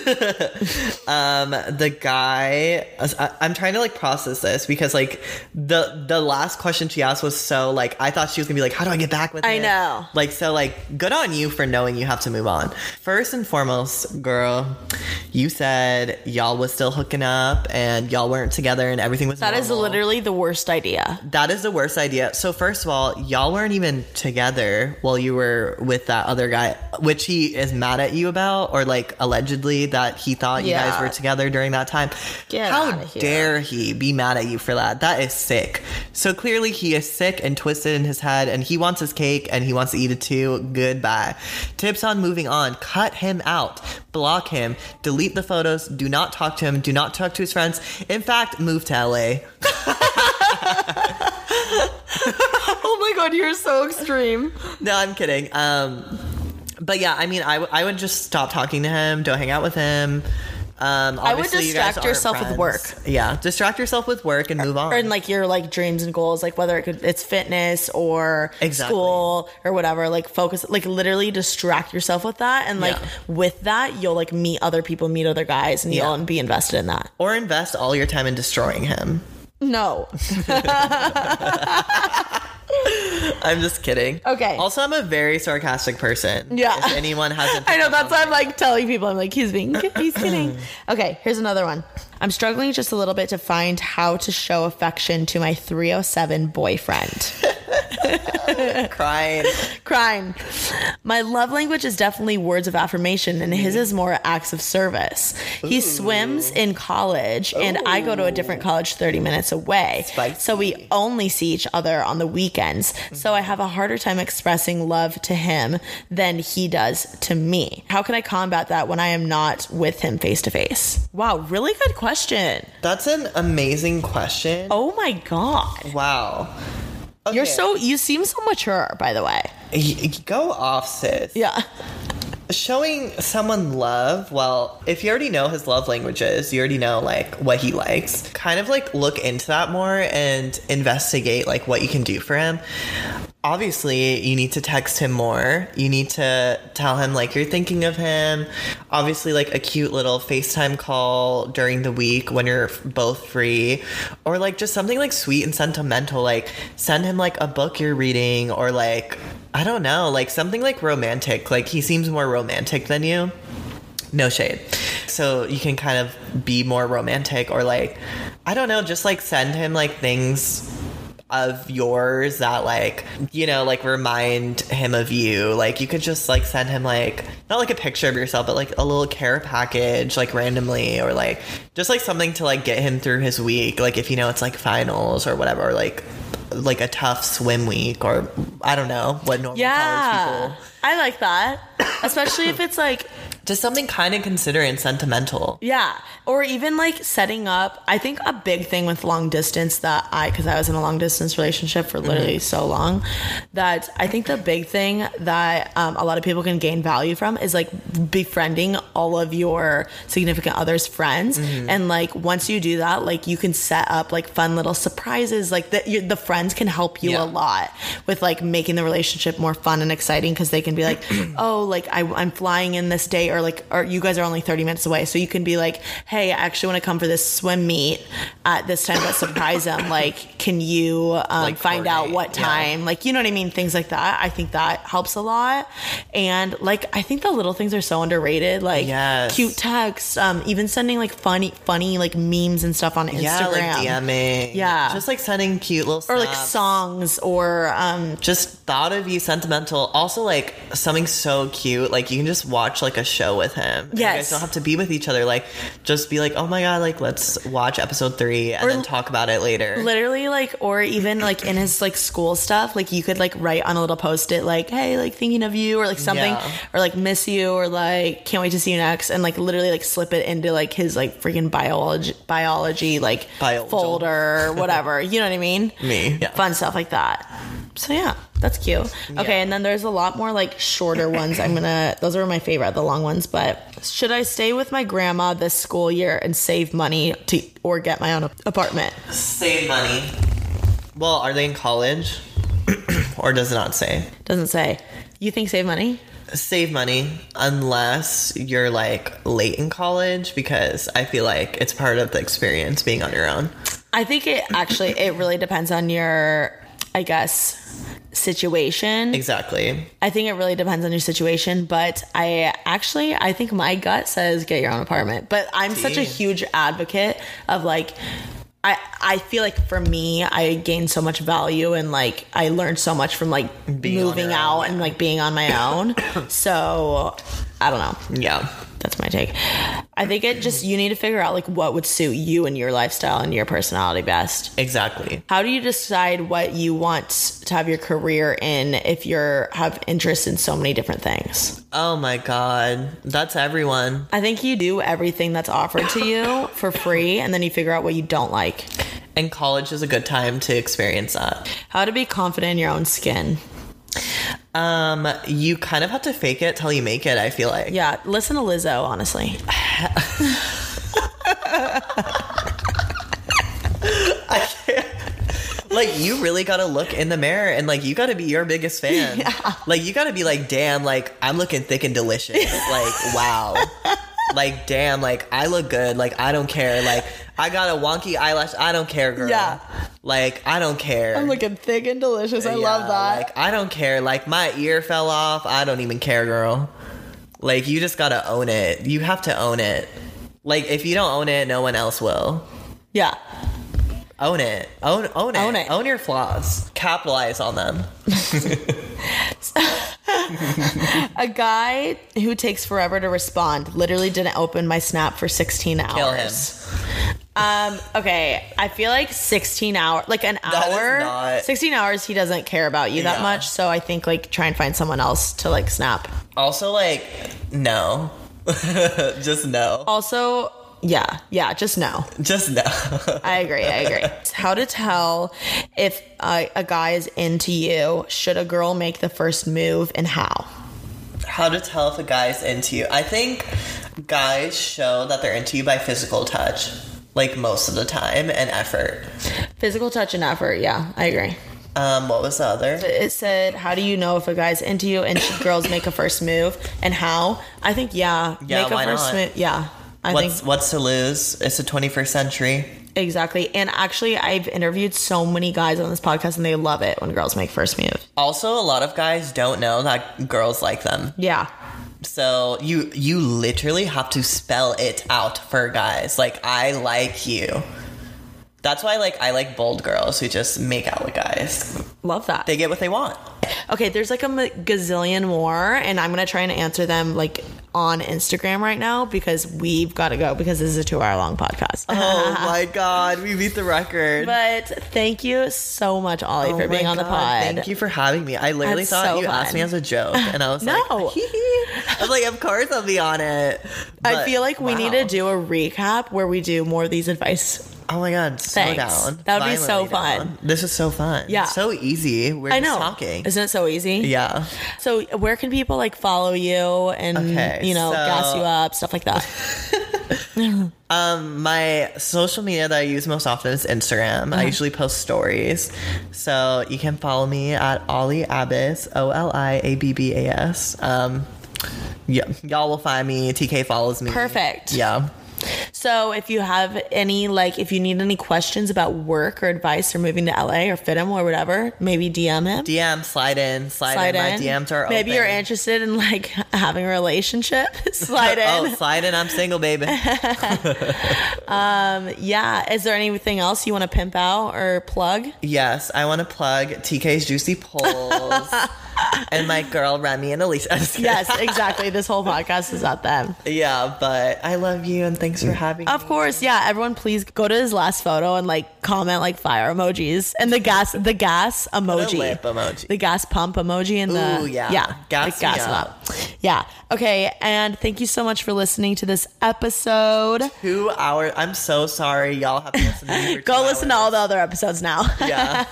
Speaker 1: um the guy I, i'm trying to like process this because like the the last question she asked was so like i thought she was gonna be like how do i get back with
Speaker 3: I
Speaker 1: it?
Speaker 3: know.
Speaker 1: like so like good on you for knowing you have to move on first and foremost girl you said y'all was still hooking up and y'all weren't together and everything was
Speaker 3: That is
Speaker 1: normal.
Speaker 3: literally the worst idea.
Speaker 1: That is the worst idea. So first of all, y'all weren't even together while you were with that other guy, which he is mad at you about, or like allegedly that he thought you guys
Speaker 3: Yeah.
Speaker 1: were together during that time.
Speaker 3: Get
Speaker 1: How
Speaker 3: outta here.
Speaker 1: dare he be mad at you for that? That is sick. So clearly he is sick and twisted in his head, and he wants his cake and he wants to eat it too. Goodbye. Tips on moving on: cut him out, block him, delete the photos, do not talk to him, do not talk to his friends. In fact, move to LA.
Speaker 3: Oh my god, you're so extreme.
Speaker 1: No, I'm kidding. Um, but yeah, I mean, I, w- I would just stop talking to him. Don't hang out with him. Um,
Speaker 3: I would
Speaker 1: obviously, you guys
Speaker 3: distract
Speaker 1: aren't
Speaker 3: yourself with
Speaker 1: friends.
Speaker 3: work.
Speaker 1: Yeah, distract yourself with work and move on.
Speaker 3: or in like your like dreams and goals like whether it could it's fitness or
Speaker 1: Exactly.
Speaker 3: school or whatever like focus like literally distract yourself with that and like
Speaker 1: Yeah.
Speaker 3: with that you'll like meet other people meet other guys and you'll
Speaker 1: Yeah.
Speaker 3: be invested in that
Speaker 1: or invest all your time in destroying him.
Speaker 3: no
Speaker 1: I'm just kidding.
Speaker 3: Okay.
Speaker 1: Also, I'm a very sarcastic person.
Speaker 3: Yeah.
Speaker 1: If anyone hasn't,
Speaker 3: I know that's why I'm like telling people I'm like he's being he's
Speaker 1: *clears throat*
Speaker 3: kidding. Okay, here's another one. I'm struggling just a little bit to find how to show affection to my 307 boyfriend. *laughs*
Speaker 1: cried.
Speaker 3: Crying. My love language is definitely words of affirmation, and his is more acts of service. He swims in college, and I go to a different college 30 minutes away. So we only see each other on the weekends. So I have a harder time expressing love to him than he does to me. How can I combat that when I am not with him face to face? Wow, really good question.
Speaker 1: That's an amazing question.
Speaker 3: Oh my God.
Speaker 1: Wow.
Speaker 3: You're
Speaker 1: Okay.
Speaker 3: so, you seem so mature, by the way.
Speaker 1: Y- y- Go off, sis.
Speaker 3: Yeah.
Speaker 1: showing someone love well if you already know his love languages you already know like what he likes kind of like look into that more and investigate like what you can do for him obviously you need to text him more you need to tell him like you're thinking of him obviously like a cute little facetime call during the week when you're both free or like just something like sweet and sentimental like send him like a book you're reading or like I don't know, like something like romantic. Like he seems more romantic than you. No shade. So you can kind of be more romantic or like I don't know, just like send him like things of yours that like you know like remind him of you like you could just like send him like not like a picture of yourself but like a little care package like randomly or like just like something to like get him through his week like if you know it's like finals or whatever or like like a tough swim week or i don't know what normal college people *coughs*
Speaker 3: I like that. Especially if it's like
Speaker 1: Just something kind and considerate and sentimental.
Speaker 3: Yeah. Or even like setting up. I think a big thing with long distance that I, because I was in a long distance relationship for literally
Speaker 1: Mm-hmm.
Speaker 3: so long, that I think the big thing that um, a lot of people can gain value from is like befriending all of your significant other's friends.
Speaker 1: Mm-hmm.
Speaker 3: And like once you do that, like you can set up like fun little surprises. Like that you- the friends can help you
Speaker 1: Yeah.
Speaker 3: a lot with like making the relationship more fun and exciting because they
Speaker 1: *clears throat*
Speaker 3: can be like, oh, like I, I'm flying in this day, or like, or you guys are only 30 minutes away. So you can be like, hey, I actually want to come for this swim meet at this time, but surprise them. Like, can you um,
Speaker 1: Like,
Speaker 3: find out
Speaker 1: coordinate,
Speaker 3: what
Speaker 1: yeah.
Speaker 3: time? Like, you know what I mean? Things like that. I think that helps a lot. And like, I think the little things are so underrated. Like,
Speaker 1: Yes.
Speaker 3: cute text, um, even sending like funny, funny like memes and stuff on Instagram.
Speaker 1: Yeah, like DMing.
Speaker 3: Yeah.
Speaker 1: Just like sending cute little
Speaker 3: Or like
Speaker 1: snaps.
Speaker 3: songs or um,
Speaker 1: Just thought of you sentimental. Also, like something so cute. Like you can just watch like a show with him. And You
Speaker 3: Yes.
Speaker 1: guys don't have to be with each other. Like just be like, oh my god, like let's watch episode three and
Speaker 3: Or-
Speaker 1: then talk about it later.
Speaker 3: literally like or even like in his like school stuff like you could like write on a little post-it like hey like thinking of you or like something
Speaker 1: Yeah.
Speaker 3: or like miss you or like can't wait to see you next and like literally like slip it into like his like freaking biology biology like
Speaker 1: Biological.
Speaker 3: folder or whatever you know what i mean
Speaker 1: Me, yeah.
Speaker 3: fun stuff like that so yeah that's cute okay and then there's a lot more like shorter ones i'm gonna those are my favorite the long ones but should i stay with my grandma this school year and save money to or get my own apartment
Speaker 1: Save money. Well, are they in college? *clears throat* or does it not say?
Speaker 3: Doesn't say. You think save money?
Speaker 1: Save money unless you're like late in college because I feel like it's part of the experience being on your own.
Speaker 3: I think it actually it really depends on your I guess situation.
Speaker 1: Exactly.
Speaker 3: I think it really depends on your situation, but I actually I think my gut says get your own apartment. But I'm such a
Speaker 1: Damn.
Speaker 3: huge advocate of like I I feel like for me I gained so much value and like I learned so much from like
Speaker 1: Being on
Speaker 3: moving
Speaker 1: your
Speaker 3: out
Speaker 1: own,
Speaker 3: and like being on my *coughs* own. so I don't know.
Speaker 1: Yeah.
Speaker 3: that's my take. I think it just you need to figure out like what would suit you and your lifestyle and your personality best.
Speaker 1: Exactly.
Speaker 3: How do you decide what you want to have your career in if you're have interest in so many different things?
Speaker 1: Oh my god. That's everyone.
Speaker 3: I think you do everything that's offered to *laughs* you for free and then you figure out what you don't like.
Speaker 1: And college is a good time to experience that.
Speaker 3: How to be confident in your own skin.
Speaker 1: Um, you kind of have to fake it till you make it, I feel like.
Speaker 3: Yeah, listen to Lizzo, honestly.
Speaker 1: Like you really gotta look in the mirror and like you gotta be your biggest
Speaker 3: *laughs*
Speaker 1: fan. Like you gotta be like, damn, like I'm looking thick and
Speaker 3: *laughs*
Speaker 1: delicious. Like, wow. like, damn, like I look good, like I don't care. Like I got a wonky eyelash, I don't care, girl.
Speaker 3: Yeah.
Speaker 1: Like, I don't care.
Speaker 3: *laughs* looking thick and delicious. I
Speaker 1: Yeah, Like, I don't care. Like, my ear fell off. I don't even care, girl. Like, you just gotta own it. You have to own it. Like, if you don't own it, no one else will.
Speaker 3: yeah.
Speaker 1: Own it. Own own it.
Speaker 3: Own it.
Speaker 1: Own your flaws. Capitalize on them.
Speaker 3: A guy who takes forever to respond literally didn't open my snap for 16 hours.
Speaker 1: Kill him.
Speaker 3: Um, okay, I feel like 16 hour, like an
Speaker 1: That is
Speaker 3: hour,
Speaker 1: not-
Speaker 3: 16 hours, he doesn't care about you that
Speaker 1: Yeah.
Speaker 3: much. So I think like try and find someone else to like snap.
Speaker 1: Also, like, no. *laughs* just no.
Speaker 3: Also, yeah, yeah, just no.
Speaker 1: Just no. *laughs*
Speaker 3: I agree. I agree. How to tell if uh, a guy is into you? Should a girl make the first move and how?
Speaker 1: How to tell if a guy's into you. I think guys show that they're into you by physical touch. Like most of the time and effort.
Speaker 3: Physical touch and effort. Yeah, I agree.
Speaker 1: Um, what was the other?
Speaker 3: It said, "How do you know if a guy's into you and should girls make a first move and how?" I think yeah,
Speaker 1: Yeah,
Speaker 3: make a
Speaker 1: why not?
Speaker 3: first move. Yeah, I think
Speaker 1: What's what's to lose? It's the 21st century.
Speaker 3: Exactly. And actually, I've interviewed so many guys on this podcast and they love it when girls make first move.
Speaker 1: Also, a lot of guys don't know that girls like them.
Speaker 3: Yeah.
Speaker 1: So you you literally have to spell it out for guys. Like I like you. That's why like I like bold girls who just make out with guys.
Speaker 3: Love that.
Speaker 1: They get what they want.
Speaker 3: okay, there's like a m- gazillion more, and I'm going to try and answer them like on Instagram right now because we've got to go because this is a two hour long
Speaker 1: *laughs*
Speaker 3: podcast.
Speaker 1: Oh my god, we beat the record.
Speaker 3: *laughs* but thank you so much, Ollie,
Speaker 1: Oh
Speaker 3: for being
Speaker 1: my
Speaker 3: on the
Speaker 1: God,
Speaker 3: pod.
Speaker 1: Thank you for having me. I literally
Speaker 3: That's
Speaker 1: thought
Speaker 3: so
Speaker 1: you asked
Speaker 3: fun.
Speaker 1: me as a joke, and *laughs* I was
Speaker 3: *laughs* No.
Speaker 1: like, "Hee hee." I'm like, of course I'll be on it.
Speaker 3: I
Speaker 1: But,
Speaker 3: feel like we
Speaker 1: wow.
Speaker 3: need to do a recap where we do more of these advice.
Speaker 1: Oh my god, slow
Speaker 3: Thanks.
Speaker 1: down.
Speaker 3: That would be so
Speaker 1: Violently down.
Speaker 3: fun.
Speaker 1: This is so fun.
Speaker 3: Yeah.
Speaker 1: so easy. We're
Speaker 3: I
Speaker 1: just
Speaker 3: know.
Speaker 1: talking.
Speaker 3: Isn't it so easy?
Speaker 1: yeah.
Speaker 3: So where can people like follow you and
Speaker 1: Okay,
Speaker 3: you know gas
Speaker 1: so-
Speaker 3: you up stuff like that?
Speaker 1: My social media that I use most often is Instagram.
Speaker 3: Mm-hmm.
Speaker 1: I usually post stories. So you can follow me at Ollie Abbas, O L I A B B A S. Um, yeah, y'all will find me. TK follows me.
Speaker 3: Perfect.
Speaker 1: Yeah.
Speaker 3: So if you have any like if you need any questions about work or advice or moving to LA or fit him or whatever, maybe DM him.
Speaker 1: DM, slide in, slide,
Speaker 3: Slide
Speaker 1: in. My
Speaker 3: in.
Speaker 1: DMs are
Speaker 3: Maybe
Speaker 1: open.
Speaker 3: you're interested in like *laughs* having
Speaker 1: *laughs*
Speaker 3: a relationship. *laughs* Slide in.
Speaker 1: Oh, slide in. I'm single, baby.
Speaker 3: Yeah. Is there anything else you want to pimp out or
Speaker 1: *laughs*
Speaker 3: plug?
Speaker 1: Yes, I want to plug TK's Juicy Polls
Speaker 3: *laughs*
Speaker 1: and my girl Remy and Alicia. I'm just kidding.
Speaker 3: Yes, exactly. this whole podcast is about them.
Speaker 1: Yeah, but I love you and thanks for having me.
Speaker 3: Of course, yeah. Everyone, please go to his last photo and like comment like fire emojis and the gas, the gas emoji,
Speaker 1: lip emoji.
Speaker 3: the gas pump emoji, and the
Speaker 1: Ooh, yeah.
Speaker 3: yeah,
Speaker 1: Gas
Speaker 3: the
Speaker 1: me
Speaker 3: gas
Speaker 1: up.
Speaker 3: up. Yeah. Okay. And thank you so much for listening to this episode.
Speaker 1: Two hours. I'm so sorry. Y'all have to listen to me. For
Speaker 3: *laughs* Go
Speaker 1: two
Speaker 3: listen to
Speaker 1: hours.
Speaker 3: all the other episodes now.
Speaker 1: Yeah.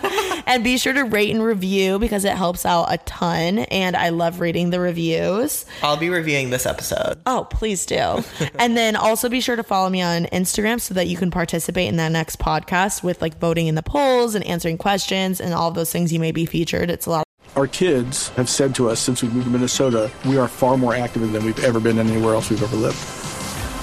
Speaker 3: *laughs* and be sure to rate and review because it helps out a ton. And I love reading the reviews.
Speaker 1: I'll be reviewing this episode.
Speaker 3: Oh,
Speaker 1: *laughs*
Speaker 3: please do. and then also be sure to follow me on Instagram so that you can participate in that next podcast with like voting in the polls and answering questions and all of those things you may be featured. It's a lot.
Speaker 4: Our kids have said to us since we moved to Minnesota, we are far more active than we've ever been anywhere else we've ever lived.